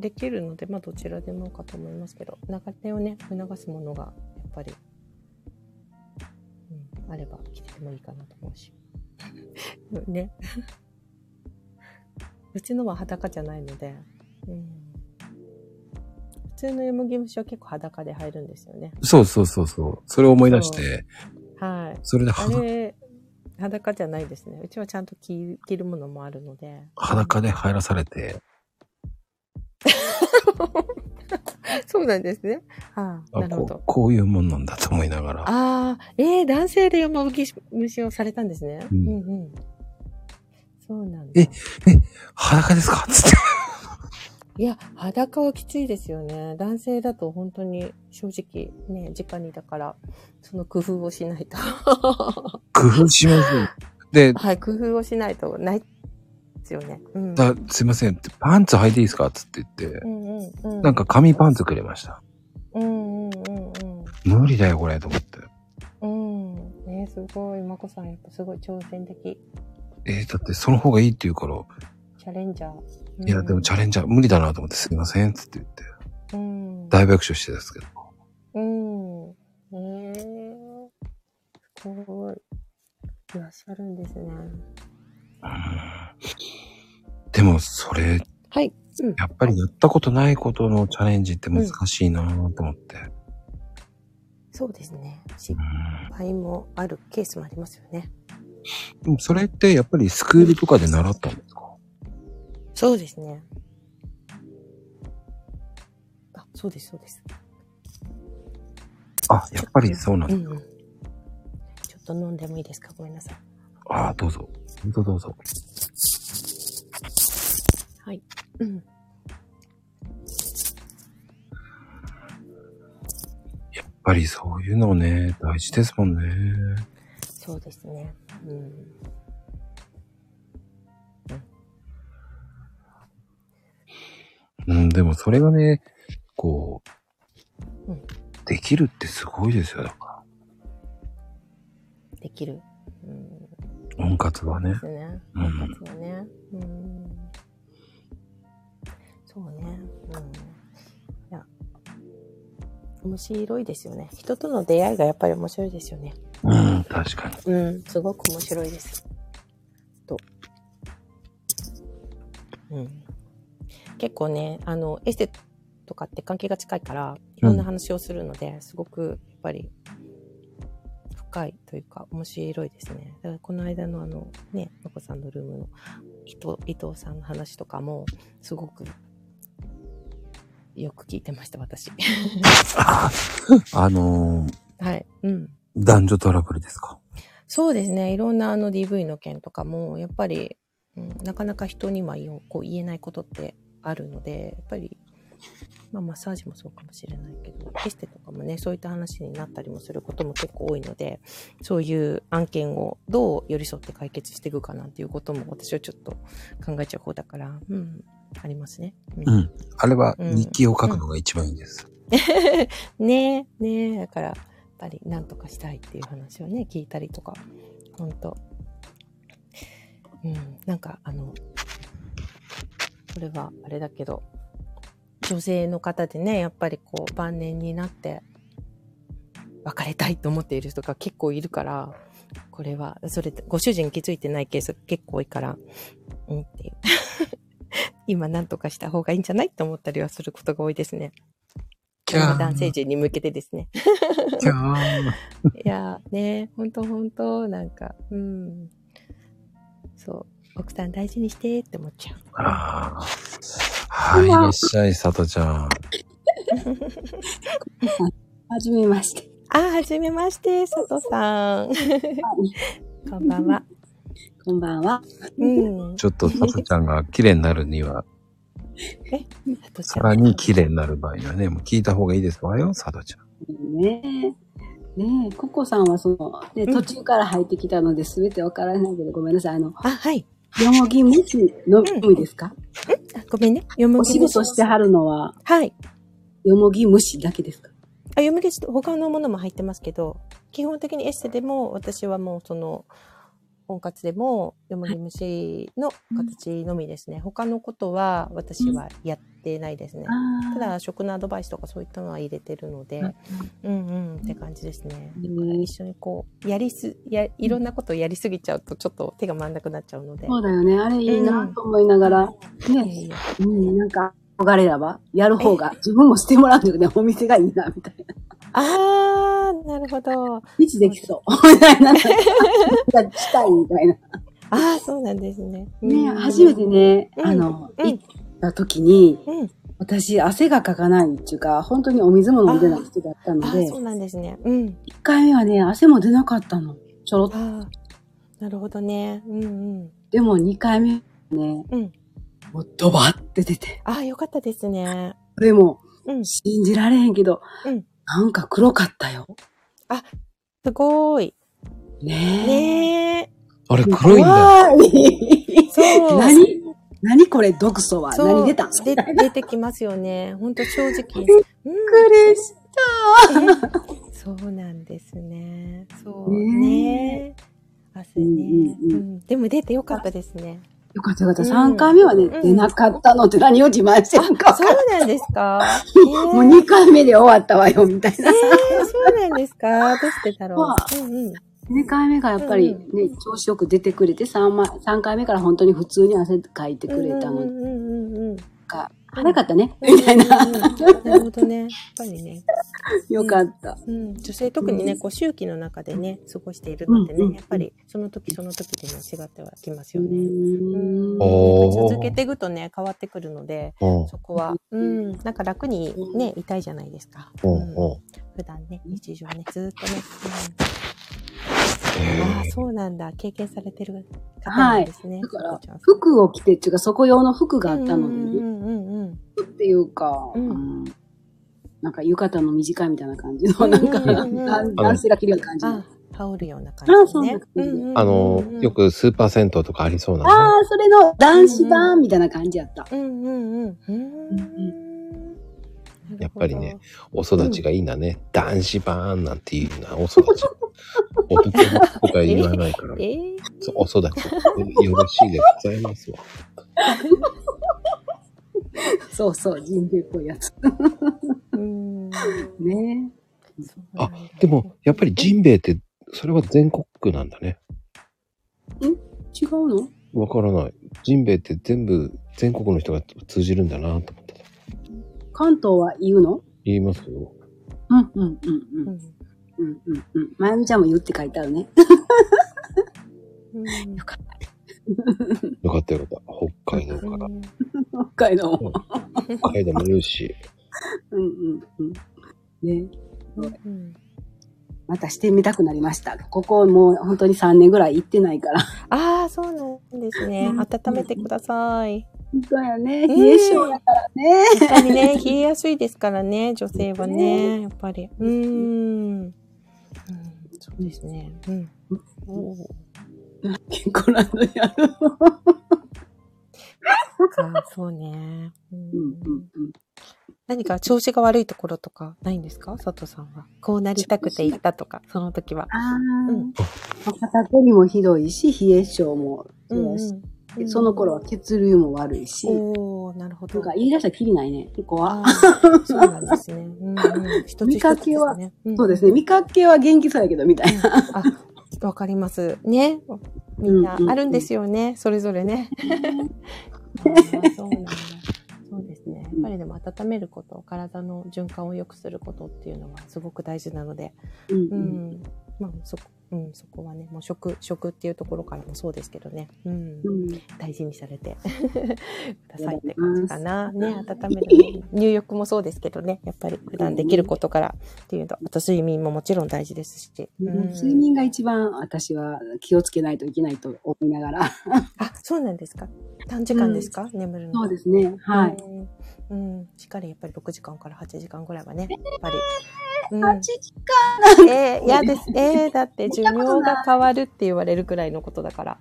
Speaker 2: できるので、まあ、どちらでもかと思いますけど長手をね促すものがやっぱり、うん、あれば着ててもいいかなと思うし [LAUGHS] ね [LAUGHS] うちのは裸じゃないので、うん、普通の山毛虫は結構裸で入るんですよね
Speaker 1: そうそうそうそう。それを思い出して、
Speaker 2: はい
Speaker 1: それで
Speaker 2: あ
Speaker 1: は
Speaker 2: れ裸じゃないですねうちはちゃんと着着るものもあるので
Speaker 1: 裸で入らされて、
Speaker 2: そうなんですねはあ
Speaker 1: あ
Speaker 2: なるほ
Speaker 1: こ
Speaker 2: ど
Speaker 1: うこういうもんなんだと思いながら。
Speaker 2: ああ、えー、男性で山吹き虫をされたんですね。
Speaker 1: う
Speaker 2: うんん、うん、そうなんだ。
Speaker 1: え裸ですかつって。
Speaker 2: いや、裸はきついですよね。男性だと本当に正直ね、直にだから、その工夫をしないと。 [LAUGHS] は
Speaker 1: 工夫しますよ。で、
Speaker 2: い、工夫をしないとないですよね。うん。
Speaker 1: だすいませんって、パンツ履いていいですかつって言って
Speaker 2: う、んうんうん。
Speaker 1: なんか紙パンツくれました。
Speaker 2: うんうんうん
Speaker 1: 無理だよ、これ、と思って。
Speaker 2: うん。うん。ねすごい。まこさん、やっぱすごい挑戦的。
Speaker 1: えーだってその方がいいって言うから、
Speaker 2: チャレンジャー。
Speaker 1: いや、でもチャレンジャー無理だなと思って、すいません、つって言って、
Speaker 2: ャー。うん。
Speaker 1: 大爆笑してたんですけど。
Speaker 2: うん。へえすごい。いらっしゃるんですね。
Speaker 1: うんでも、それ、
Speaker 2: はい。うん。
Speaker 1: やっぱりやったことないことのチャレンジって難しいなと思って。
Speaker 2: そうですね。失
Speaker 1: うん
Speaker 2: 敗もあるケースもありますよね。
Speaker 1: でもそれって、やっぱりスクールとかで習ったんですか
Speaker 2: そうですね。あ、そうです、そうです。
Speaker 1: あ、やっぱりそうなん
Speaker 2: う
Speaker 1: だ。
Speaker 2: ん、うん。ちょっと飲んでもいいですかごめんなさい。
Speaker 1: ああ、どうぞ。本当どうぞ。
Speaker 2: はい。うん。
Speaker 1: やっぱりそういうのね、大事ですもんね。
Speaker 2: そうですね。うん。
Speaker 1: うん、でもそれがね、こう、
Speaker 2: うん
Speaker 1: できるってすごいですよ、だか
Speaker 2: できる。うん。
Speaker 1: ら。温活は
Speaker 2: で
Speaker 1: ね。
Speaker 2: すね。
Speaker 1: うん
Speaker 2: 部活はね。うん。そうね。うん。いや、面白いですよね。人との出会いがやっぱり面白いですよね。
Speaker 1: うん、確かに。 [LAUGHS]
Speaker 2: うん。すごく面白いです。と。うん。結構ね、あの、エステとかって関係が近いから、いろんな話をするので、すごく、やっぱり、深いというか、面白いですね。だから、この間のあの、ね、のこさんのルームの伊藤、伊藤さんの話とかも、すごく、よく聞いてました、私。 [LAUGHS]
Speaker 1: あのー
Speaker 2: はい。うん。
Speaker 1: 男女トラブルですか。
Speaker 2: そうですね。いろんなあの DV の件とかも、やっぱり、うん、なかなか人には言おうこう言えないことってあるので、やっぱり、まあマッサージもそうかもしれないけど、エステとかもね、そういった話になったりもすることも結構多いので、そういう案件をどう寄り添って解決していくかなんていうことも私はちょっと考えちゃう方だから、うん、ありますね。うん
Speaker 1: うん。あれは
Speaker 2: うん
Speaker 1: 日記を書くのが一番いいんです。
Speaker 2: [LAUGHS] ねえねえだからやっぱり何とかしたいっていう話をね聞いたりとかほんとうんなんかあのこれはあれだけど女性の方でねやっぱりこう晩年になって別れたいと思っている人が結構いるからこれはそれご主人気づいてないケースが結構多いからうんっていう [LAUGHS] 今何とかした方がいいんじゃないと思ったりはすることが多いですね。
Speaker 1: キャー
Speaker 2: 男性陣に向けてです [LAUGHS] ね。
Speaker 1: キャー
Speaker 2: いやーね、ほんとほんと、なんか、うん。そう、奥さん大事にしてって思っちゃう。
Speaker 1: あーはい、いらっしゃい、さとちゃん。
Speaker 3: はじめ
Speaker 2: [LAUGHS]
Speaker 3: まして。
Speaker 2: あー、はじめまして、佐藤さん。こんばんは。
Speaker 3: こんばんは。
Speaker 2: うん。
Speaker 1: ちょっとさとちゃんが綺麗になるには、
Speaker 2: 佐藤
Speaker 1: さ
Speaker 2: さ
Speaker 1: ら
Speaker 2: ん
Speaker 1: に綺麗になる場合にはね、もう聞いた方がいいですわよ、さとちゃん。
Speaker 3: ねえ。ねえ、ココさんはその、で、
Speaker 2: うん
Speaker 3: 途中から入ってきたので、すべてわからないけど、ごめんなさい。あの、
Speaker 2: あ、はい。
Speaker 3: よもぎ虫のみですか、
Speaker 2: あごめんね。よむ
Speaker 3: お
Speaker 2: ぎ
Speaker 3: 仕
Speaker 2: 虫
Speaker 3: 事してはるのは、
Speaker 2: はい。
Speaker 3: よもぎ虫だけですか
Speaker 2: あ、よむぎ虫と他のものも入ってますけど、基本的にエステでも私はもうその、温活でも、よもぎ虫の形のみですね。他のことは私はやってないですね。
Speaker 3: あ
Speaker 2: た
Speaker 3: あ。
Speaker 2: だ、食のアドバイスとかそういったのは入れてるので、うんうんって感じですね。
Speaker 3: う
Speaker 2: だ
Speaker 3: ん
Speaker 2: から一緒にこう、やりす、や、いろんなことをやりすぎちゃうと、ちょっと手が回んなくなっちゃうので。
Speaker 3: そうだよね。あれいいなと思いながら。
Speaker 2: いや
Speaker 3: ね、
Speaker 2: いや
Speaker 3: うん、なんか、憧れだわ。やる方が。自分もしてもらうんだよね。お店がいいな、みたいな。
Speaker 2: あー、なるほど。
Speaker 3: いつでき
Speaker 2: [LAUGHS]
Speaker 3: そう。みたいな。 [LAUGHS] なんかしたい、みたいな。
Speaker 2: あー、そうなんですね。
Speaker 3: ね、
Speaker 2: うん
Speaker 3: 初めて。ね、
Speaker 2: うん
Speaker 3: あの、
Speaker 2: うん
Speaker 3: 行った時に、
Speaker 2: うん。
Speaker 3: 私、汗がかかないっていうか、本当にお水も飲んでない人だった
Speaker 2: あ
Speaker 3: の
Speaker 2: ー、
Speaker 3: で
Speaker 2: そ、うなんですね。うん。
Speaker 3: 一回目はね、汗も出なかったの。ちょろっと。
Speaker 2: あー、なるほどね。うんうん。
Speaker 3: でも二回目はね、
Speaker 2: うん
Speaker 3: もうドバって出て。
Speaker 2: あー、よかったですね。
Speaker 3: でも、
Speaker 2: うん。
Speaker 3: 信じられへんけど、
Speaker 2: うん
Speaker 3: なんか黒かったよ。
Speaker 2: すごい。
Speaker 3: ね
Speaker 2: ね
Speaker 1: あれ黒いんだよ。
Speaker 3: 怖い
Speaker 2: え。そう。
Speaker 3: [LAUGHS] 何何これ毒素は
Speaker 2: そう
Speaker 3: 何出たん
Speaker 2: で出てきますよね。本当正
Speaker 3: [LAUGHS]
Speaker 2: 直。
Speaker 3: び
Speaker 2: うん
Speaker 3: れし
Speaker 2: そうなんですね。そうね
Speaker 3: ね。
Speaker 2: 汗ね、
Speaker 3: うんうんうん
Speaker 2: うんでも出てよかったですね。
Speaker 3: よかったよかっ
Speaker 2: う
Speaker 3: た。
Speaker 2: ん
Speaker 3: 三回目はね、
Speaker 2: うん
Speaker 3: 出なかったのって何を自慢してるか
Speaker 2: あ、
Speaker 3: 分
Speaker 2: そ
Speaker 3: から
Speaker 2: う
Speaker 3: ん
Speaker 2: なんですか。
Speaker 3: [LAUGHS] もう
Speaker 2: ね
Speaker 3: 二回目で終わったわよ、みたい
Speaker 2: え
Speaker 3: な。
Speaker 2: ーそうなんですか。どうしてだろう。
Speaker 3: まあ
Speaker 2: うんうん。
Speaker 3: 二回目がやっぱりね、調子よく出てくれて、三枚三回目から本当に普通に汗かいてくれた
Speaker 2: う
Speaker 3: の
Speaker 2: んうんうんうんうん。
Speaker 3: か、早かったね、みたいな。
Speaker 2: うんうんうんなるほどね。やっぱりね。
Speaker 3: よかった。
Speaker 2: うん、女性特にね、こう周期の中でね、過ごしているので
Speaker 3: うんうんう
Speaker 2: ね、
Speaker 3: ん
Speaker 2: やっぱりその時その時でも違ってはきます
Speaker 3: う
Speaker 2: よね。うん
Speaker 3: ん
Speaker 1: おー
Speaker 2: 続けていくとね、変わってくるので、
Speaker 1: うん
Speaker 2: そこは、う、
Speaker 3: うん
Speaker 2: なんか楽にね、いたいじゃないですか。
Speaker 1: うん
Speaker 2: うん
Speaker 1: うん。
Speaker 2: 普段ね、日常ね、ずーっとね。うんああ、
Speaker 1: え
Speaker 2: そうなんだ。経験されてる方なんですね。
Speaker 3: だか
Speaker 2: こ
Speaker 3: ら
Speaker 2: ちゃん、
Speaker 3: 服を着てっていうか、そこ用の服があったの
Speaker 2: う
Speaker 3: で、
Speaker 2: んうんうんうんうん。
Speaker 3: 服っていうか、
Speaker 2: うん
Speaker 3: うんなんか浴衣の短いみたいな感じの、なんか、
Speaker 2: うんうんうん
Speaker 3: 男男性が着るような感じの。
Speaker 2: あ、羽織るような感じね
Speaker 3: あ。そうなんですね
Speaker 1: あの、よ。くスーパー銭湯とかありそうな
Speaker 3: ああ、それの男子
Speaker 2: うんう
Speaker 3: 版みたいな感じやった。
Speaker 2: うんうんうん。うんなるほど
Speaker 1: やっぱりね。ね、お育ちがいいなね。男子バーンなんていうな、お育ち。男の子が言わないから
Speaker 3: [LAUGHS]
Speaker 2: え、ー、
Speaker 1: そうお育ち。よろしいでございますわ。
Speaker 3: そうそう、人類っぽいやつ。
Speaker 2: うん。
Speaker 3: ね
Speaker 2: そうな
Speaker 1: あ
Speaker 2: んだ、
Speaker 1: でも、やっぱりジンベエって、それは全国区なんだね。
Speaker 3: 違うの
Speaker 1: わからない。ジンベエって全部、全国の人が通じるんだなと思ってた。
Speaker 3: 関東は言うの
Speaker 1: 言いますよ。
Speaker 3: うん
Speaker 2: うん
Speaker 3: うんう
Speaker 2: ん
Speaker 3: うん。うんうんうん。まゆみちゃんも言うって書いてある [LAUGHS] ね。
Speaker 2: うん
Speaker 3: よかった。
Speaker 1: よかったよかった。北海道から。
Speaker 3: 北海道も。
Speaker 1: 北海道も言うし。
Speaker 3: うんうんうん。ね
Speaker 2: うん
Speaker 3: またしてみたくなりました。ここもう本当に3年ぐらい行ってないから。
Speaker 2: ああ、そうなんですね。
Speaker 3: うん
Speaker 2: 温めてください。
Speaker 3: そうやね。
Speaker 2: 冷
Speaker 3: 冷
Speaker 2: え
Speaker 3: え
Speaker 2: 性
Speaker 3: 性
Speaker 2: だ
Speaker 3: だから
Speaker 2: や
Speaker 3: ね。
Speaker 2: っぱりね、冷えやすいですからね、女性はね、やっぱり。うーん。うんそうですね。うん。おー
Speaker 3: 健康ランドにある。
Speaker 2: そっかそうね、う。
Speaker 3: うんうんん
Speaker 2: 何か調子が悪いところとかないんですか佐藤さんは。こうなりたくて行ったとか、その時は。
Speaker 3: あ
Speaker 2: うん
Speaker 3: あ。片手にもひどいし、冷え性もそうやし、
Speaker 2: うん
Speaker 3: その頃は血流も悪いし、
Speaker 2: おおなるほ
Speaker 3: な
Speaker 2: ど
Speaker 3: んか。言い出したらきりないね。ここは。
Speaker 2: あーそうなんですね。うんうん。一つ一つですね。
Speaker 3: 見かけは
Speaker 2: ん
Speaker 3: そうですね。見かけは元気そうやけど、みたいな。
Speaker 2: あ、わかります。ね。みんな
Speaker 3: うんうんうん
Speaker 2: あるんですよね。それぞれね。あーそうなんだ。そうですね。やっぱりでも温めること、体の循環を良くすることっていうのはすごく大事なので、
Speaker 3: うん
Speaker 2: う
Speaker 3: うん
Speaker 2: ん。まあ、そこ、うん、そこはね、もう食、食っていうところからもそうですけどね。うん。
Speaker 3: うん
Speaker 2: 大事にされてくださいって感じかな。ね、温めるの入浴もそうですけどね、やっぱり普段できることからっていうと、あと睡眠ももちろん大事ですし。うん
Speaker 3: 睡眠が一番私は気をつけないといけないと思いながら。
Speaker 2: あ、そうなんですか。短時間ですか、眠るの
Speaker 3: そうですね。はい。
Speaker 2: うん。うん。しっかりやっぱり6時間から8時間ぐらいはね、やっぱり。
Speaker 3: 8
Speaker 2: う
Speaker 3: 時
Speaker 2: ん、えー、嫌
Speaker 3: [LAUGHS]
Speaker 2: です。えー、だって寿命が変わるって言われるくらいのことだから。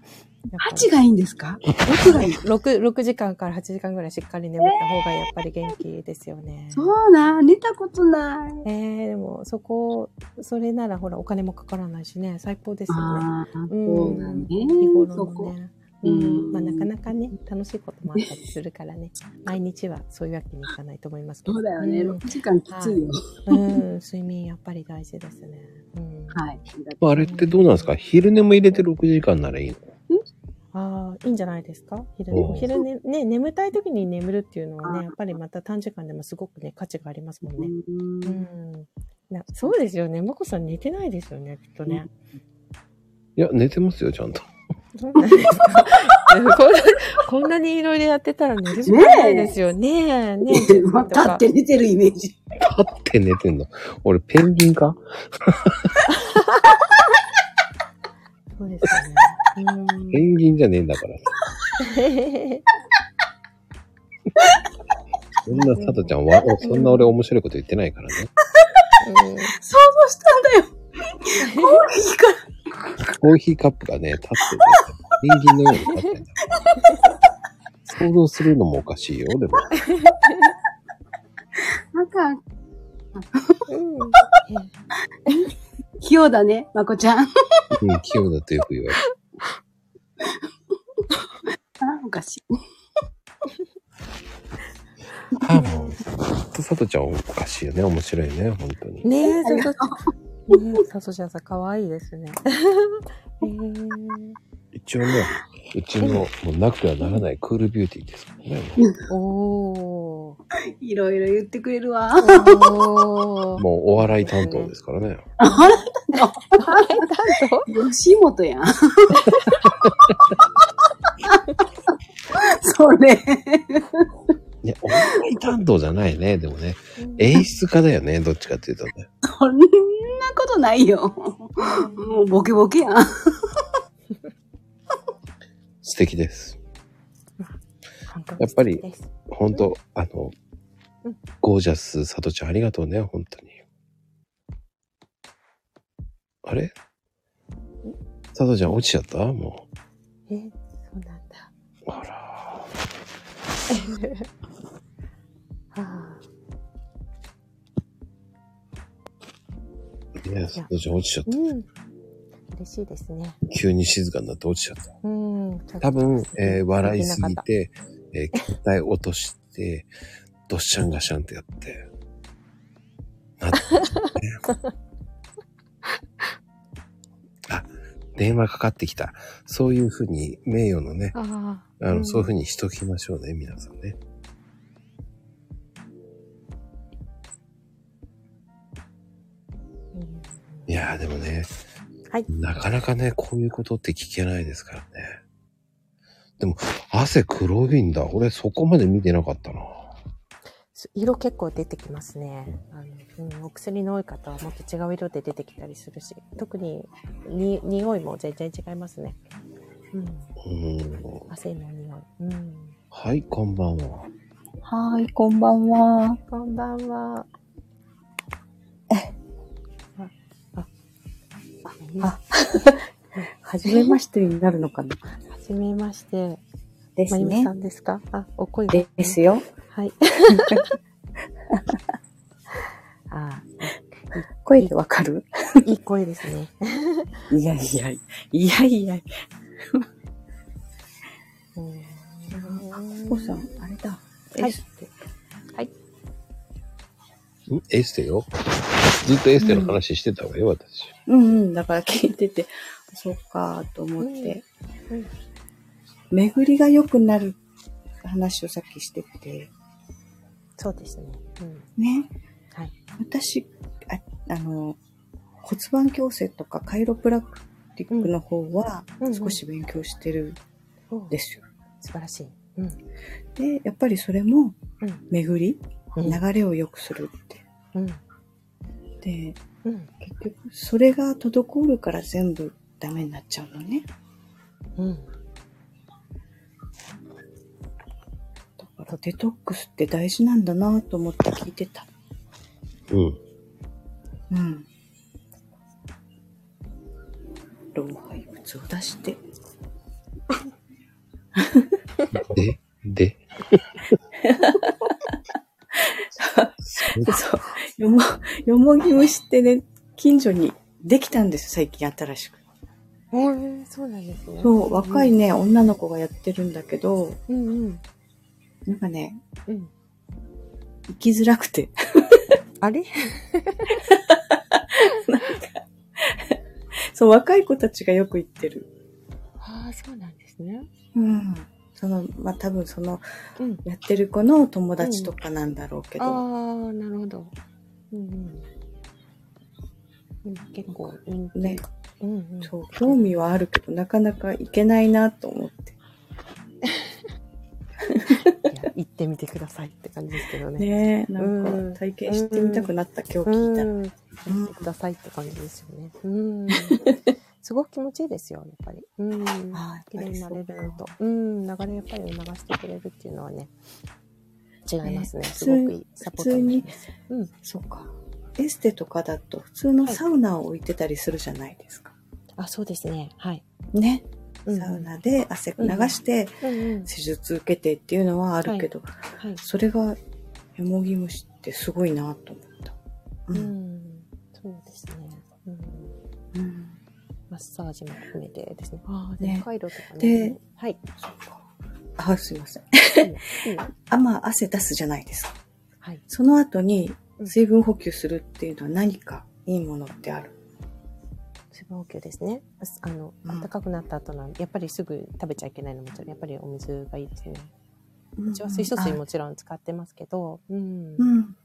Speaker 3: 8がいいんですか ?6 がいい。
Speaker 2: 6, 6時間から8時間ぐらいしっかり眠った方がやっぱり元気ですよね。
Speaker 3: そうな、寝たことない。
Speaker 2: えー、でもそこ、それならほらお金もかからないしね、最高ですよね。
Speaker 3: ああ、そうだね。
Speaker 2: 日
Speaker 3: そ
Speaker 2: 頃の
Speaker 3: こ。
Speaker 2: ね。
Speaker 3: う
Speaker 2: うんん、まあなかなかね、楽しいこともあったりするから
Speaker 3: [LAUGHS]
Speaker 2: ね、毎日はそういうわけにいかないと思いますけど。
Speaker 3: そうだよね。
Speaker 2: うん
Speaker 3: 6時間きついよ。
Speaker 2: うん、睡眠やっぱり大事ですね。うん、
Speaker 3: はい。
Speaker 1: あれってどうなんですか昼寝も入れて6時間ならいいの
Speaker 2: ああ、いいんじゃないですか昼
Speaker 1: うん
Speaker 2: 寝。昼寝、ね、眠たい時に眠るっていうのはね、やっぱりまた短時間でもすごくね、価値がありますもん
Speaker 3: う
Speaker 2: ね。
Speaker 3: ん
Speaker 2: うん。なそうですよね。まこさん寝てないですよね、きっとね。
Speaker 1: いや、寝てますよ、ちゃんと。
Speaker 2: そうなんですか [LAUGHS] こんなこんなにいろいろやってたら寝るしかないですよね。ねえ。
Speaker 3: ま [LAUGHS] あ立って寝てるイメージ。
Speaker 1: 立って寝てんの。俺、ペンギンか
Speaker 2: そうですよね。うん
Speaker 1: ペンギンじゃねえんだからさ。そんな、さとちゃんは、そんな俺面白いこと言ってないからね。
Speaker 3: 想像したんだよ。
Speaker 1: コーヒーカップがね、立ってて、ペンギンのように立ってんだ想像するのもおかしいよ、でも。
Speaker 3: なんか、
Speaker 2: うんうん
Speaker 3: 器用だね、まこちゃん。 [LAUGHS] あ
Speaker 1: うん、器用だとよく言われる。
Speaker 3: おかしい。
Speaker 1: あ、もう、ほんとさとちゃんおかしいよね、面白いね、本当に。
Speaker 2: ねえ、さとちゃん。ねえ、さとちゃんさん、かわいいです [LAUGHS] ね。えー、
Speaker 1: 一応ね、うちの、もうなくてはならないクールビューティーですからね。
Speaker 2: おー。
Speaker 3: い [LAUGHS] ろいろ言ってくれるわ。
Speaker 2: [LAUGHS] おー。
Speaker 1: もうお笑い担当ですからね。
Speaker 3: 吉本やん。 [LAUGHS] それ。
Speaker 1: いや、お笑い担当じゃないね、でもね。演出家だよね、どっちかっていうとね。
Speaker 3: そんなことないよ。もうボケボケやん。
Speaker 1: 素敵です。
Speaker 2: 本当
Speaker 1: やっぱり
Speaker 2: です
Speaker 1: 本当あの
Speaker 2: うん、
Speaker 1: ゴージャス、さとちゃんありがとうね、本当に。あれさとちゃん落ちちゃったも
Speaker 2: え、そうなんだ。
Speaker 1: う。あら。
Speaker 2: はあ、
Speaker 1: ねさとちゃん落ちちゃった。
Speaker 2: うん。嬉しいですね。
Speaker 1: 急に静かになって落ちちゃった。
Speaker 2: うん。ちょっと
Speaker 1: 多分、えー笑いすぎ。
Speaker 2: で
Speaker 1: て、えー携帯落として、ドッシャンガシャンってやって、な
Speaker 2: [LAUGHS]
Speaker 1: ってましたね。あ、電話かかってきた。そういうふうに、名誉のね、
Speaker 2: きなかったああ。
Speaker 1: あの、そういうふ
Speaker 2: う
Speaker 1: うにしときましょうね、皆さんね。
Speaker 2: ん。うん
Speaker 1: いやーでもね、
Speaker 2: はい
Speaker 1: なかなかね、こういうことって聞けないですからね。でも、汗黒いんだ。俺そこまで見てなかったな。
Speaker 2: 色結構出てきますね。あのうん、お薬の多い方はもっと違う色で出てきたりするし、特にに匂いも全然違いますね。うん、
Speaker 1: うーん。
Speaker 2: 汗の匂い。うん、
Speaker 1: はい、こんばんは。
Speaker 4: はい、こんばんは。
Speaker 2: こんばんは。あ、あ、あ、
Speaker 4: はじめましてになるのかな
Speaker 2: [LAUGHS] はじめまして。
Speaker 4: で
Speaker 2: ますゆみ
Speaker 4: ね
Speaker 2: さ。んですかあ、お声が
Speaker 4: ですよ。
Speaker 2: はい。
Speaker 4: [LAUGHS]
Speaker 2: あ
Speaker 4: 声でわかる
Speaker 2: ーいい声ですね。
Speaker 4: いやいや、いやいや。
Speaker 2: うん
Speaker 4: おさん、あれだ。
Speaker 2: はい
Speaker 4: エステ
Speaker 1: んエステよ。ずっとエステの話してたわよ、私。
Speaker 4: うんうん、だから聞いてて、そうか、と思って。
Speaker 2: うんうん
Speaker 4: 巡りが良くなる話をさっきしてて、
Speaker 2: そうですね。うん。
Speaker 4: ね。
Speaker 2: はい。
Speaker 4: 私、ああの、骨盤矯正とかカイロプラティックの方は
Speaker 2: うんうん
Speaker 4: 少し勉強してる
Speaker 2: お
Speaker 4: んですよ。
Speaker 2: 素晴らしい。うん。
Speaker 4: で、やっぱりそれも
Speaker 2: うん、
Speaker 4: 巡り、
Speaker 2: うん
Speaker 4: 流れを良くするって。
Speaker 2: うん。
Speaker 4: で、
Speaker 2: うん。
Speaker 4: 結局、それが滞るから全部ダメになっちゃうのね。
Speaker 2: うん。
Speaker 4: からデトックスって大事なんだなと思って聞いてた。
Speaker 1: うん。
Speaker 4: うん。老廃物を出して。
Speaker 1: で、で。
Speaker 4: そう。 [LAUGHS] よも、よもぎ虫ってね、近所にできたんですよ、最近新しく。
Speaker 2: うん、そうなんですね。
Speaker 4: そう、若いね、女の子がやってるんだけど、
Speaker 2: うんうん。
Speaker 4: なんかね、
Speaker 2: うん。
Speaker 4: 生きづらくて。 [LAUGHS]
Speaker 2: あれ
Speaker 4: そう、若い子たちがよく行ってる。
Speaker 2: ああ、そうなんですね。
Speaker 4: うん。その、まあ、多分その、
Speaker 2: うん。
Speaker 4: やってる子の友達とかなんだろうけ
Speaker 2: あ
Speaker 4: ど、
Speaker 2: あ、なるほど。うんうん。うん、結構人気。
Speaker 4: ね、
Speaker 2: うんうん。
Speaker 4: そう、興味はあるけど、なかなか行けないなと思って。
Speaker 2: いや行ってみてくださいって感じですけどね。
Speaker 4: ねえ、な
Speaker 2: うん
Speaker 4: んか体験してみたくなった、今日聞いたら。
Speaker 2: うん。やってくださいって感じですよね。 [LAUGHS] うん。すごく気持ちいいですよ、やっぱり。うん。
Speaker 4: ああ、やっ
Speaker 2: 綺
Speaker 4: ぱ
Speaker 2: 麗
Speaker 4: り
Speaker 2: にな
Speaker 4: そう
Speaker 2: れるのと。うん。流れやっぱり流してくれるっていうのはね、違いますね。
Speaker 4: ね
Speaker 2: すごくいいサポートになります。うん。
Speaker 4: そうか。エステとかだと普通のサウナを置いてたりするじゃないですか。
Speaker 2: あ、そうですね。はい。
Speaker 4: ね。
Speaker 2: うん
Speaker 4: サウナで汗流して
Speaker 2: うんうん。
Speaker 4: 施術受けてっていうのはあるけど、
Speaker 2: はい。
Speaker 4: それがヨモギ虫ってすごいなと思った。う。
Speaker 2: うんん。そうですね。うん。
Speaker 4: うん、
Speaker 2: マッサージも含めてですね。ああ、
Speaker 4: ね
Speaker 2: ね。カイロとかね。
Speaker 4: で、
Speaker 2: [LAUGHS] はい。
Speaker 4: あ、すいません。
Speaker 2: うんうん
Speaker 4: あ、まあ汗出すじゃないですか。
Speaker 2: はい。
Speaker 4: その後に水分補給するっていうのは何かいいものってある。
Speaker 2: 水分補給ですね。あの、
Speaker 4: うん
Speaker 2: 暖かくなった後なんで、やっぱりすぐ食べちゃいけないのもちろん、やっぱりお水がいいですね。
Speaker 4: う
Speaker 2: うちは水素水もちろん使ってますけど、うん。
Speaker 4: う
Speaker 2: やっ
Speaker 4: ん。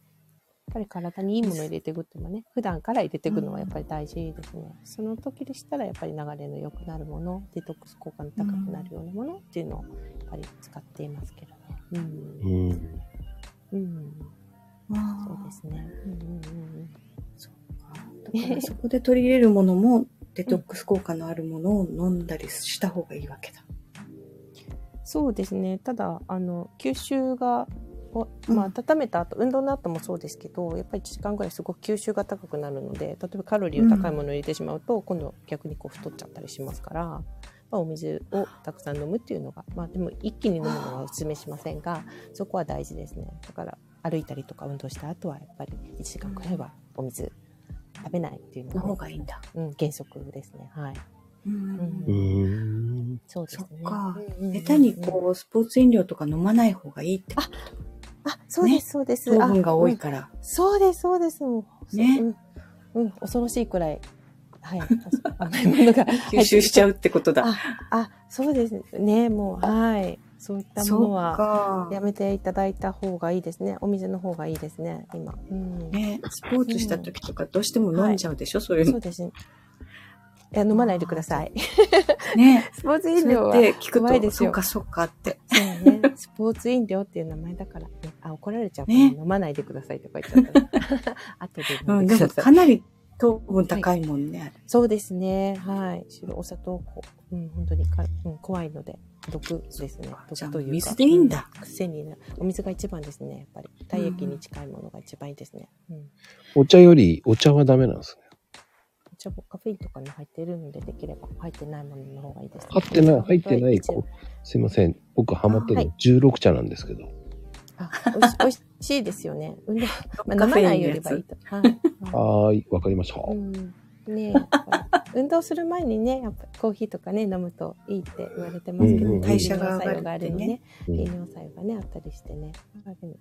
Speaker 2: ぱり体にいいもの入れていくっていうのはね、普段から入れていくのはやっぱり大事ですね。その時でしたら、やっぱり流れの良くなるもの、デトックス効果の高くなるようなものっていうのを、やっぱり使っていますけどね。うん。
Speaker 1: うん。
Speaker 2: うん。そ
Speaker 4: あ
Speaker 2: う
Speaker 4: あ
Speaker 2: ですね。うんうんうんうん。
Speaker 4: だからそこで取り入れるものも、デトックス効果のあるものを飲んだりした方がいいわけだ。
Speaker 2: そうですね。ただあの吸収がおまあ
Speaker 4: うん
Speaker 2: 温めた後、運動の後もそうですけど、やっぱり1時間ぐらいすごく吸収が高くなるので、例えばカロリーを高いものを入れてしまうと、今度逆にこう太っちゃったりしますから、まあ、お水をたくさん飲むっていうのが、まあでも一気に飲むのはお勧めしませんが、そこは大事ですね。だから歩いたりとか運動した後はやっぱり1時間くらいはお水食べないっていうの
Speaker 4: の
Speaker 2: がね、
Speaker 4: 方がいいんだ。
Speaker 2: うん、原則ですね。はい。
Speaker 4: うん
Speaker 1: うんん。
Speaker 2: そうですね。
Speaker 4: そっか
Speaker 2: うんうんうん
Speaker 4: 下手にこう、スポーツ飲料とか飲まない方がいいって。
Speaker 2: あ、そうです、そうです。
Speaker 4: 糖
Speaker 2: あ
Speaker 4: 分が多
Speaker 2: う
Speaker 4: い
Speaker 2: ん
Speaker 4: から。
Speaker 2: そうです、そうです。もう
Speaker 4: ね
Speaker 2: うん。うん、恐ろしいくらい。はい。甘いも [LAUGHS] のが。
Speaker 4: 吸収しちゃうってことだ。
Speaker 2: あ、あ、そうですね。もう、はい。そういったものは
Speaker 4: か
Speaker 2: やめていただいた方がいいですね。お水の方がいいですね、今。うん。
Speaker 4: ね、スポーツした時とかどうしても飲んじゃうでしょ、そういう
Speaker 2: そう
Speaker 4: の。
Speaker 2: ですね。いや、飲まないでください。
Speaker 4: ね。
Speaker 2: スポーツ
Speaker 4: そ
Speaker 2: 飲
Speaker 4: れ
Speaker 2: 料は。
Speaker 4: って聞く
Speaker 2: 怖いで
Speaker 4: と、
Speaker 2: す
Speaker 4: そう
Speaker 2: よ
Speaker 4: かそうかって。
Speaker 2: そうね。スポーツ飲料っていう名前だからね。あ、怒られちゃうから
Speaker 4: ね
Speaker 2: 飲まないでくださいとか言っちゃった [LAUGHS] な。後で
Speaker 4: う
Speaker 2: 飲ん
Speaker 4: ん、
Speaker 2: でく
Speaker 4: で
Speaker 2: だ
Speaker 4: も
Speaker 2: さい
Speaker 4: か。なり糖分高いもんね。
Speaker 2: そうですね。はい。白お砂糖、こううん、本当にか、うん、怖いので、毒ですね。
Speaker 4: じ
Speaker 2: 毒
Speaker 4: ゃあ
Speaker 2: というか。
Speaker 4: 水でいいんだ
Speaker 2: う。癖になお水が一番ですね、やっぱり。体液に近いものが一番いいですね。うん。
Speaker 1: お茶より、お茶はダメなんですね。
Speaker 2: お茶もカフェインとかに入っているので、できれば入ってないものの方がいいですね。
Speaker 1: 入ってない、入って
Speaker 2: は
Speaker 1: ない、
Speaker 2: 一応
Speaker 1: こうすいません。僕ハマってる
Speaker 2: あ
Speaker 1: の16茶なんですけど。
Speaker 2: あ、おいしおいしいですよね。運動、まあ、
Speaker 4: カ
Speaker 2: 飲
Speaker 4: フ
Speaker 2: ま
Speaker 4: ェインのやつ
Speaker 2: ないよりはいいと。はい。
Speaker 1: はーい、わかりました。
Speaker 2: うん。ねえやっぱり運動する前にね、やっぱコーヒーとかね、飲むといいって言われてますけ
Speaker 1: うんうんう
Speaker 2: ど、
Speaker 1: ん
Speaker 2: 代謝が上がるってね。
Speaker 1: う
Speaker 2: 利
Speaker 1: ん
Speaker 2: 尿作用がねあったりしてね、まあでもうん、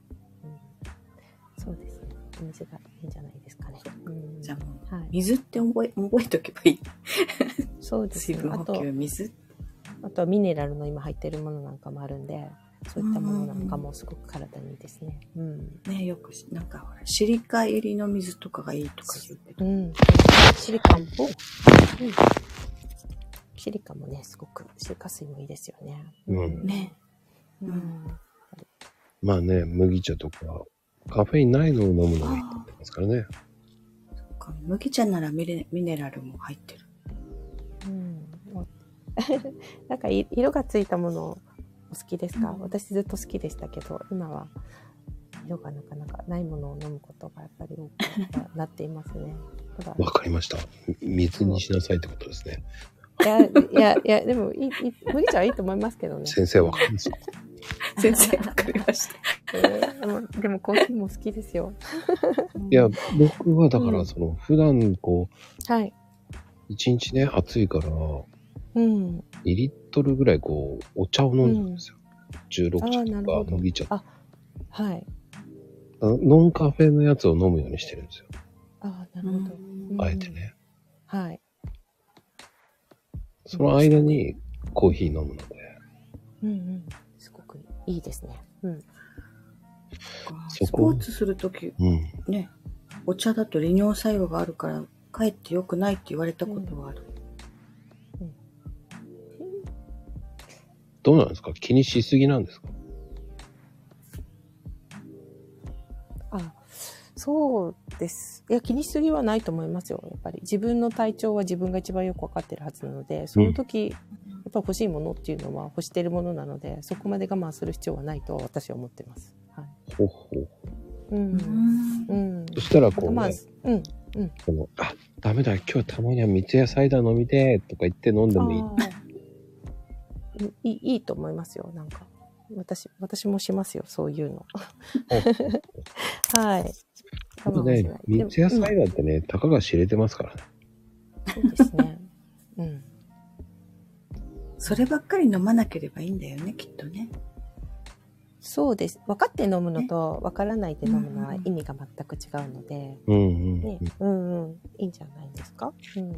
Speaker 2: そうですねお水がいいんじゃないですかね、うん
Speaker 4: じゃあもう、
Speaker 2: はい、
Speaker 4: 水って覚え、覚えとけばいい。
Speaker 2: そうです
Speaker 4: 水
Speaker 2: ね
Speaker 4: 分
Speaker 2: あ
Speaker 4: 補
Speaker 2: と
Speaker 4: 給、水。
Speaker 2: あとはミネラルの今入ってるものなんかもあるんでそういったものなんかもすごく体にいいですねうん、
Speaker 4: ね、よくし、なんかほら、シリカ入りの水とかがいいとか言うけど
Speaker 2: う。ん、シリカも、うん、シリカもねすごくシリカ水もいいですよね
Speaker 1: うん
Speaker 4: ね。
Speaker 2: うん
Speaker 4: うん
Speaker 1: まあね、麦茶とか、カフェインないのを飲むのがいいって言ってますからね。
Speaker 4: 麦茶ならミネミネラルも入ってる。
Speaker 2: うん、なんかい色がついたものをお好きですか、
Speaker 4: うん
Speaker 2: 私ずっと好きでしたけど今は色がなかなかないものを飲むことがやっぱり多くなっていますね。ただ
Speaker 1: わかりました。み水にしなさいってことですね。
Speaker 2: いやいやいやでもいいいい麦茶はいいと思いますけどね。
Speaker 1: 先生わかりますか
Speaker 4: 先生、わかりました。
Speaker 2: えーでもでもコーヒーも好きですよ。
Speaker 1: いや、僕はだか
Speaker 2: う
Speaker 1: ら、
Speaker 2: ん
Speaker 1: その、普段、こう、
Speaker 2: はい。
Speaker 1: 一日ね、暑いから、2
Speaker 2: うん。
Speaker 1: リットルぐらい、こう、お茶を飲んでるんですよ。
Speaker 2: あー
Speaker 1: 16
Speaker 2: な
Speaker 1: 茶
Speaker 2: るほ
Speaker 1: とか
Speaker 2: ど
Speaker 1: 麦茶とか
Speaker 2: はい。
Speaker 1: あのノンカフェのやつを飲むようにしてるんですよ。
Speaker 2: ああ、なるほど。うん
Speaker 1: あえてね。
Speaker 2: はい。
Speaker 1: その間にコーヒー飲むので。
Speaker 2: うんうん。すごくいいですね。うん。
Speaker 1: そ
Speaker 4: スポ
Speaker 1: こ
Speaker 4: ーツするとき、
Speaker 1: うん。
Speaker 4: ね、お茶だと利尿作用があるから、かえって良くないって言われたことはある。
Speaker 1: どうなんですか気にしすぎなんですか
Speaker 2: あそうです。いや、気にしすぎはないと思いますよ。やっぱり自分の体調は自分が一番よくわかってるはずなので、その時、やっぱ欲しいものっていうのは欲してるものなので、そこまで我慢する必要はないと私は思ってます。はい。
Speaker 1: ほうほう。
Speaker 2: うん。うん。
Speaker 1: そしたら
Speaker 2: あ
Speaker 1: ことう、
Speaker 2: まあ
Speaker 1: ね、、
Speaker 2: うん。
Speaker 1: この、あ、ダメだ、今日たまには三ツ矢サイダー飲みてーとか言って飲んでもいい。
Speaker 2: あーうんいいいいと思いますよなんか私私もしますよそういうの [LAUGHS] はい
Speaker 1: あと
Speaker 2: 我慢はし
Speaker 1: ね
Speaker 2: ない、で
Speaker 1: 三
Speaker 2: も
Speaker 1: ツ矢サイダーってね、たかが知れてますからね。
Speaker 2: うんそうですねうん
Speaker 4: そればっかり飲まなければいいんだよね、きっとね。
Speaker 2: そうです分かって飲むのと分からないで飲むのは意味が全く違うので、
Speaker 1: うんうん、
Speaker 2: ね
Speaker 1: うん。
Speaker 2: うんうんいいんじゃないですかうん、うん、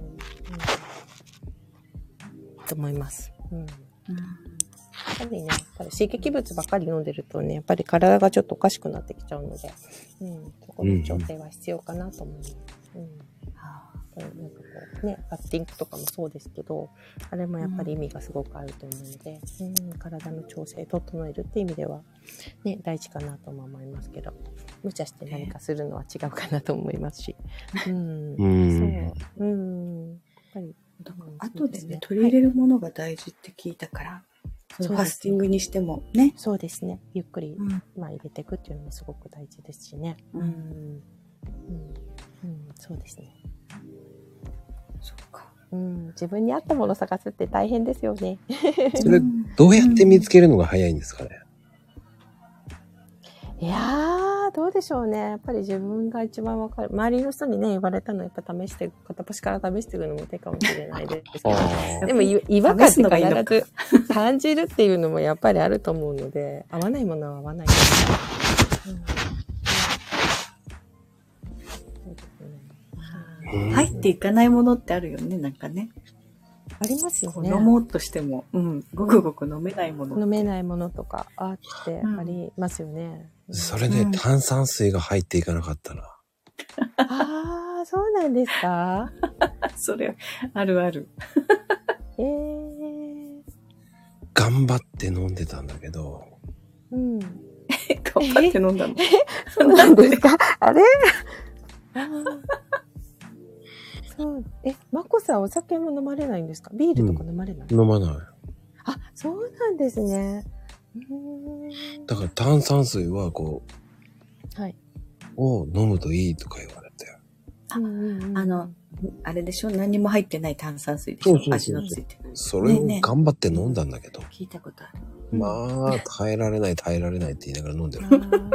Speaker 2: と思いますうんやっぱりね、やっぱり刺激物ばっかり飲んでるとね、やっぱり体がちょっとおかしくなってきちゃうので、うん、そこの調整は必要かなと思います。うん。こうなんかこう、ね、バッティングとかもそうですけど、あれもやっぱり意味がすごくあると思うので、うん、体の調整整えるって意味では、ね、大事かなとも思いますけど、無茶して何かするのは違うかなと思いますし、うん。
Speaker 1: う
Speaker 2: そ
Speaker 1: ん。
Speaker 2: う。うん。やっぱり、
Speaker 4: だから
Speaker 2: そう
Speaker 4: 後
Speaker 2: で
Speaker 4: ですね
Speaker 2: ね、
Speaker 4: 取り入れるものが大事って聞いたから、
Speaker 2: い
Speaker 4: ファスティングにしてもね。
Speaker 2: そうですね。ゆっくり
Speaker 4: ん。
Speaker 2: まあ、入れていくっていうのもすごく大事ですしね。
Speaker 4: うん
Speaker 2: うん、うん、そうですね。
Speaker 4: そうか。
Speaker 2: うん、自分に合ったものを探すって大変ですよね。
Speaker 1: それ、どうやって見つけるのが早いんですかね。
Speaker 2: いやー、どうでしょうね。やっぱり自分が一番わかる。周りの人にね、言われたの、やっぱ試して、片っ端から試していくのも手かもしれないですけ
Speaker 1: あ
Speaker 2: ど。
Speaker 1: あ。
Speaker 2: でもい、違和感っ
Speaker 4: 試すのがいいの
Speaker 2: て
Speaker 4: か
Speaker 2: 必ず感じるっていうのもやっぱりあると思うので、合わないものは合わないから。うんそうですね
Speaker 1: うん
Speaker 4: 入っていかないものってあるよね、なんかね。
Speaker 2: ありますよ
Speaker 4: こう
Speaker 2: ね。
Speaker 4: 飲もうとしても、うん、ごくごく飲めないもの。
Speaker 2: 飲めないものとかあってありますよね。うん
Speaker 1: それね、
Speaker 4: うん
Speaker 1: 炭酸水が入っていかなかったな。
Speaker 2: ああ、そうなんですか。
Speaker 4: それ、あるある。
Speaker 2: ええー、
Speaker 1: 頑張って飲んでたんだけど、
Speaker 2: うん。
Speaker 4: 頑張って飲んだの。
Speaker 2: そうなんですか。あれ。あー [LAUGHS] そう、え、まこさんお酒も飲まれないんですか。ビールとか飲まれない。
Speaker 1: 飲まない。
Speaker 2: あ、そうなんですね。うーん
Speaker 1: だから炭酸水はこ
Speaker 2: はい。
Speaker 1: う、を飲むといいとか言われて。
Speaker 2: うんうんうん
Speaker 4: あの、あれでしょ何も入ってない炭酸水でし
Speaker 1: そ
Speaker 4: ょ
Speaker 1: うそうそう
Speaker 4: 味のついてない。
Speaker 1: それ
Speaker 4: ねえ
Speaker 1: を
Speaker 4: ねえ
Speaker 1: 頑張って飲んだんだけど、
Speaker 4: 聞いたことある。
Speaker 2: うん
Speaker 1: まあ、耐えられない耐えられないって言いながら飲んで
Speaker 2: あ
Speaker 1: る。
Speaker 2: ー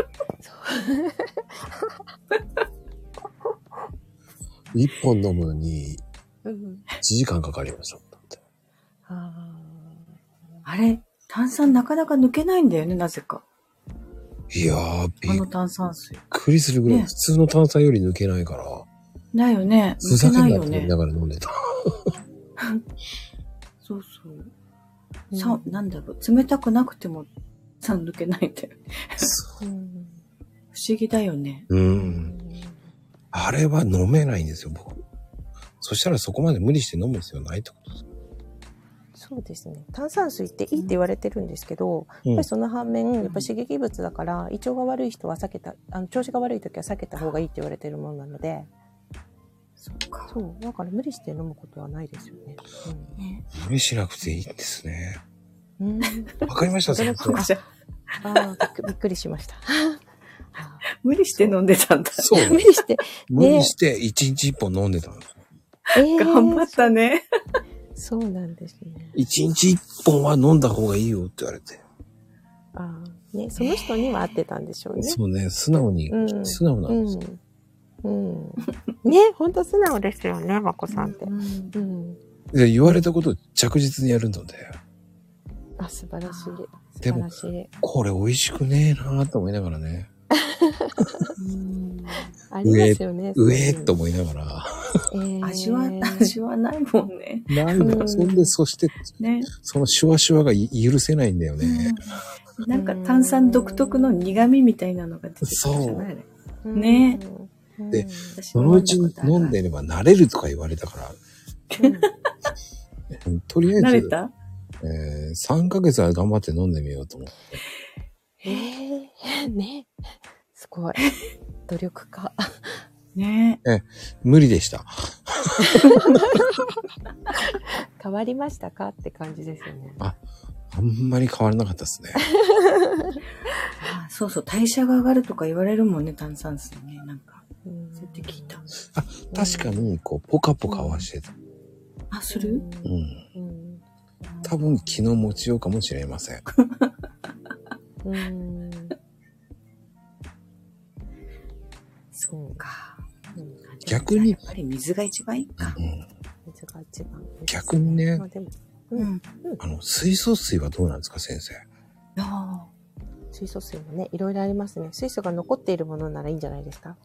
Speaker 1: 一本飲むのに
Speaker 2: うん。
Speaker 1: 1時間かかりました。だって
Speaker 2: あ
Speaker 4: あれ炭酸なかなか抜けないんだよね、なぜか。
Speaker 1: いやー、
Speaker 4: あ
Speaker 1: びっ
Speaker 4: の炭酸水。
Speaker 1: くりするぐらい
Speaker 4: ねえ
Speaker 1: 普通の炭酸より抜けないから、
Speaker 4: だよね。
Speaker 1: ふ
Speaker 4: 抜
Speaker 1: ざ
Speaker 4: け
Speaker 1: け
Speaker 4: なんい
Speaker 1: なっ
Speaker 4: よ
Speaker 1: て言い
Speaker 4: ね
Speaker 1: な。がら飲んでた。
Speaker 4: そうそう。
Speaker 2: ー
Speaker 4: さ、なんだろう。冷たくなくても炭酸抜けないんだよ。
Speaker 2: うん。
Speaker 4: 不思議だよね。
Speaker 1: う。
Speaker 2: うんん
Speaker 1: あれは飲めないんですよ、僕。そしたらそこまで無理して飲む必要ないと。
Speaker 2: そうですね炭酸水っていいって言われてるんですけど、
Speaker 1: うん
Speaker 2: やっぱりその反面やっぱ刺激物だから胃腸が悪い人は避けたあの調子が悪い時は避けた方がいいって言われてるものなので
Speaker 4: そっか。
Speaker 2: そうだから無理して飲むことはないですよね、
Speaker 4: ね。
Speaker 1: 無理しなくていいんですね。
Speaker 2: うん。 [LAUGHS]
Speaker 1: わかりました、
Speaker 2: どれ
Speaker 1: 先
Speaker 4: [LAUGHS]
Speaker 2: かな
Speaker 1: 生。
Speaker 2: ああ、びっくびっくりしました。
Speaker 4: 無理して飲んでたんだ。
Speaker 1: そう
Speaker 2: 無。理して。
Speaker 1: 無理して一日一本飲んでたんです。
Speaker 2: えー
Speaker 4: 頑張ったね。
Speaker 2: そうなんですね。
Speaker 1: 一日一本は飲んだ方がいいよって言われて。
Speaker 2: ああ、ね、その人には合ってたんでしょうね。
Speaker 1: そうね、素直に、
Speaker 2: うん
Speaker 1: 素直な
Speaker 2: うん
Speaker 1: ですよ。
Speaker 2: ん。うん。 [LAUGHS] ね、本当素直ですよね、まこさんって。
Speaker 4: う
Speaker 2: う
Speaker 4: ん
Speaker 2: ん。
Speaker 1: で、言われたことを着実にやるので、
Speaker 2: あ、素晴らしい。素
Speaker 1: で
Speaker 2: 晴
Speaker 1: も
Speaker 2: らしい。
Speaker 1: これ美味しくねえなーと思いながらね、
Speaker 2: ありますよね。
Speaker 1: うえーっと思いながら、
Speaker 2: そういうの。えー
Speaker 4: 味は、味はないもんね。
Speaker 1: なん
Speaker 2: う
Speaker 1: だ、
Speaker 2: ん
Speaker 1: そんで、そして、
Speaker 4: ね。
Speaker 1: そのシュワシュワがい許せないんだよね。
Speaker 4: うんなんか炭酸独特の苦味みたいなのが出てくるじゃないあれ
Speaker 2: うん
Speaker 4: ね。
Speaker 1: で
Speaker 4: 私
Speaker 1: そ
Speaker 4: も
Speaker 1: のうち
Speaker 4: 飲んだことある
Speaker 1: 飲んでれば慣れるとか言われたから、
Speaker 2: うん
Speaker 1: うんとりあ
Speaker 4: 慣
Speaker 1: え
Speaker 4: れ
Speaker 1: ず、
Speaker 4: た
Speaker 1: えー、3ヶ月は頑張って飲んでみようと思って。
Speaker 2: えー、ね。すごい。努力家。
Speaker 4: ね
Speaker 1: 無理でした。
Speaker 2: 変わりましたかって感じですよね。
Speaker 1: あんまり変わらなかったです
Speaker 4: [LAUGHS]
Speaker 1: ね。
Speaker 4: あそうそう、代謝が上がるとか言われるもんね、炭酸水ね。なんか、
Speaker 2: うん
Speaker 4: そうやって聞いた。
Speaker 1: 確かに、こう、ポカポカはしてた。
Speaker 4: あ、する
Speaker 1: う
Speaker 2: うん
Speaker 1: ん。
Speaker 2: うん
Speaker 1: 多分、気の持ちようかもしれません。
Speaker 2: うん
Speaker 4: そうか。
Speaker 2: うん
Speaker 1: 逆に
Speaker 4: やっぱり水が一番いいか。
Speaker 1: うん、
Speaker 2: 水が一番
Speaker 1: 逆にね
Speaker 2: まあでも
Speaker 4: うん。
Speaker 1: あの、水素水はどうなんですか、先生。
Speaker 4: あ
Speaker 2: 水素水もねいろいろありますね水素が残っているものならいいんじゃないですか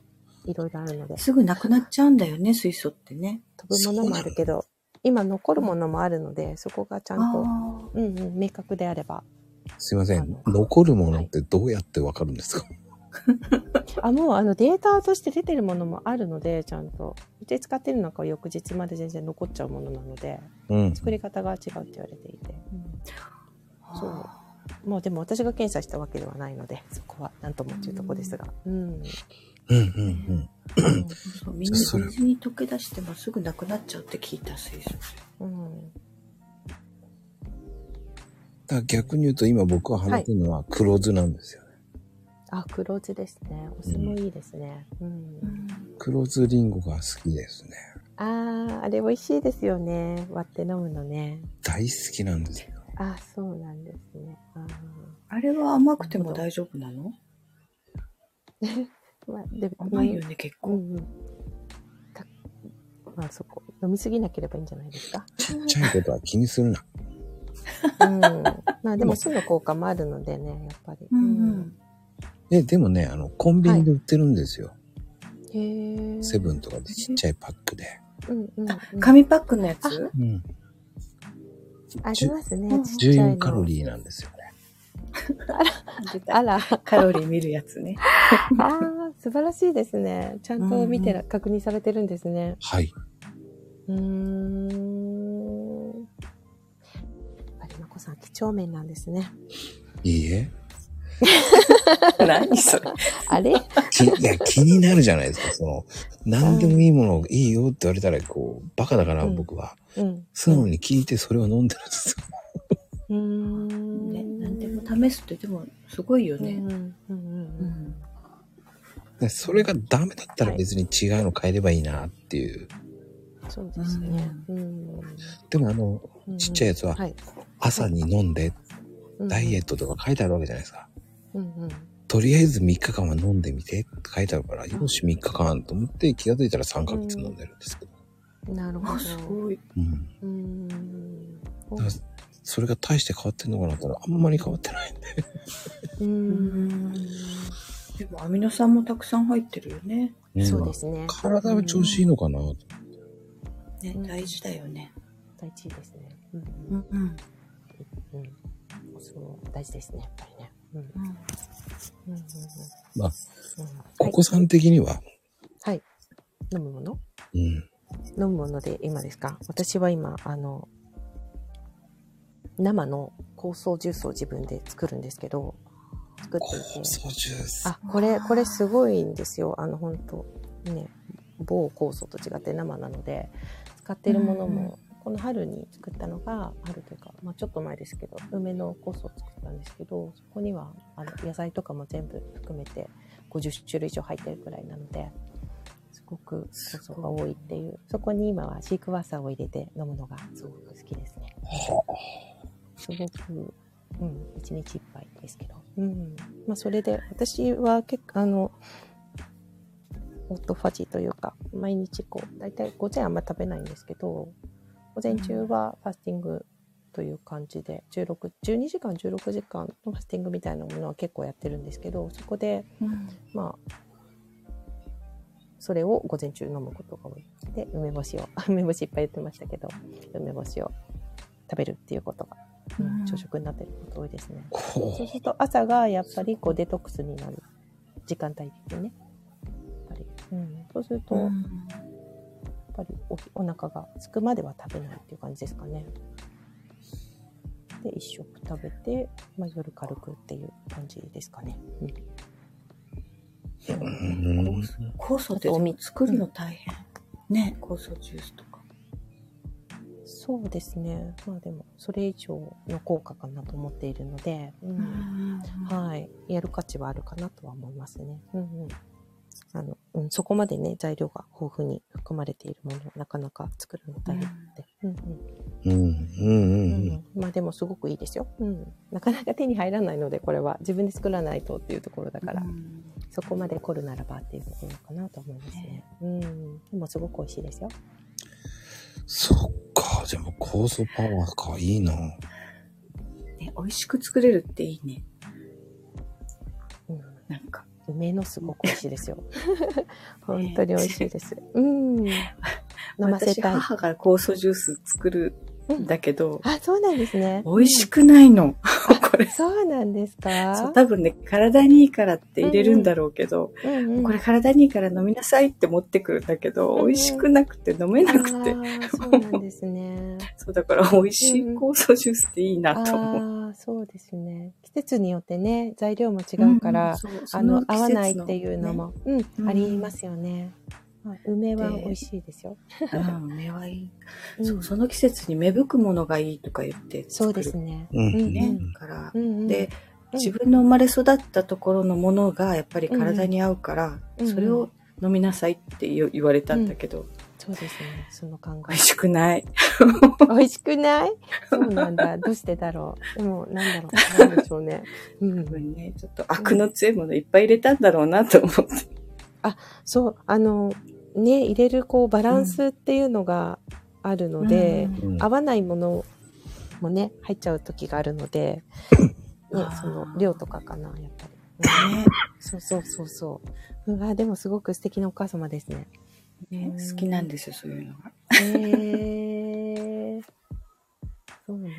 Speaker 2: いろいろあるので
Speaker 4: あすぐなくなっちゃうんだよね、水素ってね。
Speaker 2: 飛ぶものもあるけど今残るものもあるのでそこがちゃんと
Speaker 4: ああ。
Speaker 2: うんうん明確であれば
Speaker 1: すいませ
Speaker 2: あ
Speaker 1: ん
Speaker 2: の。
Speaker 1: 残るものってどうやってわかるんですか、
Speaker 2: あもうあのデータとして出てるものもあるのでちゃんとうちで使ってるのか翌日まで全然残っちゃうものなので
Speaker 1: うん。
Speaker 2: 作り方が違うって言われていてそうまあでも私が検査したわけではないのでそこは何ともっていうとこですが [LAUGHS] うん、
Speaker 1: うんうんうん。
Speaker 4: そうそうみんな
Speaker 1: それ
Speaker 4: 水に溶け出してもすぐなくなっちゃうって聞いた水素。
Speaker 2: うん、
Speaker 1: だから逆に言うと、今僕は話してるのは黒酢なんですよね。
Speaker 2: あ黒酢ですねお酢もいいですねうん、
Speaker 1: 黒酢リンゴが好きですね。
Speaker 2: あーあれ美味しいですよね割って飲むのね
Speaker 1: 大好きなんですよ。
Speaker 2: あそうなんですねあ
Speaker 4: あれは甘くても大丈夫なの
Speaker 2: ーまあでも
Speaker 4: 甘いよね、結
Speaker 2: うん
Speaker 4: 構。
Speaker 2: うんたまあそこ飲みすぎなければいいんじゃないですか
Speaker 1: ちっちゃいことは気にするな。
Speaker 2: うんまあでも酢の効果もあるのでねやっぱり
Speaker 4: うん
Speaker 1: え、でもね、あの、コンビニで売ってるんですよ。
Speaker 2: うんへえ
Speaker 1: セブンとかでちっちゃいパックで。
Speaker 2: うんうん、
Speaker 4: あ
Speaker 2: う、ん、
Speaker 4: 紙パックのやつ
Speaker 1: うん。
Speaker 2: ありますね
Speaker 4: うん
Speaker 2: ちっちゃいの
Speaker 1: 14カロリーなんですよね。
Speaker 2: あら
Speaker 4: カロリー見るやつね。
Speaker 2: ああ、素晴らしいですね。ちゃんと見てら、確認されてるんですね。
Speaker 1: はい。
Speaker 2: うーん。やっぱりまこさん、几帳面なんですね。
Speaker 1: いいえ。
Speaker 4: [LAUGHS] 何それ。
Speaker 2: あれ
Speaker 1: きいや、気になるじゃないですか。その、何でもいいものをいいよって言われたら、こう、バカだから
Speaker 2: うん
Speaker 1: 僕は。
Speaker 2: うん。
Speaker 1: 素直に聞いてそれを飲んでるんですよ。
Speaker 2: うーん。
Speaker 4: ね、何でも試すってでもすごいよ
Speaker 2: う
Speaker 4: ね。
Speaker 2: んうんうん
Speaker 4: う
Speaker 2: うん
Speaker 4: ん
Speaker 1: [LAUGHS] でそれがダメだったら
Speaker 2: はい
Speaker 1: 別に違うの変えればいいなっていう。
Speaker 2: そうですね。うん。
Speaker 1: でもあの、
Speaker 2: うん
Speaker 1: ちっちゃいやつは
Speaker 2: はい。
Speaker 1: 朝に飲んで、ダイエッ
Speaker 2: ト。
Speaker 1: トとか書いてあるわけじゃないですか。
Speaker 2: うんうん。
Speaker 1: とりあえず3日間は飲んでみてって書いてあるから、よし3日間と思って気がついたら3ヶ月飲んでるんですけど。
Speaker 2: なるほ
Speaker 4: あ、す
Speaker 2: ど。
Speaker 4: ごい。
Speaker 1: うん。
Speaker 2: うーん。お
Speaker 1: だからそれが大して変わってんのかなって言ったらあんまり変わってないんで。
Speaker 2: うーん。
Speaker 4: でもアミノ酸もたくさん入ってるよね。
Speaker 2: そうですね。
Speaker 1: 体は調子いいのかなと。
Speaker 4: ね
Speaker 2: うん、
Speaker 4: 大事だよね。
Speaker 2: 大事ですね。うん
Speaker 4: うんう
Speaker 2: う
Speaker 4: ん
Speaker 2: ん。うん。そう、大事ですね。やっぱりね。うん。
Speaker 4: うん。
Speaker 2: うんうん
Speaker 1: まあ、
Speaker 2: うん
Speaker 1: お子さん的には、
Speaker 2: はい。飲むもの
Speaker 1: うん。
Speaker 2: 飲むもので今ですか私は今、あの、生の香草ジュースを自分で作るんですけど、作ってい
Speaker 1: 酵
Speaker 2: て。
Speaker 1: 素ジュース。
Speaker 2: あ、これ、これすごいんですよ。あの、本当ね、某酵素と違って生なので、使ってるものも、この春に作ったのが、春というか、まあちょっと前ですけど、梅のコースを作ったんですけど、そこには、あの、野菜とかも全部含めて、50種類以上入ってるくらいなので、すごくコスが多いっていう。そこに今はシークワーサーを入れて飲むのがすごく好きですね。すごく、うん、一日いっぱいですけど。うん。まあそれで、私は結構、あの、オートファジーというか、毎日こう、だいたい午前あんま食べないんですけど、午前中はファスティングという感じで、16、12時間、16時間のファスティングみたいなものは結構やってるんですけど、そこで、まあ、それを午前中飲むことが多い。で、梅干しを、 [LAUGHS] 梅干しいっぱい言ってましたけど、梅干しを食べるっていうことが、
Speaker 4: うん
Speaker 2: 朝食になってること多いですね。
Speaker 1: ほ
Speaker 2: そう
Speaker 1: う
Speaker 2: すると朝がやっぱりこうデトックスになる時間帯ですね。やっぱり。うん。そうすると、やっぱりおお腹が空くまでは食べないっていう感じですかね。で、一食食べて、まあ、夜軽くっていう感じですかね。うん。
Speaker 1: うん
Speaker 4: 酵素ってでも作るの大変。ね、酵素ジュースとか。
Speaker 2: そうですね。まあでも、それ以上の効果かなと思っているので、うんはい。やる価値はあるかなとは思いますね。うんうん。あの、うん、そこまでね、材料が豊富に含まれているものをなかなか作るの大変で。うん
Speaker 1: うんうんう
Speaker 2: うん。うん
Speaker 1: ん
Speaker 2: うんまあでもすごくいいですよ。うん。なかなか手に入らないので、これは自分で作らないとっていうところだから、
Speaker 4: うん
Speaker 2: そこまで来るならばっていうところかなと思いますね。うん。でもすごく美味しいですよ。
Speaker 1: そっかでも酵素パワーかいいな
Speaker 4: ね、美味しく作れるっていいね。
Speaker 2: うん。
Speaker 4: なんか、
Speaker 2: 梅のすごく美味しいですよ。
Speaker 4: [LAUGHS]
Speaker 2: 本当に美味しいです。うん。飲ませ
Speaker 4: 私
Speaker 2: たい。
Speaker 4: 母が酵素ジュース作るんだけど、
Speaker 2: あ、そうなんですね。
Speaker 4: 美味しくないの。これ。
Speaker 2: そうなんです
Speaker 4: そう
Speaker 2: か。
Speaker 4: 多分ね、体にいいからって入れるんだろうけど、
Speaker 2: うんうん
Speaker 4: これ体にいいから飲みなさいって持ってくるんだけど、
Speaker 2: うん
Speaker 4: 美味しくなくて飲めなくて
Speaker 2: あ。ーそうなんですね。
Speaker 4: [LAUGHS] そう、だから美味しい
Speaker 2: うん
Speaker 4: 酵素ジュースっていい
Speaker 2: あ
Speaker 4: なと思う。
Speaker 2: あ、そうですね。季節によってね、材料も違うから、
Speaker 4: そう
Speaker 2: あ
Speaker 4: そ
Speaker 2: の
Speaker 4: 季、節
Speaker 2: 合わないっていうのも、う、
Speaker 4: うんん
Speaker 2: ありますよね。まあ梅は美味しいですよ。
Speaker 4: ね。うん、目はいい。
Speaker 2: うん
Speaker 4: そう、その季節に芽吹くものがいいとか言って
Speaker 2: そう
Speaker 4: 作
Speaker 2: で
Speaker 4: る
Speaker 2: すね。
Speaker 1: うん
Speaker 2: うん
Speaker 4: ね。だから、
Speaker 2: うんうんう
Speaker 4: で、
Speaker 2: ん
Speaker 4: 自分の生まれ育ったところのものがやっぱり体に合うから、
Speaker 2: うんうん
Speaker 4: それを飲みなさいって言う言われたんだけど、
Speaker 2: そうですね。その考
Speaker 4: 美
Speaker 2: え
Speaker 4: 味。しくない。 [LAUGHS]
Speaker 2: 美味しくないそうなんだ。どうしてだろう。でも、なんだろ
Speaker 4: [LAUGHS]
Speaker 2: う。なんでしょうね。うん
Speaker 4: 多。分ね、ちょっと悪の強いものいっぱい入れたんだろうなと思って。
Speaker 2: そう、あの、ね、入れる、こう、バランスっていうのがあるので、
Speaker 1: うん
Speaker 2: 合わないものもね、入っちゃう時があるので、ね
Speaker 4: あ、ー
Speaker 2: その、量とかかな、やっぱり。
Speaker 4: ね
Speaker 2: そうそうそうそう。うわ、でもすごく素敵なお母様です
Speaker 4: [LAUGHS]
Speaker 2: ね。
Speaker 4: ね好きなんですよ、そういうのが。
Speaker 2: へえー。そうなんだ。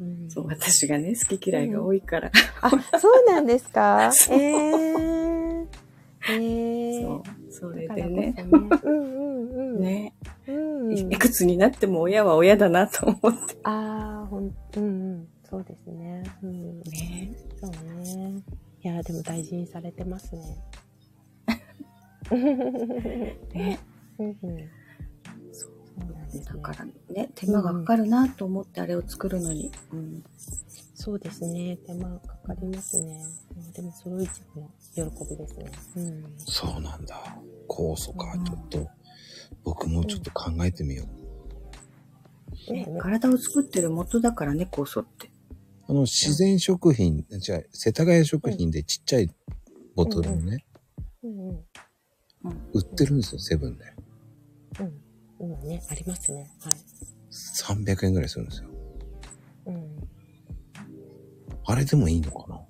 Speaker 2: うん
Speaker 4: そう、私がね、好き嫌いが多いから。
Speaker 2: あ、そうなんです
Speaker 4: [LAUGHS]
Speaker 2: かえー。えー。
Speaker 4: そう、それでね。
Speaker 2: だからこそね。うんうんうん。。
Speaker 4: ね、
Speaker 2: うん、
Speaker 4: いいくつになっても親は親だなと思って。
Speaker 2: ああ、ほん、うんうん。そうですね。うん。
Speaker 4: ね、
Speaker 2: そうね。いやー、でも大事にされてますね。
Speaker 4: ね、
Speaker 2: うんうん。
Speaker 4: そう
Speaker 2: そうなんです
Speaker 4: だ
Speaker 2: ね。
Speaker 4: からね、手間がかかるなと思ってあれを作るのに。うん、
Speaker 2: そうですね。手間かかりますね。うんでも、それ以上の喜びですね。うん。
Speaker 1: そうなんだ酵素かちょっと僕もちょっと考えてみよう
Speaker 4: ね
Speaker 2: ね、
Speaker 4: 体を作ってる元だからね、酵素って。
Speaker 1: あの、自然食品、じゃあ、世田谷食品でちっちゃいボトルをね、
Speaker 2: うんうん。
Speaker 1: 売ってるんですよ、セブンで。
Speaker 2: うん。今ね、ありますね。はい。
Speaker 1: 300円ぐらいするんですよ。
Speaker 2: うん。
Speaker 1: あれでもいいのかな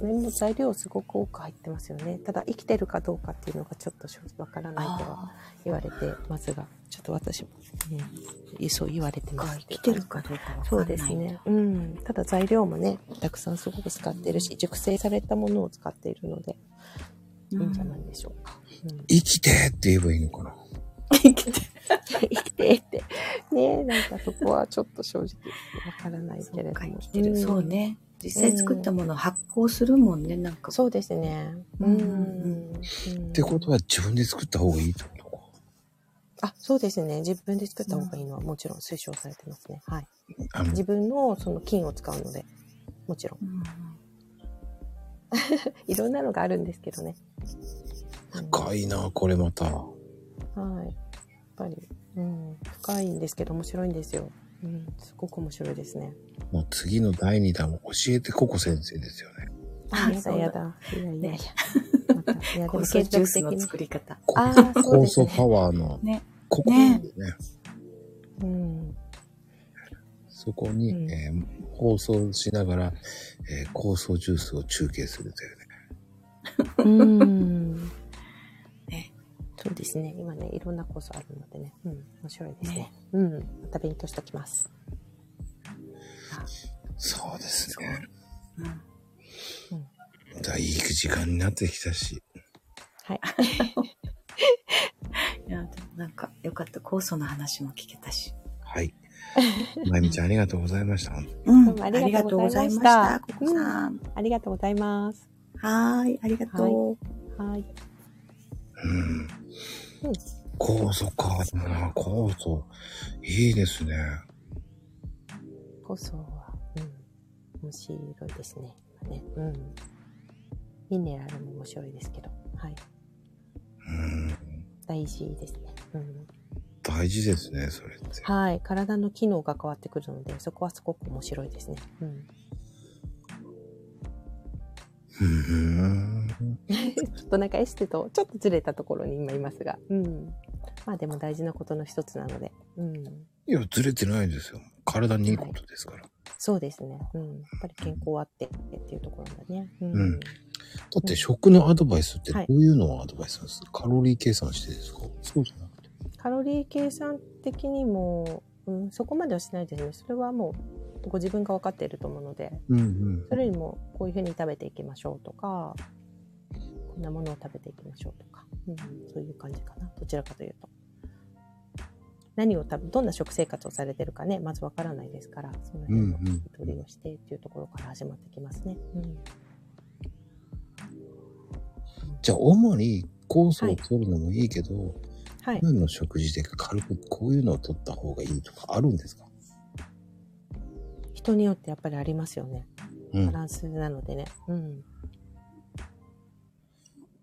Speaker 2: これも材料すごく多く入ってますよね。ただ、生きてるかどうかっていうのがちょっと正直わからないとは言われてますが、ちょっと私も、ね、そう言われて
Speaker 4: あ
Speaker 2: ま
Speaker 4: が
Speaker 2: す
Speaker 4: 生きてるかどうかわかん
Speaker 2: そう
Speaker 4: ない。
Speaker 2: ですね。。うん。ただ材料もね、たくさんすごく使ってるし、熟成されたものを使っているので、いいんじゃないでしょうか。うん、
Speaker 1: 生きてって言えばいいのかな
Speaker 4: 生きてる。
Speaker 2: 生きてって。ねなんかそこはちょっと正直わからないけれども。
Speaker 4: 生きてる。
Speaker 2: ん
Speaker 4: そう。ね。実際作ったものを発酵するもんね、なんか。
Speaker 2: そうですね。う
Speaker 4: うん
Speaker 2: ん。
Speaker 1: ってことは自分で作った方がいいってことか。
Speaker 2: あ、そうですね。自分で作った方がいいのはもちろん推奨されてますね。はい。
Speaker 1: あの
Speaker 2: 自分のその菌を使うので、もちろん。いろんなのがあるんですけどね。うん
Speaker 1: 深いな、これまた。
Speaker 2: はい。やっぱり、うん、深いんですけど面白いんですよ。うん、すごく面白いですね。
Speaker 1: もう次の第2弾を教えてココ先生ですよね。
Speaker 2: あ、
Speaker 4: あ
Speaker 2: や
Speaker 4: そ
Speaker 2: だ
Speaker 4: うだ
Speaker 2: やだ。いやいや
Speaker 4: ね。
Speaker 2: またいや、で
Speaker 4: 酵
Speaker 2: も
Speaker 4: 素
Speaker 2: 継
Speaker 4: ジュ
Speaker 2: 続
Speaker 4: ース
Speaker 2: 的
Speaker 4: の
Speaker 2: に。
Speaker 4: 作り方。
Speaker 2: ああ、そう
Speaker 1: 酵
Speaker 2: です
Speaker 1: 素
Speaker 2: ね。
Speaker 1: パワーの
Speaker 4: ね
Speaker 1: ココですね。
Speaker 2: うん。
Speaker 1: そこに、
Speaker 2: うん
Speaker 1: えー放送しながら、えー、酵素ジュースを中継するというね。
Speaker 2: [LAUGHS] うん。
Speaker 4: ね
Speaker 2: そうですね。今ね、いろんなコースあるのでね。うん。面白いですね。うん。また勉強してきます。
Speaker 1: そうですね。
Speaker 4: うん
Speaker 1: だいい時間になってきたし。
Speaker 2: はい。 [LAUGHS]
Speaker 4: いや、でもなんか、よかった。酵素の話も聞けたし。
Speaker 2: [LAUGHS]
Speaker 1: はい。まゆみちゃんありがとうございました。
Speaker 4: うん
Speaker 2: どうもありがとうございました
Speaker 4: ありがとうございましたココさん。
Speaker 2: ありがとうございます。
Speaker 4: はーい、ありがとう。
Speaker 2: はい。
Speaker 1: うん
Speaker 2: うん。
Speaker 1: 酵素か。な酵素。いいですね。
Speaker 2: こそは、うん。面白いですね。今ね。うん。ミネラルも面白いですけど。はい。
Speaker 1: うん。
Speaker 2: 大事ですね。うん。
Speaker 1: 大事ですね、それって。
Speaker 2: はい。体の機能が変わってくるので、そこはすごく面白いですね。うん。 [LAUGHS]
Speaker 1: うん。
Speaker 2: ちょっとなんかエステとちょっとずれたところに今いますが。うん。まあでも大事なことの一つなので。うん。
Speaker 1: いや、ずれてないですよ。体にいいことですから。
Speaker 2: そうですね。うん。やっぱり健康あってっていうところだね。うん。
Speaker 1: うんだって食のアドバイスってど
Speaker 2: はいう
Speaker 1: いうのをアドバイスなんですか、カロリー計算してですかそうじゃなくて。
Speaker 2: カロリー計算的にも、うん、そこまではしないですね。それはもうご自分が分かっていると思うので、
Speaker 1: うんうん
Speaker 2: それよりもこういうふうに食べていきましょうとか、こんなものを食べていきましょうとか、うん、そういう感じかな。どちらかというと。何を食べ、どんな食生活をされてるかね、まずわからないですから、その辺の
Speaker 1: うんうん
Speaker 2: 聞き取りをしてっていうところから始まってきますね。うん。
Speaker 1: じゃあ、主に酵素を取るのもいいけど、
Speaker 2: はい。
Speaker 1: 何の食事で軽くこういうのを取った方がいいとかあるんですか
Speaker 2: 人によってやっぱりありますよね。
Speaker 1: う
Speaker 2: バ
Speaker 1: ん。
Speaker 2: ランスなのでね。うん。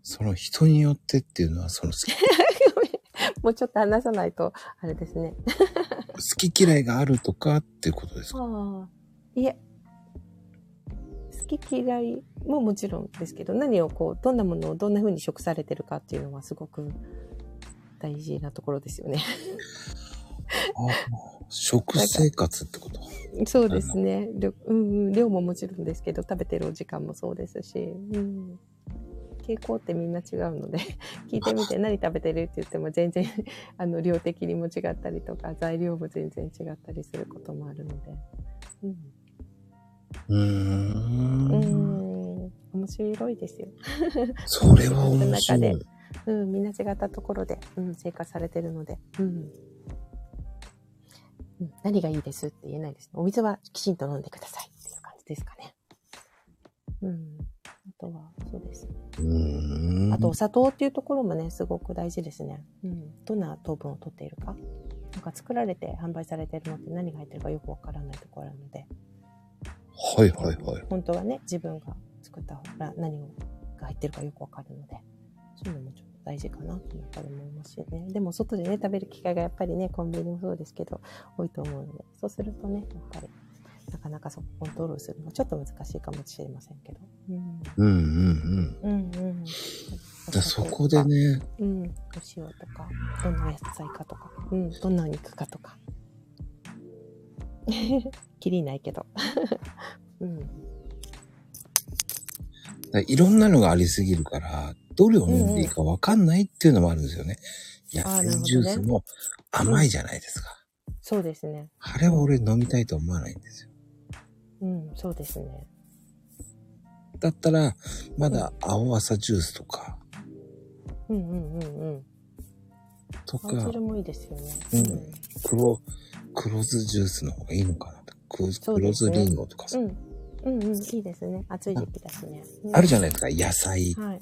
Speaker 1: その人によってっていうのは、その好き
Speaker 2: [LAUGHS] [LAUGHS] もうちょっと話さないと、あれですね。
Speaker 1: 好き嫌いがあるとかっていうことですか
Speaker 2: ああ、いえ。好き嫌いももちろんですけど、何をこう、どんなものをどんな風に食されてるかっていうのはすごく大事なところですよね。
Speaker 1: あ食生活ってこと
Speaker 2: そうですね。量うんうん、量ももちろんですけど、食べてるお時間もそうですし、うん、傾向ってみんな違うので、 [LAUGHS] 聞いてみて何食べてるって言っても全然、 [LAUGHS] あの、量的にも違ったりとか、材料も全然違ったりすることもあるので。うん
Speaker 1: うーん
Speaker 2: うーん、面白いですよ。
Speaker 1: それは面白い。
Speaker 2: うん、みんな違ったところで、うん、生活されてるので、うん。うん何がいいですって言えないですね。お水はきちんと飲んでくださいっていう感じですかね。うん。あとは、そうですね。
Speaker 1: うーん。
Speaker 2: あと、お砂糖っていうところもね、すごく大事ですね。うん。どんな糖分を取っているか。なんか作られて販売されてるのって何が入ってるかよくわからないところなので。
Speaker 1: はいはいはい。
Speaker 2: 本当はね自分が作ったら何が入ってるかよくわかるのでそういうのもちょっと大事かなとやっぱり思いますしねでも外でね食べる機会がやっぱりねコンビニもそうですけど多いと思うのでそうするとねやっぱりなかなかそこコントロールするのはちょっと難しいかもしれませんけど、うん、
Speaker 1: うんうんうん。
Speaker 2: うんうん
Speaker 1: じゃあそこで、ね、
Speaker 2: うん、お塩とかどんな野菜かとか、うん、どんなお肉かとか [LAUGHS] きりないけど、 [LAUGHS] うん
Speaker 1: いろんなのがありすぎるから、どれを飲んでいいかわかんないっていうのもあるんですよね。
Speaker 2: あ
Speaker 1: 野菜
Speaker 2: ーなるほどね
Speaker 1: ジュースも甘いじゃないですか。
Speaker 2: そうですね。
Speaker 1: あれは俺飲みたいと思わないんですよ。
Speaker 2: うん、そうですね。
Speaker 1: だったら、まだ青朝ジュースとか、
Speaker 2: うんうんうんうん。
Speaker 1: と
Speaker 2: 青
Speaker 1: か
Speaker 2: 汁、もいいですよね。
Speaker 1: うん黒、黒酢ジュースの方がいいのかなとか、黒酢
Speaker 2: そうで
Speaker 1: 黒
Speaker 2: す
Speaker 1: 酢
Speaker 2: ね
Speaker 1: リンゴとかさ
Speaker 2: う、ん。うんうん、いいですね。暑い時期だしね。
Speaker 1: あるじ
Speaker 2: ゃ
Speaker 1: ゃないですか。野菜
Speaker 2: ん。はい。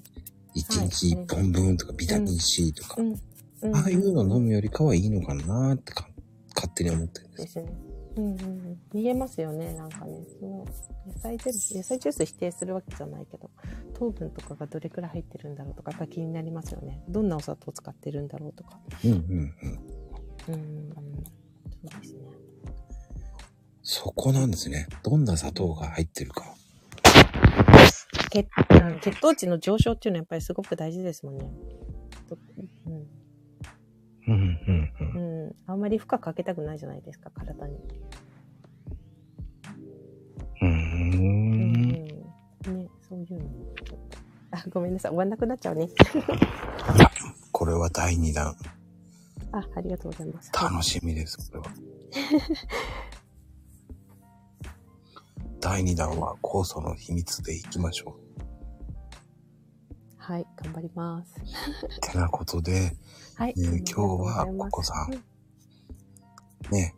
Speaker 1: 1日1本分とか、ビタミン C とか
Speaker 2: う。ん。うん
Speaker 1: ああいうの飲むよりかはいいのかなってか勝手に思ってるんで。
Speaker 2: ですすね。うんうんうん。見えますよね、なんかね。その野菜全部、野菜ジュース否定するわけじゃないけど、糖分とかがどれくらい入ってるんだろうとか、やっぱ気になりますよね。どんなお砂糖を使ってるんだろうとか。
Speaker 1: うんうんうん。
Speaker 2: うんうんうん。そうですね。
Speaker 1: そこなんですね。どんな砂糖が入ってるか。
Speaker 2: 血うん血糖値の上昇っていうのはやっぱりすごく大事ですもんね。と
Speaker 1: うんうんう。
Speaker 2: うんん。うん。あんまり負荷かけたくないじゃないですか、体に。
Speaker 1: うー。
Speaker 2: うんん。ね、そういうの。ちょっとあ、ごめんなさい。終わんなくなっちゃうね。
Speaker 1: これは第2弾。
Speaker 2: あ、ありがとうございます。
Speaker 1: 楽しみです、これは。第2弾は酵素の秘密でいきましょ
Speaker 2: はい、頑張ります。
Speaker 1: う。てなことで、
Speaker 2: はい。
Speaker 1: えー
Speaker 2: ありがとうござい
Speaker 1: 今日は
Speaker 2: ます
Speaker 1: ココさん
Speaker 2: う
Speaker 1: ね、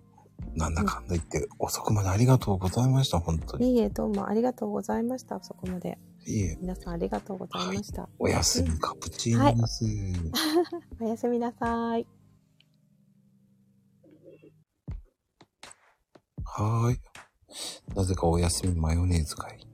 Speaker 1: なんだかんだ言って遅くまでありがとうございました、本当に。
Speaker 2: いえいえ、どうもありがとうございました。そこまで。
Speaker 1: いえ、
Speaker 2: 皆さんありがとうございました。
Speaker 1: おやすみカプチーノです。
Speaker 2: おやすみなさい。
Speaker 1: はーい。なぜかおやすみマヨネーズかい。